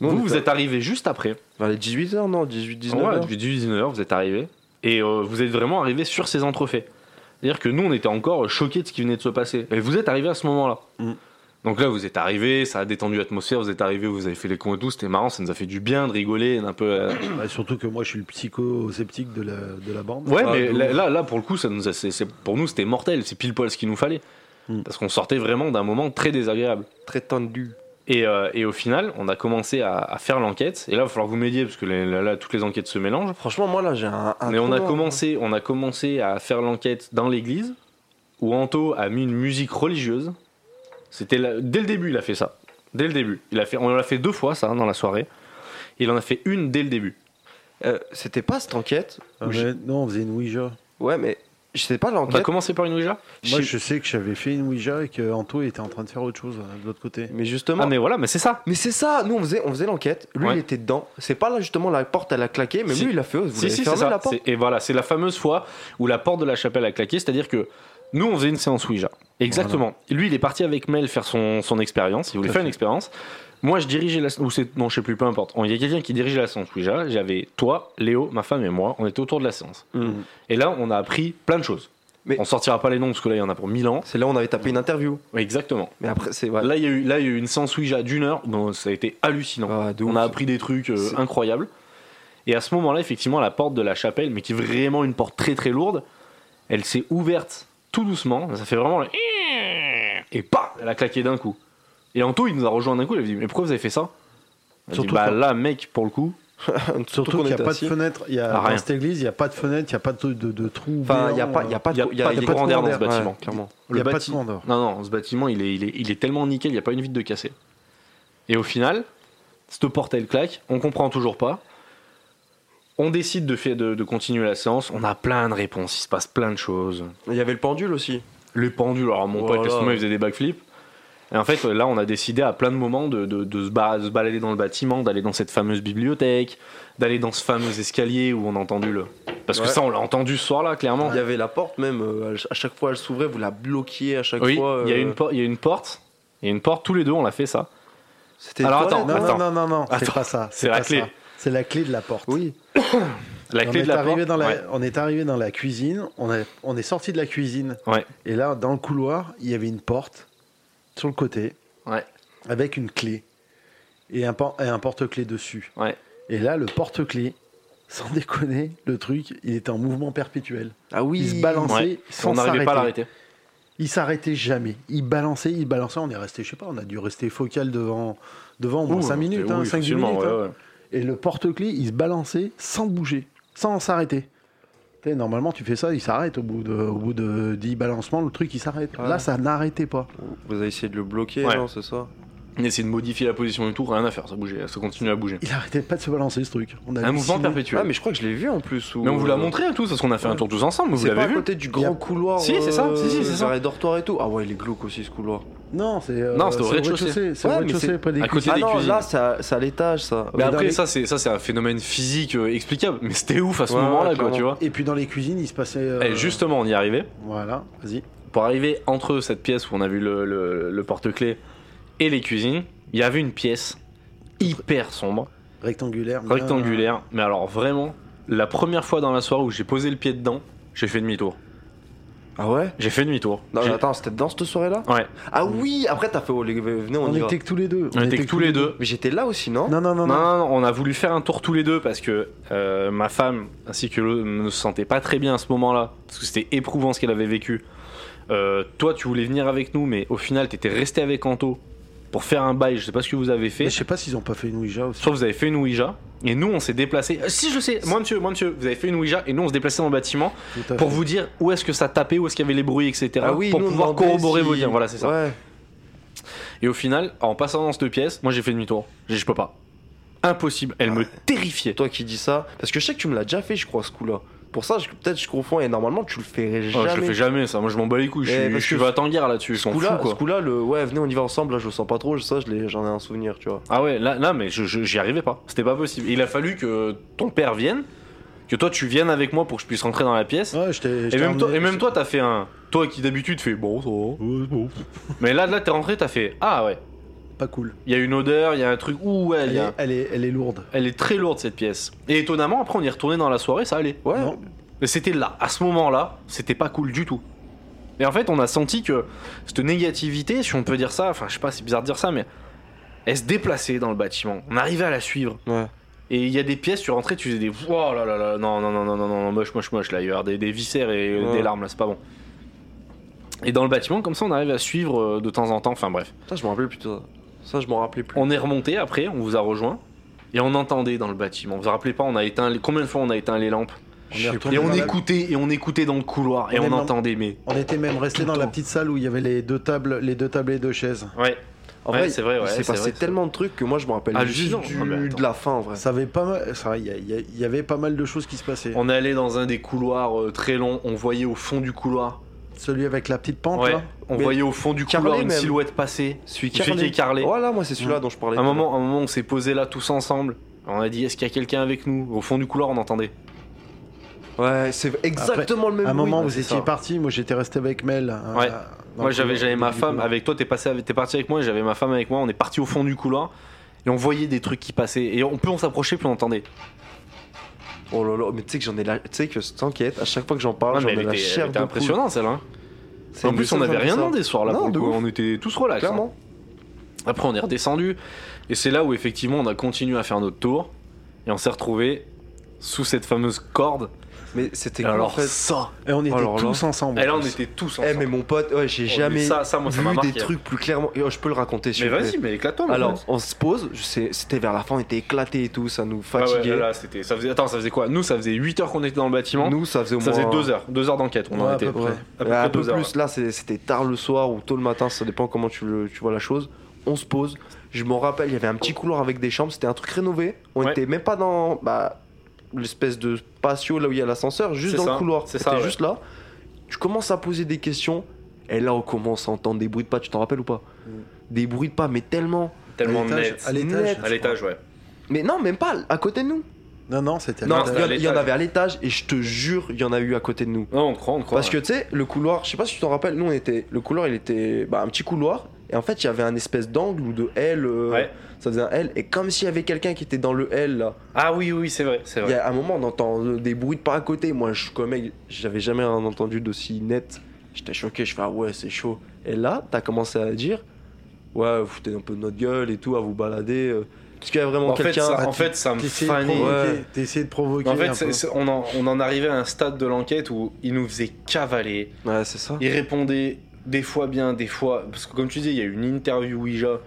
Nous, on
vous,
était
vous êtes arrivé juste après.
Vers les 18h, non 18, 19h.
Ouais, depuis 19h, vous êtes arrivé. Et euh, vous êtes vraiment arrivé sur ces entrefaits. C'est-à-dire que nous, on était encore choqués de ce qui venait de se passer. Et vous êtes arrivé à ce moment-là.
Mm.
Donc là, vous êtes arrivé, ça a détendu l'atmosphère, vous êtes arrivé, vous avez fait les cons et tout, c'était marrant, ça nous a fait du bien de rigoler, d'un peu. euh,
Bah, surtout que moi, je suis le psycho-sceptique de la, de la bande.
Ouais,
Ah,
mais
de
là,
ouf.
là, là, pour le coup, ça nous a- c'est- c'est- pour nous, c'était mortel. C'est pile poil ce qu'il nous fallait.
Hmm.
Mm.
Parce qu'on sortait vraiment d'un moment très désagréable.
Très tendu.
Et, euh, et au final, on a commencé à, à faire l'enquête. Et là, il va falloir vous m'aidiez, parce que les- là, là, toutes les enquêtes se mélangent.
Franchement, moi là, j'ai un. un
mais on
trou
a,
noir.
commencé, on a commencé à faire l'enquête dans l'église, où Anto a mis une musique religieuse. C'était la- Dès le début, il a fait ça. Dès le début. Il a fait, on l'a fait deux fois, ça, hein, dans la soirée. Il en a fait une dès le début.
Euh, C'était pas cette enquête.
Ah,
où
mais
j'ai-
Non, on faisait une Ouija.
Ouais, mais Je sais pas
On va
l'enquête.
commencer par une Ouija
Moi,
Je-
je sais que j'avais fait une Ouija et que Anto était en train de faire autre chose euh, de l'autre côté.
Mais justement.
Ah, mais voilà, mais c'est ça.
Mais c'est ça, nous on faisait, on faisait l'enquête, lui
Ouais.
il était dedans. C'est pas là justement la porte elle a claqué, mais
Si.
lui il a fait, oh, vous
Si,
l'avez
si, c'est
fermé
ça.
la porte.
C'est- Et voilà, c'est la fameuse fois où la porte de la chapelle a claqué, c'est-à-dire que nous, on faisait une séance Ouija. Exactement. Lui, il est parti avec Mel faire son, son expérience, il voulait
Tout à
faire
fait.
une expérience. Moi, je dirigeais la. Ou c'est- non, je sais plus, peu importe. Il y a quelqu'un qui dirigeait la séance Ouija. J'avais toi, Léo, ma femme et moi, on était autour de la séance.
Mhm.
Et là, on a appris plein de choses.
Mais-
On sortira pas les noms parce que là, il y en a pour 1000 ans.
C'est là où on avait tapé une interview.
Ouais, Exactement.
Mais après, c'est. Ouais.
Là, il y, a eu- là, il y a eu une séance Ouija d'une heure. Bon, ça a été hallucinant.
Ah, de
On
ouf.
a appris des trucs euh,
C'est-
incroyables. Et à ce moment-là, effectivement, la porte de la chapelle, mais qui est vraiment une porte très très lourde, elle s'est ouverte tout doucement. Ça fait vraiment le... Et paf Elle a claqué d'un coup. Et Anto, il nous a rejoint d'un coup. Il a dit Mais pourquoi vous avez fait ça On a dit,
Surtout
Bah
pas.
là, mec, pour le coup.
qu'on
Surtout qu'il n'y a
était
pas
assis.
de fenêtre. Il y a,
Ah, rien.
dans cette église, il n'y a pas de fenêtre, il n'y a pas de, de, de trou.
Enfin,
béant,
il n'y a pas, il y a pas
y a
de,
pas de courant d'air dans ce bâtiment,
ouais, clairement.
il y a pas de
bâti-
courant d'air.
Non, non, ce bâtiment, il est, il est, il est tellement nickel, il n'y a pas une vitre de cassé. Et au final, cette porte, elle claque. On comprend toujours pas. On décide de, faire, de, de continuer la séance. On a plein de réponses. Il se passe plein de choses.
Il y avait le pendule aussi.
les pendules. Alors mon pote,
Voilà.
à ce moment, il faisait des backflips. Et en fait, là, on a décidé à plein de moments de, de- de se, ba- de se balader dans le bâtiment, d'aller dans cette fameuse bibliothèque, d'aller dans ce fameux escalier où on a entendu le. Parce que
Ouais.
ça, on l'a entendu ce soir-là, clairement.
Il y avait la porte même, euh, à chaque fois elle s'ouvrait, vous la bloquiez à chaque
Oui,
fois.
il y a
euh,
une por- il y a une porte. Il y a une porte, tous les deux, on l'a fait ça.
C'était
Alors,
les
attends,
toilettes, hein.
Non,
Attends.
non, non, non, non, c'est
Attends.
pas ça.
C'est la
pas
clé.
ça. C'est la clé de la porte.
Oui,
La
On
clé
est
de la
arrivé
porte.
dans la-
ouais.
On est arrivé dans la cuisine, on, a- on est sorti de la cuisine.
Ouais.
Et là, dans le couloir, il y avait une porte sur le côté
Ouais.
avec une clé et un, pan- et un porte-clé dessus.
Ouais.
Et là, le porte-clé, sans déconner, le truc, il était en mouvement perpétuel.
ah oui,
Il se balançait
Ouais.
sans
on n'arrivait pas à
s'arrêter.
l'arrêter.
Il s'arrêtait jamais. Il balançait, il balançait. On est resté, je sais pas, on a dû rester focal devant, devant au moins
Ouh,
5 minutes,
oui,
hein, 5 minutes.
absolument, ouais,
hein.
ouais.
Et le porte-clé, il se balançait sans bouger, sans s'arrêter. Tu sais, Normalement, tu fais ça, il s'arrête au bout de, au bout de 10 balancements, le truc il s'arrête.
Ouais.
Là, ça n'arrêtait pas.
Vous avez essayé de le bloquer,
Ouais.
non, c'est ça
On essayait de modifier la position et tout, rien à faire, ça bougeait, ça continuait à bouger.
Il arrêtait pas de se balancer ce truc. On a
Un mouvement
halluciné.
perpétuel.
Ah,
mais,
mais je crois que je l'ai vu en plus. où-
on vous l'a montré à tous, parce qu'on a fait un tour tous ensemble, vous
C'est pas
l'avez
à
vu.
côté du grand
Y a-
couloir.
Si, c'est ça, si, si, c'est
vers
ça.
les dortoires et tout. Ah ouais, il est glauque aussi ce couloir.
Non, c'est euh,
Non, c'était au
c'est
rez-de-chaussée.
C'est au
Ouais, mais
rez-de-chaussée
c'est-
près des
à côté
cuisines.
Ah
des
non,
cuisines.
là, c'est à, c'est à l'étage, ça.
Mais
Dans
après,
les-
ça, c'est ça, c'est un phénomène physique euh, explicable. Mais c'était ouf à ce
Ouais,
moment-là, quoi,
clairement.
tu vois.
Et puis dans les cuisines, il se passait. euh,
Et justement, on y arrivait.
Voilà, vas-y.
Pour arriver entre cette pièce où on a vu le, le- le porte-clés et les cuisines, il y avait une pièce hyper sombre,
Rectangulaire. bien-
rectangulaire. Mais alors, vraiment, la première fois dans la soirée où j'ai posé le pied dedans, j'ai fait demi-tour.
Ah ouais
J'ai fait demi-tour.
Non, mais
J'ai-
attends, c'était dans cette soirée-là
Ouais,
Ah oui, après t'as fait, oh, les- venez, on,
On,
y va.
était que tous les deux.
on, était que tous les deux.
Mais j'étais là aussi, non
Non, non, non,
Non,
non.
non, non, on a voulu faire un tour tous les deux parce que euh, ma femme ainsi que l'autre ne se sentait pas très bien à ce moment-là parce que c'était éprouvant ce qu'elle avait vécu. Euh, toi, tu voulais venir avec nous, mais au final, t'étais resté avec Anto pour faire un bail. Je sais pas ce que vous avez
Mais
fait.
je sais pas s'ils ont pas fait une Ouija aussi.
Soit vous avez fait une Ouija et nous, on s'est déplacé. Euh, si je le sais, moi monsieur, moi monsieur, vous avez fait une Ouija et nous, on se déplaçait dans le bâtiment
Tout à
pour
fait.
vous dire où est-ce que ça tapait, où est-ce qu'il y avait les bruits, etc. pour
Ah nous, on
pouvoir
demandait
corroborer
si-
vos dires. Voilà, c'est ça.
Ouais.
Et au final, en passant dans cette pièce, moi j'ai fait demi-tour. J'ai dit, Je peux pas. Impossible. Elle me terrifiait.
Toi qui dis ça, parce que je sais que tu me l'as déjà fait, je crois, ce coup-là. Pour ça, je- peut-être je confonds et normalement tu le
Ah,
ferais jamais.
je le fais jamais ça, moi je m'en bats les couilles, je
Eh,
suis- je
parce
suis
que
va en guerre là-dessus, je
Ce
m'en fous
coup-là, ce
quoi.
coup-là, le ouais, venez, on y va ensemble. Là, je le sens pas trop. Ça, je l'ai- j'en ai un souvenir, tu vois.
Ah ouais, là, là mais je- je- j'y arrivais pas, c'était pas possible. Il a fallu que ton père vienne, que toi tu viennes avec moi pour que je puisse rentrer dans la pièce.
Ouais, je t'ai- je
et,
t'ai
même toi,
emmené-
et même toi t'as fait un... Toi qui d'habitude fais bon, ça va.
Ouais, bon,
Mais là, là t'es rentré, t'as fait ah ouais,
Pas cool.
il y a une odeur, il y a un truc, ouh ouais, il
Elle
y a-
est- elle est- elle est lourde.
Elle est très lourde cette pièce. Et étonnamment, après on y est retourné dans la soirée, ça allait.
Ouais.
Non.
Mais c'était là, à ce moment-là, c'était pas cool du tout. Et en fait, on a senti que cette négativité, si on peut dire ça, enfin je sais pas, c'est bizarre de dire ça, mais elle se déplaçait dans le bâtiment. On arrivait à la suivre.
Ouais.
Et il y a des pièces, tu rentrais, tu faisais des oh là là là, non non non non non non, non, moche moche moche là, il y a des, des viscères et euh,
Ouais.
des larmes là, c'est pas bon. Et dans le bâtiment, comme ça, on arrive à suivre euh, de temps en temps. Enfin bref,
Ça, je m'en rappelais plus. de Ça, ça je m'en rappelais plus.
on est remonté après, on vous a rejoint et on entendait dans le bâtiment. Vous vous rappelez pas, on a éteint les- combien de fois on a éteint les lampes
Je sais
retourné
et on
dans la-
écoutait et on écoutait dans le couloir et
On
on
est dans-
entendait mais
On était même resté
Tout
dans
le
la
temps.
petite salle où il y avait les deux tables, les deux tables et deux chaises.
ouais.
En
Ouais,
vrai,
c'est vrai, ouais,
il s'est
c'est vrai,
passé
c'est
tellement de trucs que moi je me rappelle
Hallucinant.
juste du-
Ah, mais attends.
de la fin en vrai.
Ça avait pas mal, ça, il y, a- il y a- il y avait pas mal de choses qui se passaient.
On allait dans un des couloirs euh, très longs, on voyait au fond du couloir.
Celui avec la petite pente,
Ouais,
là.
on
Mais-
voyait au fond du
Carré
couloir une
même.
silhouette passer.
Celui
Celui qui est carré.
Voilà, moi c'est celui-là dont je parlais.
Mmh. Un
tout à
moment, un moment, on s'est posé là tous ensemble. On a dit est-ce qu'il y a quelqu'un avec nous Au fond du couloir, on entendait.
l'heure. Ouais, c'est exactement le même.
À un
bruit.
moment,
Ouais,
vous
c'est
étiez
ça.
parti, moi j'étais resté avec Mel. hein,
Ouais.
dans
moi
le-
j'avais j'avais ma
du
femme
couloir.
avec toi, t'es passé avec- t'es parti avec moi, et j'avais ma femme avec moi. On est parti au fond du couloir et on voyait des trucs qui passaient. Et on, plus on s'approchait, plus on entendait.
Oh là là, mais tu sais que j'en ai la. Tu sais que t'inquiète, à chaque fois que j'en parle,
Ouais,
j'en
Ah, mais
ai
elle
la
était, elle
chair
était
de poule.
impressionnante hein. celle-là.
C'est
En
une
plus, on
descente
n'avait
comme
rien
ça.
demandé ce soir-là.
Non,
pour le
de
coup.
ouf.
On était tous relax. hein.
Clairement.
Après, on est redescendu. Et c'est là où, effectivement, on a continué à faire notre tour. Et on s'est retrouvé sous cette fameuse corde.
Mais c'était
Et
cool, en
alors,
fait.
ça.
Et on était
Alors là.
tous ensemble.
Et Oh là, on était tous
Eh,
ensemble.
mais mon pote, ouais, j'ai
Oh, mais
jamais
ça, ça, moi, ça m'a
vu
marqué.
des trucs plus clairement. Et, oh, je peux le raconter si
Mais vas-y, mais éclate-toi. mon
Alors,
pote.
on se pose, je sais, c'était vers la fin, on était éclatés et tout, ça nous
Ah ouais,
fatiguait.
là, là, c'était. Ça faisait... Attends, ça faisait quoi Nous, ça faisait 8 heures qu'on était dans le bâtiment.
Nous, ça faisait au
ça
moins.
faisait 2 heures. 2 heures d'enquête. On
Ouais,
en
à
était.
peu près.
Ouais.
Ouais,
À
un
peu près
peu
deux heures.
plus, là c'est- c'était tard le soir ou tôt le matin, ça dépend comment tu, le- tu vois la chose. On se pose, je m'en rappelle, il y avait un petit couloir avec des chambres, c'était un truc rénové. On
Ouais.
était même pas dans bah, l'espèce de patio là où il y a l'ascenseur, juste
C'est
dans
ça,
le couloir.
c'est
C'était
ça, ouais.
juste là. Tu commences à poser des questions, et là on commence à entendre des bruits de pas, tu t'en rappelles ou pas
Mm.
Des bruits de pas, mais tellement.
Tellement
À l'étage,
net.
à l'étage.
À l'étage, ouais.
Mais non, même pas à côté de nous.
Non, non, c'était à
Non,
c'était
il y en-
à
il y, en
l'étage.
avait à l'étage, et je te jure, il y en a eu à côté de nous.
Non, on croit, on croit.
Parce que tu sais, le couloir, je sais pas si tu t'en rappelles, nous on était. Le couloir il était bah, un petit couloir et en fait il y avait un espèce d'angle ou de L. euh,
Ouais.
Ça faisait un L et comme s'il y avait quelqu'un qui était dans le L là.
Ah oui, oui, c'est vrai. C'est
Il y
vrai.
a un moment on entend euh, des bruits de pas à côté. Moi je comme mec, j'avais jamais rien entendu d'aussi net. J'étais choqué, je fais ah ouais c'est chaud. Et là t'as commencé à dire ouais vous foutez un peu de notre gueule et tout à vous balader. euh, Parce qu'il y a vraiment
Bah, En fait,
quelqu'un.
ça,
à
en fait, ça me
T'essayais de
fanait.
provoquer.
Ouais.
t'essayais de provoquer
En
un
fait,
peu.
c'est- c'est- on, en, on en arrivait à un stade de l'enquête où il nous faisait cavaler.
Ouais c'est ça.
Il répondait des fois bien, des fois. Parce que, comme tu disais, il y a eu une interview Ouija.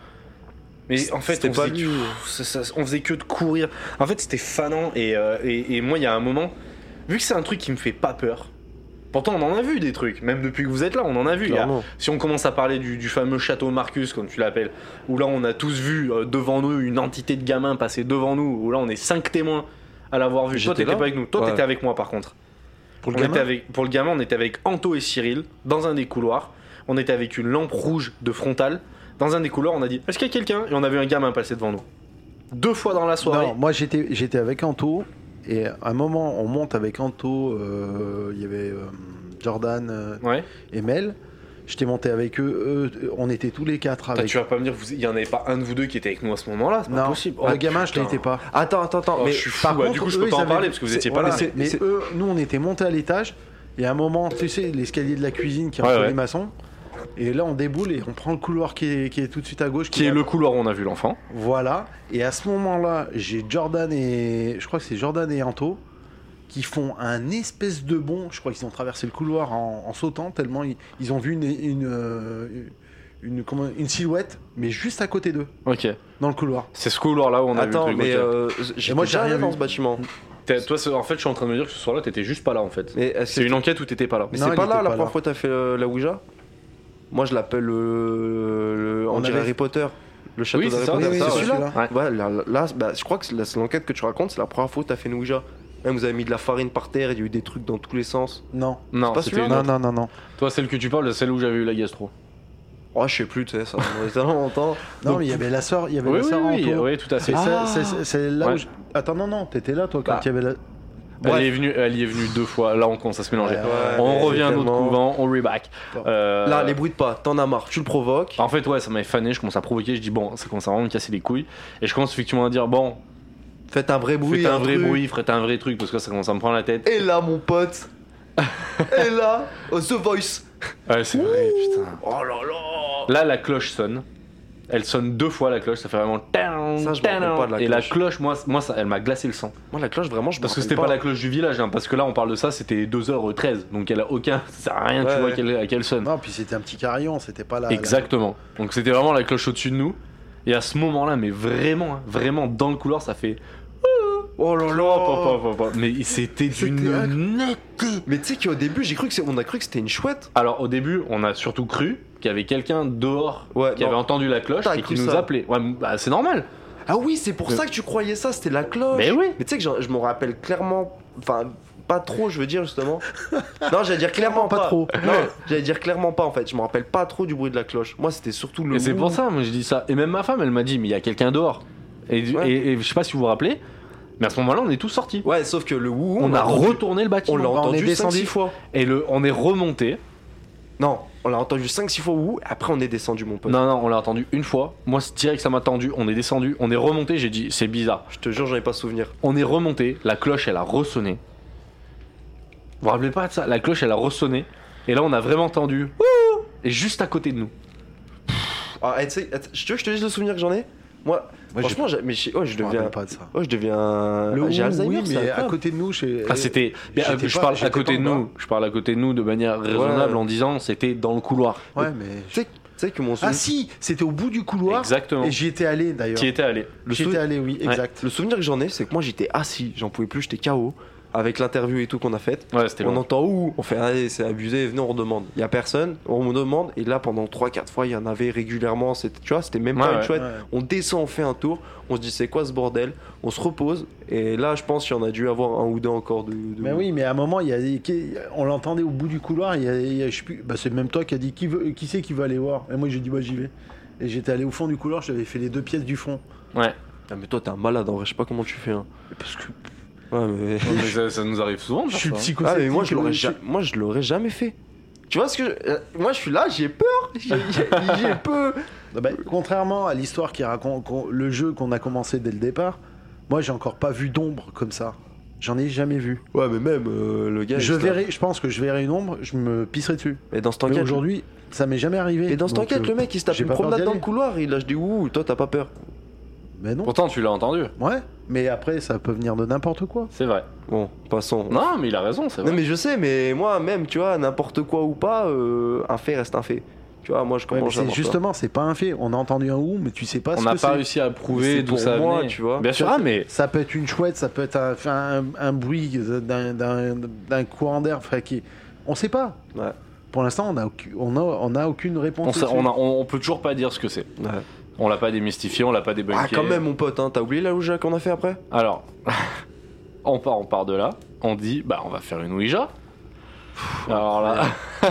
Mais en fait,
C'était
on
pas
faisait, que-
lui.
ça- ça- on faisait que de courir. En fait, c'était fanant. Et, euh, et, et moi, il y a un moment, vu que c'est un truc qui me fait pas peur. Pourtant, on en a vu des trucs. Même depuis que vous êtes là, on en a vu. Il y a-
Clairement.
si on commence à parler du, du fameux château Marcus, comme tu l'appelles, où là on a tous vu euh, devant nous une entité de gamins passer devant nous, où là on est cinq témoins à l'avoir vu. Toi
J'étais
t'étais
là
pas avec nous, toi
Ouais.
t'étais avec moi par contre.
pour
On était avec, pour le gamin, on était avec Anto et Cyril dans un des couloirs. On était avec une lampe rouge de frontale. Dans un des couloirs, on a dit Est-ce qu'il y a quelqu'un Et on a vu un gamin passer devant nous. Deux fois dans la soirée.
Non, moi j'étais j'étais avec Anto et à un moment on monte avec Anto, euh, il y avait euh, Jordan euh,
Ouais.
et Mel. J'étais monté avec eux, eux, on était tous les quatre
Putain,
avec.
tu vas pas me dire vous- il y en avait pas un de vous deux qui était avec nous à ce moment-là. C'est pas
non, Bah,
possible.
le
Oh,
gamin je
putain.
l'étais pas.
Attends attends attends.
Oh,
mais
je suis fou.
par
bah, du
contre,
coup, je peux pas
eux, ils
en
avaient-
parler parce que vous
c'est-
étiez
ouais,
pas là.
mais c'est-
Mais eux, nous on était montés à l'étage et à un moment, tu sais, l'escalier de la cuisine qui est
Ouais,
entre
ouais.
les maçons. Et là on déboule et on prend le couloir qui est, qui est tout de suite à gauche.
Qui est le couloir où on a vu l'enfant.
Voilà. Et à ce moment-là, j'ai Jordan et. Je crois que c'est Jordan et Anto qui font un espèce de bond. Je crois qu'ils ont traversé le couloir en, en sautant tellement ils, ils ont vu une, une, euh, une, comment- une silhouette, mais juste à côté d'eux,
Ok.
dans le couloir.
C'est ce couloir-là où on a
Attends
vu le truc.
mais
ok.
euh,
Et moi,
j'étais
j'ai
jamais
rien
dans
vu.
ce bâtiment.
T'as- Toi, c'est- en fait, je suis en train de me dire que ce soir-là, t'étais juste pas là, en fait.
Mais est-ce que
C'est une enquête où t'étais pas là.
Mais
Non,
c'est
il
pas
était
là la
pas
première
là.
fois que t'as fait euh, la Ouija Moi je l'appelle euh, le. On,
On
dirait
avait-
Harry Potter. Le château
Oui, c'est
d'Harry
ça,
Potter.
oui,
c'est
oui, c'est
celui-là
celui-là.
Ouais, là, là, là, bah, je crois que c'est la- c'est l'enquête que tu racontes, c'est la première fois que t'as fait une Ouija. Même vous avez mis de la farine par terre, il y a eu des trucs dans tous les sens.
Non.
Ah, Non,
C'est pas
c'était
celui-là
une
Non,
autre.
non, non, non.
Toi, celle que tu parles, celle où j'avais eu la gastro.
Oh, je sais plus, tu sais, ça fait tellement longtemps.
Non,
Donc,
mais il y avait la sœur, il y avait
Oui,
la
oui,
sœur
oui,
Anto.
oui, tout à fait.
C'est ça-
Ah.
c'est- c'est- c'est là
Ouais.
où je- Attends, non, non, t'étais là toi quand
Bah.
il y avait la.
Elle
bref.
est, venue, elle y est venue deux fois. Là, on commence à se mélanger.
Ouais,
on
mais
revient à notre
tellement-
couvent, on reback.
Bon.
Euh,
Là, les bruits de pas, t'en as marre, tu le provoques.
En fait, ouais, ça m'avait fané. Je commence à provoquer. Je dis, bon, ça commence à vraiment me casser les couilles. Et je commence effectivement à dire, bon,
Faites un vrai bruit.
faites un vrai
truc.
bruit, faites un vrai truc, parce que ça commence à me prendre la tête.
Et là, mon pote. Et là, oh, The Voice.
Ouais, c'est vrai, putain.
Oh là là.
Là, la cloche sonne. Elle sonne deux fois la cloche, ça fait vraiment.
Ça, je me rappelle pas de la
Et la
cloche.
cloche, moi, moi ça, elle m'a glacé le sang.
Moi, la cloche, vraiment, je me
Parce que
rappelle
c'était pas. la cloche du village, hein, parce que là on parle de ça, c'était 2h13, donc elle a aucun. Ça sert à rien, tu
Ouais,
vois,
ouais.
qu'elle- à quelle sonne.
Non, puis c'était un petit carillon, c'était pas
Ah,
là.
Exactement. Donc c'était vraiment la cloche au-dessus de nous. Et à ce moment-là, mais vraiment, hein, vraiment dans le couloir, ça fait.
Oh là là.
Hop, hop, hop, hop. Mais c'était
C'était
d'une netteté.
Mais tu sais qu'au début, j'ai cru que c'est- on a cru que c'était une chouette.
Alors au début, on a surtout cru qu'il y avait quelqu'un dehors
Ouais,
qui
non.
avait entendu la cloche
T'as
et qui
cru
nous
ça.
appelait. Ouais, bah, c'est normal.
Ah oui, c'est pour
Euh.
ça que tu croyais ça, c'était la cloche.
Mais oui.
Mais tu sais que j'en- je m'en rappelle clairement. Enfin, pas trop, je veux dire, justement. non, j'allais dire clairement pas.
pas trop.
Non, j'allais dire clairement pas, en fait. Je me rappelle pas trop du bruit de la cloche. Moi, c'était surtout le.
Et c'est
ouh.
pour ça, moi j'ai dit ça. Et même ma femme, elle m'a dit, mais il y a quelqu'un dehors. Et,
Ouais.
et- et je sais pas si vous vous rappelez, mais à ce moment-là, on est tous sortis.
Ouais, sauf que le ouh, ouh,
On, a
entendu-
retourné le
On l'a
bâtiment. Bah,
on est
entendu
descendu.
5-6 fois.
et le, on est remonté.
Non, on l'a entendu 5-6 fois ouh, après on est descendu, mon pote.
Non, non, on l'a entendu une fois. Moi, c'est direct, ça m'a tendu. On est descendu, on est remonté. J'ai dit, c'est bizarre.
Je te jure, j'en ai pas souvenir.
On est remonté, la cloche, elle a ressonné. Vous vous rappelez pas de ça La cloche, elle a ressonné. Et là, on a vraiment entendu. Ouh Et juste à côté de nous.
Ah, eh, tu sais, eh, tu veux que je te dise le souvenir que j'en ai Moi,
Moi, j'ai-
franchement, j'ai- mais je, oh, je
Je me
deviens.
rappelle pas de ça.
Oh, je deviens.
Le
j'ai
ouh,
Alzheimer,
oui,
c'est
mais à
incroyable.
côté de nous, chez.
Ah, c'était. Mais, euh,
j'étais
je
pas-
parle à
j'étais
côté
pas
de
en
nous. Je parle à côté de nous de manière raisonnable en disant c'était dans le couloir.
Ouais, mais.
Tu sais- tu sais que mon
Ah
souvenir.
si, c'était au bout du couloir.
Exactement.
Et j'y étais allé d'ailleurs.
Qui était allé.
le
J'y
sou-
étais allé, oui, exact.
Le souvenir que j'en ai, c'est que moi j'étais assis, j'en pouvais plus, j'étais KO. Avec l'interview et tout qu'on a faite,
Ouais, c'était
on
long.
entend où On fait, allez, c'est abusé, venez, on redemande. Il y a personne, on me demande. Et là, pendant 3-4 fois, il y en avait régulièrement. C'était, tu vois, c'était même
Ouais,
pas une
ouais.
chouette.
Ouais.
On descend, on fait un tour, on se dit, c'est quoi ce bordel On se repose. Et là, je pense qu'il y en a dû avoir un ou deux encore de. de-
Mais oui, mais à un moment, il y a, on l'entendait au bout du couloir. Il y a, il y a- je sais plus- bah, c'est même toi qui a dit qui, veut, qui c'est qui veut aller voir. Et moi, j'ai dit bah j'y vais. Et j'étais allé au fond du couloir. J'avais fait les deux pièces du fond.
Ouais.
Ah, mais toi, t'es un malade en vrai, je sais pas comment tu fais. hein.
Parce que
Ouais, mais.
Mais ça, ça nous arrive souvent. de
je
faire
suis
ça, hein.
Ah,
psychosceptique.
mais moi, je l'aurais
euh,
ja- moi, je l'aurais jamais fait. Tu vois ce que je- euh, Moi, je suis là, j'ai peur. J'ai- J'ai j'ai peur.
Ah bah, contrairement à l'histoire qui raconte qu'on- le jeu qu'on a commencé dès le départ, moi, j'ai encore pas vu d'ombre comme ça. J'en ai jamais vu.
Ouais, mais même euh, le gars.
Je
il se tape.
verrai, je pense que je verrai une ombre, je me pisserai dessus.
Et dans cette
Mais
enquête.
aujourd'hui, ça m'est jamais arrivé.
Et dans cette
Donc,
enquête,
euh,
le mec, il se tape
j'ai
une
pas peur
promenade
d'y
dans le
aller.
couloir. Il lâche des ouh, toi, t'as pas peur.
Mais non.
Pourtant, tu l'as entendu.
Ouais. Mais après, ça peut venir de n'importe quoi.
C'est vrai.
Bon, passons.
Non, mais il a raison, c'est
Non,
vrai.
mais je sais, mais moi, même, tu vois, n'importe quoi ou pas, euh, un fait reste un fait. Tu vois, moi, je
Ouais,
comprends
mais c'est
jamais,
justement, c'est pas un fait. On a entendu un ou, mais tu sais pas
on
ce
n'a
que
pas
c'est.
réussi à prouver
c'est
d'où
pour
ça
moi,
venait.
tu vois.
Bien sûr, ah, mais
Ça peut être une chouette, ça peut être un, un, un bruit d'un- d'un d'un courant d'air. enfin, qui... On sait pas.
Ouais.
Pour l'instant, on n'a aucu- on a, on a aucune
on,
réponse.
sa-
là-dessus.
on a- on- on peut toujours pas dire ce que c'est.
toi. Ouais.
On l'a pas démystifié, on l'a pas débunké.
Ah, quand même, mon pote, hein, t'as oublié la louja qu'on a fait après
Alors, on part, on part de là. On dit, bah, on va faire une Ouija. Alors là,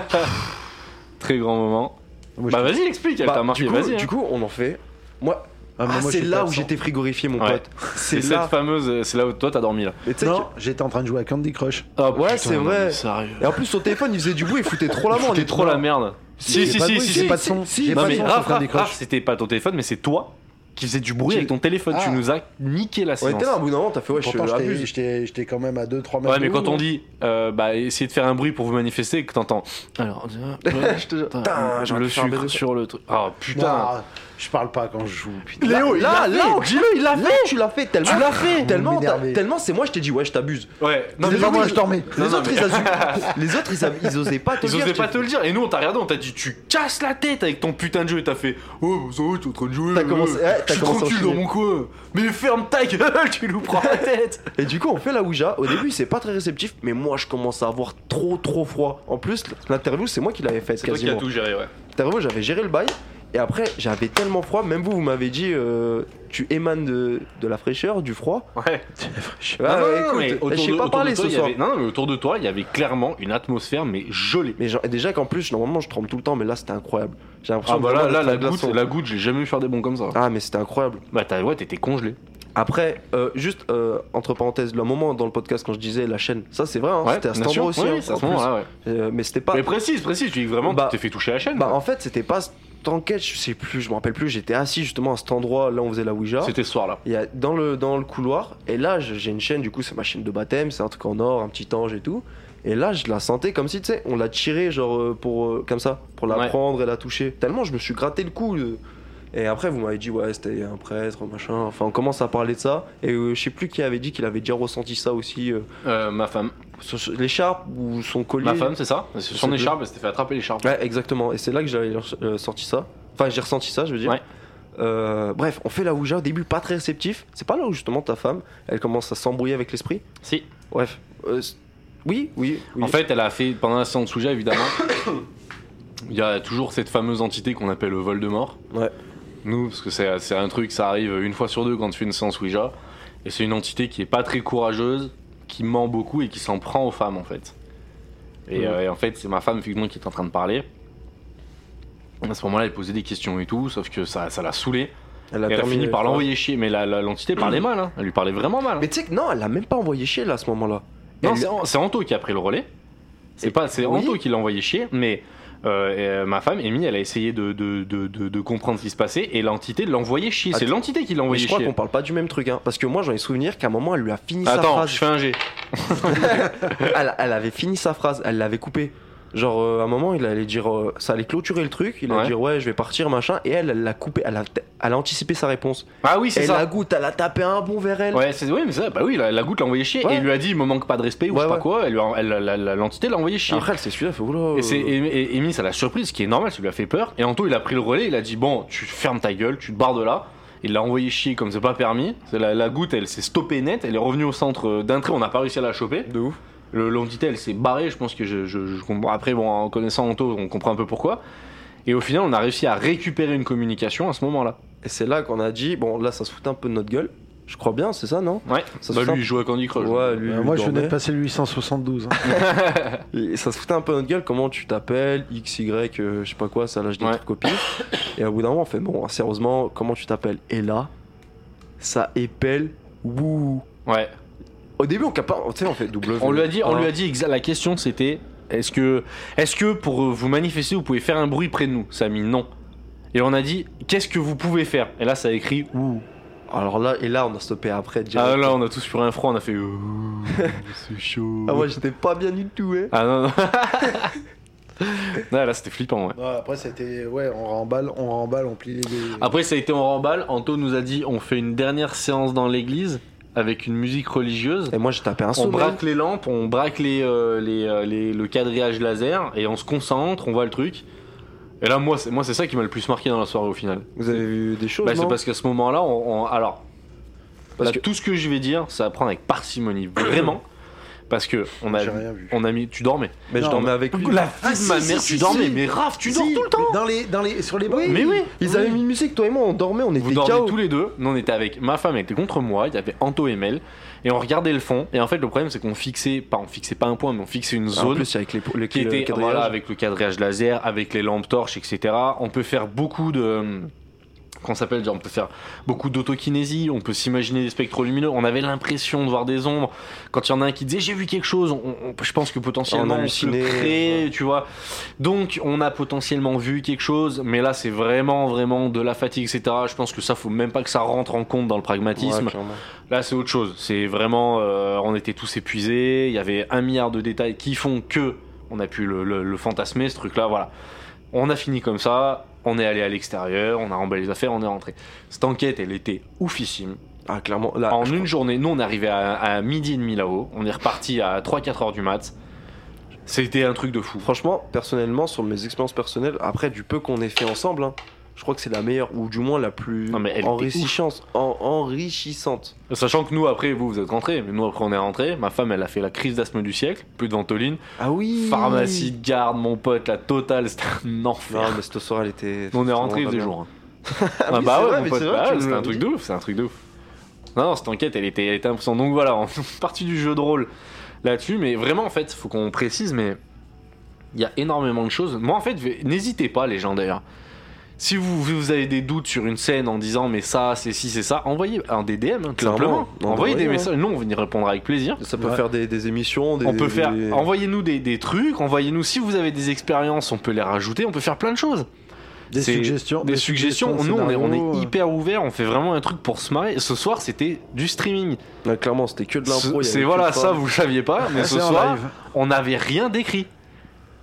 très grand moment.
Moi, je-
bah, vas-y, explique. Elle
Bah,
t'a marqué.
du coup,
Vas-y. hein.
du coup, on en fait. Moi,
Ah, mais
ah,
moi,
c'est
j'étais
là où
absent.
j'étais frigorifié, mon
Ouais.
pote.
C'est
C'est
cette
là.
fameuse, c'est là où toi t'as dormi là.
Et tu sais
Non, j'étais en train de jouer à Candy Crush.
Ah,
Ouais,
putain,
c'est
non,
vrai.
mais Sérieux.
que- Et en plus, son téléphone, il faisait du bruit, il foutait trop la main. on
T'es
était
trop la
là.
merde. Si,
J'ai
si,
pas de
si,
bruit,
si,
j'ai
si.
pas de son.
si,
j'ai
j'ai
pas
Non
de
mais
son,
Raph,
c'est un
Raph,
décroche.
Raph, c'était pas ton téléphone, mais c'est toi qui faisais du bruit
J'ai-
avec ton téléphone. Tu
Ah.
nous as niqué la
On
séance.
était là, au bout d'un moment, t'as fait ouais, je
Pourtant,
te
j'étais-
abuse.
j'étais j'étais quand même à 2-3 mètres.
Ouais, mais
de
quand
haut,
on
hein.
dit, euh, bah, essayez de faire un bruit pour vous manifester, et que t'entends. Alors,
Je te jure. Putain, j'aurais
le
pu faire un
sucre
baiser.
sur le truc. Ah putain.
Non, je parle pas quand je joue. putain.
Léo,
il
là,
l'a fait.
là, on-
Dis-le, il l'a
Là, tu l'as fait tellement.
Tu l'as fait.
Tellement,
Vous m'énervez.
t'as- tellement c'est moi, je t'ai dit ouais, je t'abuse.
Ouais.
Non, mais
Les autres,
moi,
ils-
je dormais.
Les
Non, non,
autres,
mais-
ils assument- les autres, ils a- ils osaient pas te le
Ils
dire.
osaient
tu-
pas te le dire. Et nous, on t'a regardé, on t'a dit, tu casses la tête avec ton putain de jeu. Et t'as fait, oh, ça va, t'es en train de jouer.
T'as
euh,
commencé- ouais,
je
t'as
suis
commencé à
tranquille dans
enchaîner.
mon coin. Mais ferme ta gueule, tu nous prends la tête.
Et du coup, on fait la Ouija. Au début, c'est pas très réceptif, mais moi, je commence à avoir trop, trop froid. En plus, l'interview, c'est moi qui l'avais faite quasiment.
géré, ouais.
L'interview, j'avais géré le bail. Et après, j'avais tellement froid. Même vous, vous m'avez dit, euh, tu émanes de, de la fraîcheur, du froid.
Ouais.
Ah,
Ah,
Ouais,
Non, non,
ouais,
non, mais
écoute, eh,
autour
je sais
de-
pas
autour
parler
de toi,
ce
il y
soir.
avait- Non, non, mais autour de toi, il y avait clairement une atmosphère, mais gelée.
Mais genre- et déjà qu'en plus, normalement, je trempe tout le temps, mais là, c'était incroyable. J'ai l'impression
Ah bah
vraiment
là, là,
d'être un
la goutte,
glaçon.
la goutte, je l'ai jamais vu faire des bons comme ça.
Ah, mais c'était incroyable.
Bah t'as, ouais, t'étais congelé.
Après, euh, juste euh, entre parenthèses, le moment dans le podcast quand je disais la chaîne, ça c'est vrai, hein,
ouais,
c'était à cet
bien sûr.
endroit aussi.
Oui,
hein,
oui, c'est à
en
ce
plus.
moment-là, ouais.
Euh, mais c'était pas.
Mais précise, précise, tu dis vraiment que
Bah-
tu t'es fait toucher la chaîne.
Bah,
quoi.
en fait, c'était pas cette enquête, je sais plus, je me rappelle plus. J'étais assis justement à cet endroit, là on faisait la Ouija.
C'était ce soir-là.
Il y a dans le, dans le couloir, et là je- j'ai une chaîne, du coup c'est ma chaîne de baptême, c'est un truc en or, un petit ange et tout. Et là je la sentais comme si, tu sais, on l'a tirée genre euh, pour, euh, comme ça, pour la
Ouais.
prendre et la toucher. Tellement je me suis gratté le cou. euh. Et après vous m'avez dit, ouais, c'était un prêtre, machin. Enfin, on commence à parler de ça. Et euh, je sais plus qui avait dit qu'il avait déjà ressenti ça aussi. euh,
Euh, ma femme.
sur- sur l'écharpe ou son collier.
Ma femme, c'est ça C'est
Je
Son
sais
écharpe, elle s'était fait attraper l'écharpe.
Ouais, exactement. Et c'est là que j'avais euh, sorti ça. Enfin, j'ai ressenti ça, je veux dire.
Ouais.
Euh, bref, on fait la Ouija au début, pas très réceptif. C'est pas là où justement ta femme, elle commence à s'embrouiller avec l'esprit.
Si.
Bref. Euh, c- oui, oui, oui.
En fait, elle a fait pendant la séance Ouija, évidemment. il y a toujours cette fameuse entité qu'on appelle le Voldemort.
Ouais.
Nous, parce que c'est c'est un truc, ça arrive une fois sur deux quand tu fais une séance Ouija. Et c'est une entité qui est pas très courageuse, qui ment beaucoup et qui s'en prend aux femmes en fait. Et,
Mhm.
euh, et en fait, c'est ma femme effectivement qui est en train de parler. À ce moment-là, elle posait des questions et tout, sauf que ça, ça l'a saoulé.
Elle a
Elle a
terminé
fini par l'envoyer chier, mais la- la- l'entité parlait mal, hein. elle lui parlait vraiment mal. hein.
Mais tu sais que non, elle l'a même pas envoyé chier là à ce moment-là.
Non,
Elle-
c'est An- c'est Anto qui a pris le relais. C'est
Et-
pas, c'est
oui.
Anto qui l'a envoyé chier, mais euh, et, euh, ma femme, Amy, elle a essayé de, de, de, de- de comprendre ce qui se passait et l'entité l'envoyait chier. C'est
Attends.
l'entité qui l'a
Mais
envoyé
je crois
chier.
qu'on parle pas du même truc, hein, parce que moi j'en ai souvenir qu'à un moment elle lui a fini sa
Attends,
phrase.
je fais un G.
Elle, elle avait fini sa phrase, elle l'avait coupée. Genre euh, à un moment il allait dire, euh, ça allait clôturer le truc, il
Ouais.
allait dire ouais je vais partir machin, et elle elle l'a coupé, elle a, elle a anticipé sa réponse.
Ah oui, c'est
Elle
ça.
la goutte, elle a tapé un bon vers elle.
Ouais, c'est oui, mais ça, bah oui, la, la goutte l'a envoyé chier
Ouais.
et elle lui a dit il me manque pas de respect ou je
Ouais,
sais pas
ouais.
quoi. Elle lui a- elle- la- la- l'entité l'a envoyé chier.
Après elle s'est suivie, elle fait oula.
Et c'est
euh,
Amy- et Amy, ça l'a surprise, ce qui est normal, ça lui a fait peur. Et Anto, il a pris le relais, il a dit Bon, tu fermes ta gueule, tu te barres de là. Il l'a envoyé chier comme c'est pas permis. C'est La, la goutte, elle s'est stoppée net, elle est revenue au centre euh, d'un trait, on n'a pas réussi à la choper.
de ouf.
Le L'entité, elle s'est barrée, je pense que je, je- je comprends. Après, bon, en connaissant Anto, on comprend un peu pourquoi. Et au final, on a réussi à récupérer une communication à ce moment-là.
Et c'est là qu'on a dit bon là ça se foutait un peu de notre gueule. Je crois bien, c'est ça non
Ouais,
Ça
bah
se
lui, il jouait à Candy Crush.
Ouais, lui,
Euh,
lui
moi, je
dormait.
venais de passer le 872. hein.
Et ça se foutait un peu de notre gueule, comment tu t'appelles, XY, euh, je sais pas quoi, ça lâche des
Ouais.
trucs au pif. Et au bout d'un moment, on fait, bon, sérieusement, comment tu t'appelles Et là, ça épelle, wouh.
Ouais.
Au début, on capte pas, tu sais, on fait W.
On lui a dit, on
Ah.
lui a dit exa- la question c'était est-ce que, est-ce que pour euh, vous manifester vous pouvez faire un bruit près de nous Ça a mis non. Et on a dit qu'est-ce que vous pouvez faire Et là ça a écrit ouh.
Alors là, et là, on a stoppé après, direct.
Ah là on a tous pris un froid, on a fait ouh, c'est chaud.
Ah, moi, j'étais pas bien du tout, hein.
Ah non non. Ouais, là c'était flippant ouais.
Ouais, après, c'était. Ouais, on remballe, on remballe, on plie les. les-
Après ça a été on remballe. Anto nous a dit on fait une dernière séance dans l'église avec une musique religieuse.
Et moi, j'ai tapé un
On
son.
braque les lampes, on braque les, euh, les, euh, les- le quadrillage laser et on se concentre, on voit le truc. Et là, moi, c'est moi, c'est ça qui m'a le plus marqué dans la soirée au final.
Vous avez vu des choses
Bah, c'est
non
parce qu'à ce moment-là, on, on- alors,
Parce
là,
que-
tout ce que je vais dire, ça va prendre avec parcimonie, vraiment, parce que on a,
J'ai rien vu.
on a mis, tu dormais.
Mais je
Non,
dormais avec lui.
La fille
Ah,
de
si,
ma
si,
mère,
si,
tu dormais,
si. Ah
mais Raph, tu
Si,
dors tout le temps.
Dans les, dans les, sur les bancs.
Mais oui.
Ils avaient mis une musique, toi et moi, on dormait, on
Vous
était
dormiez
KO.
tous les deux. Nous, on était avec ma femme, elle était contre moi. Il y avait Anto et Mel. Et on regardait le fond. Et en fait, le problème, c'est qu'on fixait, pas, on fixait pas un point, mais on fixait une
Ah, En
zone.
plus, avec les, les
qui
le
était
quadrillage.
voilà, avec le quadrillage laser, avec les lampes torches, etc. On peut faire beaucoup de qu'on s'appelle, genre, on peut faire beaucoup d'autokinésie, on peut s'imaginer des spectres lumineux. On avait l'impression de voir des ombres. Quand il y en a un qui disait j'ai vu quelque chose, on- on- je pense que potentiellement
On
on, se le
hallucinait,
crée, tu vois. Donc on a potentiellement vu quelque chose, mais là c'est vraiment vraiment de la fatigue, etc. Je pense que ça faut même pas que ça rentre en compte dans le pragmatisme.
Ouais, clairement.
Là, c'est autre chose. C'est vraiment, euh, on était tous épuisés. Il y avait un milliard de détails qui font que on a pu le, le- le fantasmer, ce truc-là. Voilà. On a fini comme ça. On est allé à l'extérieur. On a remballé les affaires. On est rentré. Cette enquête, elle était oufissime.
Ah, clairement. Là,
en une journée, nous, on est arrivé à, à midi et demi là-haut. On est reparti à 3-4 heures du mat. C'était un truc de fou.
Franchement, personnellement, sur mes expériences personnelles, après du peu qu'on ait fait ensemble, hein, je crois que c'est la meilleure ou du moins la plus
Non, mais elle était
enrichissante. en- enrichissante.
Sachant que nous, après, vous, vous êtes rentrés. Mais nous, après, on est rentrés. Ma femme, elle a fait la crise d'asthme du siècle. Plus de ventoline.
Ah oui
Pharmacie de garde, mon pote, la totale. C'était un enfer.
Non, mais cette soirée, elle était.
On est rentré, il faisait
des
jour. hein.
Ah
Ah
oui,
bah
c'est
ouais,
vrai,
mon
mais
pote,
c'est vrai,
bah
tu
ouais,
nous
c'est un
l'avais
truc
dit.
de ouf, c'est un truc de ouf. Non, non, cette enquête, elle était, elle était impressionnante. Donc voilà, on est parti du jeu de rôle là-dessus, mais vraiment, en fait, faut qu'on précise, mais il y a énormément de choses. Moi, en fait, n'hésitez pas, les gens d'ailleurs. Si vous, vous avez des doutes sur une scène en disant mais ça, c'est si, c'est ça, envoyez un DDM, hein, tout
Clairement,
simplement.
on
Envoyez des
devrait,
messages, nous on y répondra avec plaisir.
Ça peut
Ouais.
faire des, des émissions, des.
On peut faire.
des-
Envoyez-nous des, des trucs, envoyez-nous si vous avez des expériences, on peut les rajouter, on peut faire plein de choses
Des
c'est-
suggestions.
des suggestions. Nous, on est, on
scénarios,
est
euh.
hyper ouvert. On fait vraiment un truc pour se marrer. Ce soir, c'était du streaming.
Ouais, clairement, c'était que de
Ce-
l'impro. il y avait
C'est
que
voilà,
de
ça
ça.
vous le saviez pas, mais
Ouais,
ce
c'est en
soir,
live.
on n'avait rien décrit.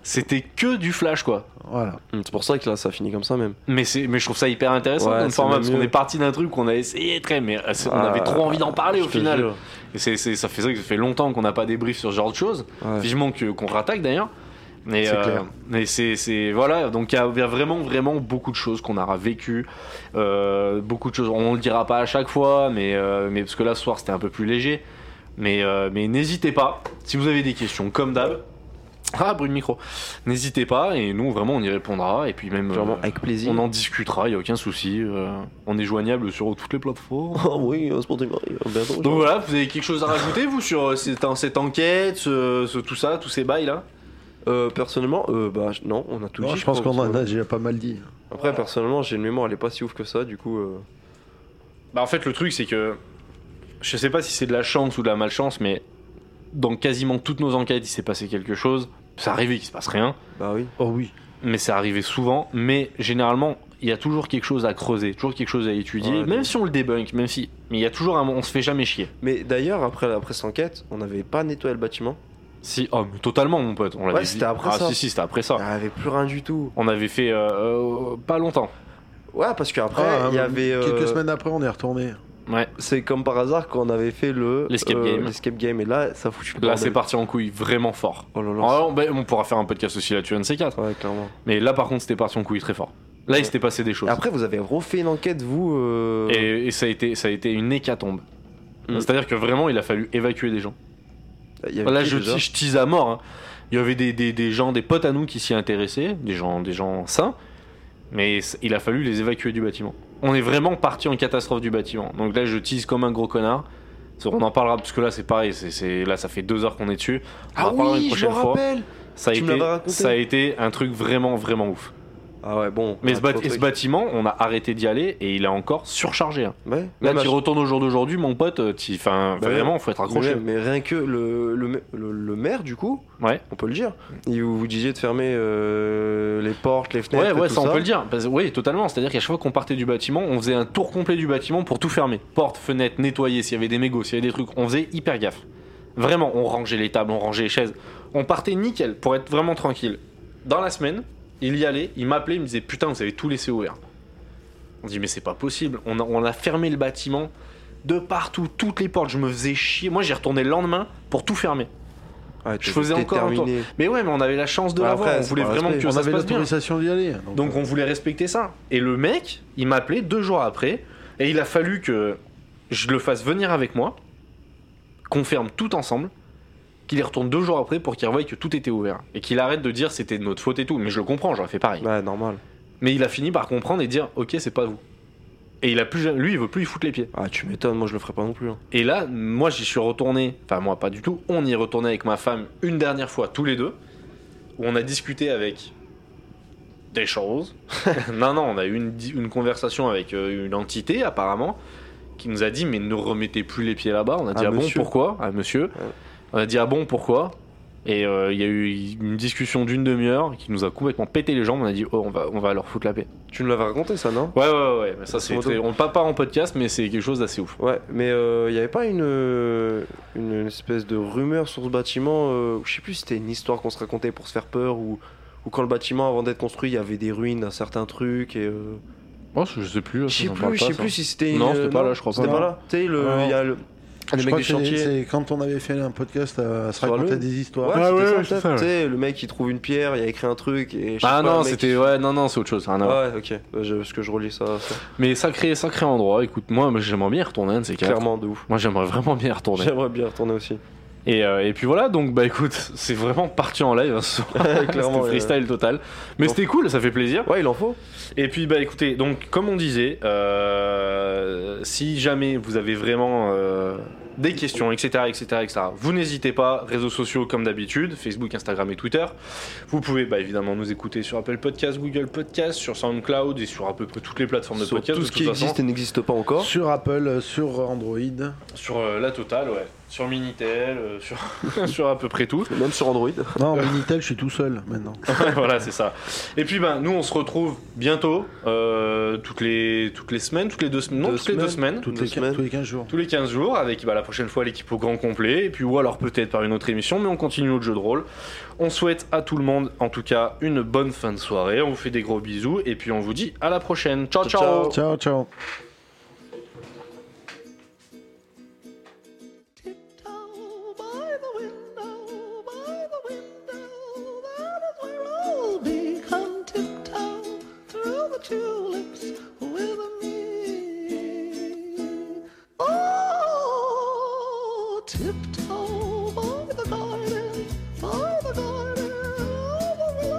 C'était que du flash quoi.
Voilà.
C'est pour ça que là, ça finit comme ça même.
Mais c'est, mais je trouve ça hyper intéressant
Ouais,
comme
c'est
format
même
parce qu'on
mieux.
est parti d'un truc qu'on a essayé très, mais euh, c'est- on avait
Ah,
trop envie d'en parler au
je te
final.
jure.
Et c'est, c'est- ça fait ça que ça fait longtemps qu'on n'a pas débrief sur ce genre de choses.
Ouais.
Vivement que- qu'on rattaque d'ailleurs. Mais,
C'est
euh,
clair.
mais c'est, c'est- voilà, donc il y a il y a vraiment, vraiment beaucoup de choses qu'on aura vécues. euh, beaucoup de choses, on le dira pas à chaque fois, mais, euh, mais parce que là ce soir c'était un peu plus léger. Mais, euh, mais n'hésitez pas, si vous avez des questions, comme d'hab, Ah, bruit de micro. N'hésitez pas, et nous, vraiment, on y répondra. Et puis même, euh,
Vraiment, avec plaisir.
on en discutera, il n'y a aucun souci. euh, on est joignable sur toutes les plateformes.
Ah oui, euh, Spotify, euh, bientôt.
Donc voilà, vous avez quelque chose à rajouter, vous, sur euh, cette, en- cette enquête, ce- ce- tout ça, tous ces bails-là
Euh, personnellement, euh, bah je- non, on a tout
Non,
dit.
je pense qu'on
parce
en
que-
a déjà pas mal dit.
Après, personnellement, j'ai une mémoire, elle est pas si ouf que ça, du coup. euh,
Bah, en fait, le truc, c'est que. Je sais pas si c'est de la chance ou de la malchance, mais dans quasiment toutes nos enquêtes, il s'est passé quelque chose. Ça arrivait qu'il se passe rien.
Bah oui.
Oh oui.
mais c'est arrivé souvent. Mais généralement, il y a toujours quelque chose à creuser, toujours quelque chose à étudier,
Ouais,
même
donc-
si on le débunk, même si. Mais il y a toujours un. On se fait jamais chier.
Mais d'ailleurs, après la presse enquête, on n'avait pas nettoyé le bâtiment.
Si, oh, mais totalement, mon pote. On l'avait
Ouais,
dit.
c'était après
ah,
ça.
si, si, c'était après ça.
On n'avait plus rien du tout.
On avait fait euh, euh, pas longtemps.
Ouais, parce qu'après,
Ah,
il y
euh,
avait. euh,
Quelques semaines après, on est retourné.
Ouais.
C'est comme par hasard qu'on avait fait le. euh,
L'escape game.
L'escape game. Et là, ça fout le
Là,
bordel.
c'est parti en couille vraiment fort.
Oh là là.
Alors, ben, on pourra faire un podcast aussi là-dessus, un de ces quatre.
Ouais, clairement.
Mais là, par contre, c'était parti en couille très fort. Là, il s'était passé des choses.
Et après, vous avez refait une enquête, vous. euh,
Et, et ça, a été, ça a été une hécatombe.
Mm.
C'est-à-dire que vraiment, il a fallu évacuer des gens.
il y avait
Là,
qui,
je,
déjà
je tease à mort. hein. Il y avait des, des- des gens, des potes à nous qui s'y intéressaient, des gens, des gens sains, mais c- il a fallu les évacuer du bâtiment. On est vraiment parti en catastrophe du bâtiment. Donc là, je tease comme un gros connard. Ça, On en parlera parce que là, c'est pareil. c'est- c'est- là, ça fait deux heures qu'on est dessus. On en
Ah
parlera
oui, je me rappelle.
Ça a,
Tu me
été,
l'avais raconté.
ça a été un truc vraiment, vraiment ouf.
Ah ouais, bon.
Mais
on a
ce, bat-
trop
et ce
fait.
bâtiment, on a arrêté d'y aller et il est encore surchargé. hein.
Ouais.
Là,
Même
tu
à-
retournes au jour d'aujourd'hui, mon pote. euh, t'y- Enfin,
Bah ouais.
vraiment, faut être accroché.
Mais, mais rien que le, le, le- le maire, du coup,
Ouais.
on peut le dire, il vous, vous disiez de fermer euh, les portes, les fenêtres.
Ouais,
et
ouais,
tout
ça, on peut le dire. Parce- oui, totalement. C'est-à-dire qu'à chaque fois qu'on partait du bâtiment, on faisait un tour complet du bâtiment pour tout fermer. Portes, fenêtres, nettoyer, s'il y avait des mégots, s'il y avait des trucs. On faisait hyper gaffe. Vraiment, on rangeait les tables, on rangeait les chaises. On partait nickel pour être vraiment tranquille. Dans la semaine, il y allait, il m'appelait, il me disait Putain, vous avez tout laissé ouvert. On dit Mais c'est pas possible. On a, on a fermé le bâtiment de partout, toutes les portes. Je me faisais chier. Moi, j'y retournais le lendemain pour tout fermer.
Ouais,
Je faisais
Ah, t'es
encore un
terminé.
Mais ouais, mais on avait la chance de
Ouais,
l'avoir.
Bah, après,
On
c'est
voulait
par
vraiment
respect.
que
On
ça
on
se
avait
passe bien.
l'autorisation d'y aller. Donc, euh,
Donc on voulait respecter ça. Et le mec, il m'appelait deux jours après, et il a fallu que je le fasse venir avec moi, qu'on ferme tout ensemble, qu'il y retourne deux jours après pour qu'il revoie que tout était ouvert. Et qu'il arrête de dire c'était de notre faute et tout. Mais je le comprends, j'aurais fait pareil.
Ouais, Bah, normal.
Mais il a fini par comprendre et dire ok, c'est pas vous. Et il a plus, jamais- lui, il veut plus y foutre les pieds.
Ah, tu m'étonnes, moi je le ferais pas non plus. hein.
Et là, moi, j'y suis retourné, enfin moi pas du tout, on y est retourné avec ma femme une dernière fois, tous les deux, où on a discuté avec des choses. non, non, on a eu une, di- une conversation avec euh, une entité, apparemment, qui nous a dit, mais ne remettez plus les pieds là-bas. On a dit,
Un
ah
monsieur.
bon, pourquoi Un monsieur.
Ouais.
On a dit, ah bon, pourquoi et euh, il y a eu une discussion d'une demi-heure qui nous a complètement pété les jambes. On a dit, oh, on va, on va leur foutre la paix.
Tu nous l'avais raconté ça, non
Ouais, ouais, ouais. ouais, Mais ça, c'est.
Grosso
très-
modo.
On ne parle pas en podcast, mais c'est quelque chose d'assez ouf.
Ouais, mais euh, il y avait pas une, euh, une, une espèce de rumeur sur ce bâtiment euh, Je sais plus si c'était une histoire qu'on se racontait pour se faire peur ou, ou quand le bâtiment avant d'être construit, il y avait des ruines d'un certain truc et. euh,
Oh, je sais plus.
Je sais plus, je sais plus si c'était. une-
Non, c'était
euh,
pas là, je crois pas.
C'était
Non.
pas là. Tu sais, le-
Non.
il y a le.
Je
le mec
crois
des
que c'est-
chantiers.
C'est quand on avait fait un podcast à, à se
Sur
raconter
le-
des histoires.
Ouais,
Ah
c'était
ouais,
ça,
ouais, c'est
peut-être.
ça, ouais.
Tu sais, le mec il trouve une pierre, il a écrit un truc et. je sais
Ah
pas,
non,
le mec,
c'était
il-
ouais, non non, c'est autre chose, rien à voir.
Ouais, ok. Euh, je- Parce que je relis ça, ça.
Mais sacré sacré endroit. Écoute, moi moi, j'aimerais bien y retourner un de ces quatre.
clairement de ouf.
Moi j'aimerais vraiment bien y retourner.
J'aimerais bien retourner aussi.
Et, euh, et puis voilà, donc bah écoute, c'est vraiment parti en live hein, ce soir.
Clairement,
C'était freestyle total. Mais
Bon.
c'était cool, ça fait plaisir.
Ouais, il en faut.
Et puis bah écoutez, donc comme on disait, euh, si jamais vous avez vraiment euh, des questions, etc., etc., etc., vous n'hésitez pas, réseaux sociaux comme d'habitude, Facebook, Instagram et Twitter. Vous pouvez bah, évidemment nous écouter sur Apple Podcast, Google Podcast, sur SoundCloud et sur à peu près toutes les plateformes de
Sur
podcast.
tout
de
ce
toute
qui
façon.
existe et n'existe pas encore.
Sur Apple, euh, sur Android.
Sur euh, la totale, ouais. Sur Minitel, euh, sur... sur à peu près tout.
Même sur Android.
Non, Minitel, je suis tout seul maintenant.
voilà, c'est ça. Et puis, ben, nous, on se retrouve bientôt, euh, toutes, les, toutes les semaines, toutes les deux semaines. Non,
Deux
toutes les deux semaines.
Toutes
Deux
les, quin-
semaines.
tous les 15 jours.
Tous les 15 jours, avec bah, la prochaine fois l'équipe au grand complet, et puis ou alors peut-être par une autre émission, mais on continue notre jeu de rôle. On souhaite à tout le monde, en tout cas, une bonne fin de soirée. On vous fait des gros bisous, et puis on vous dit à la prochaine. Ciao,
Ciao,
ciao.
ciao.
Ciao, ciao.
Tiptoe by the window, by the window, that is where I'll be. Come tiptoe through the tulips with me. Oh, tiptoe by the garden, by the garden.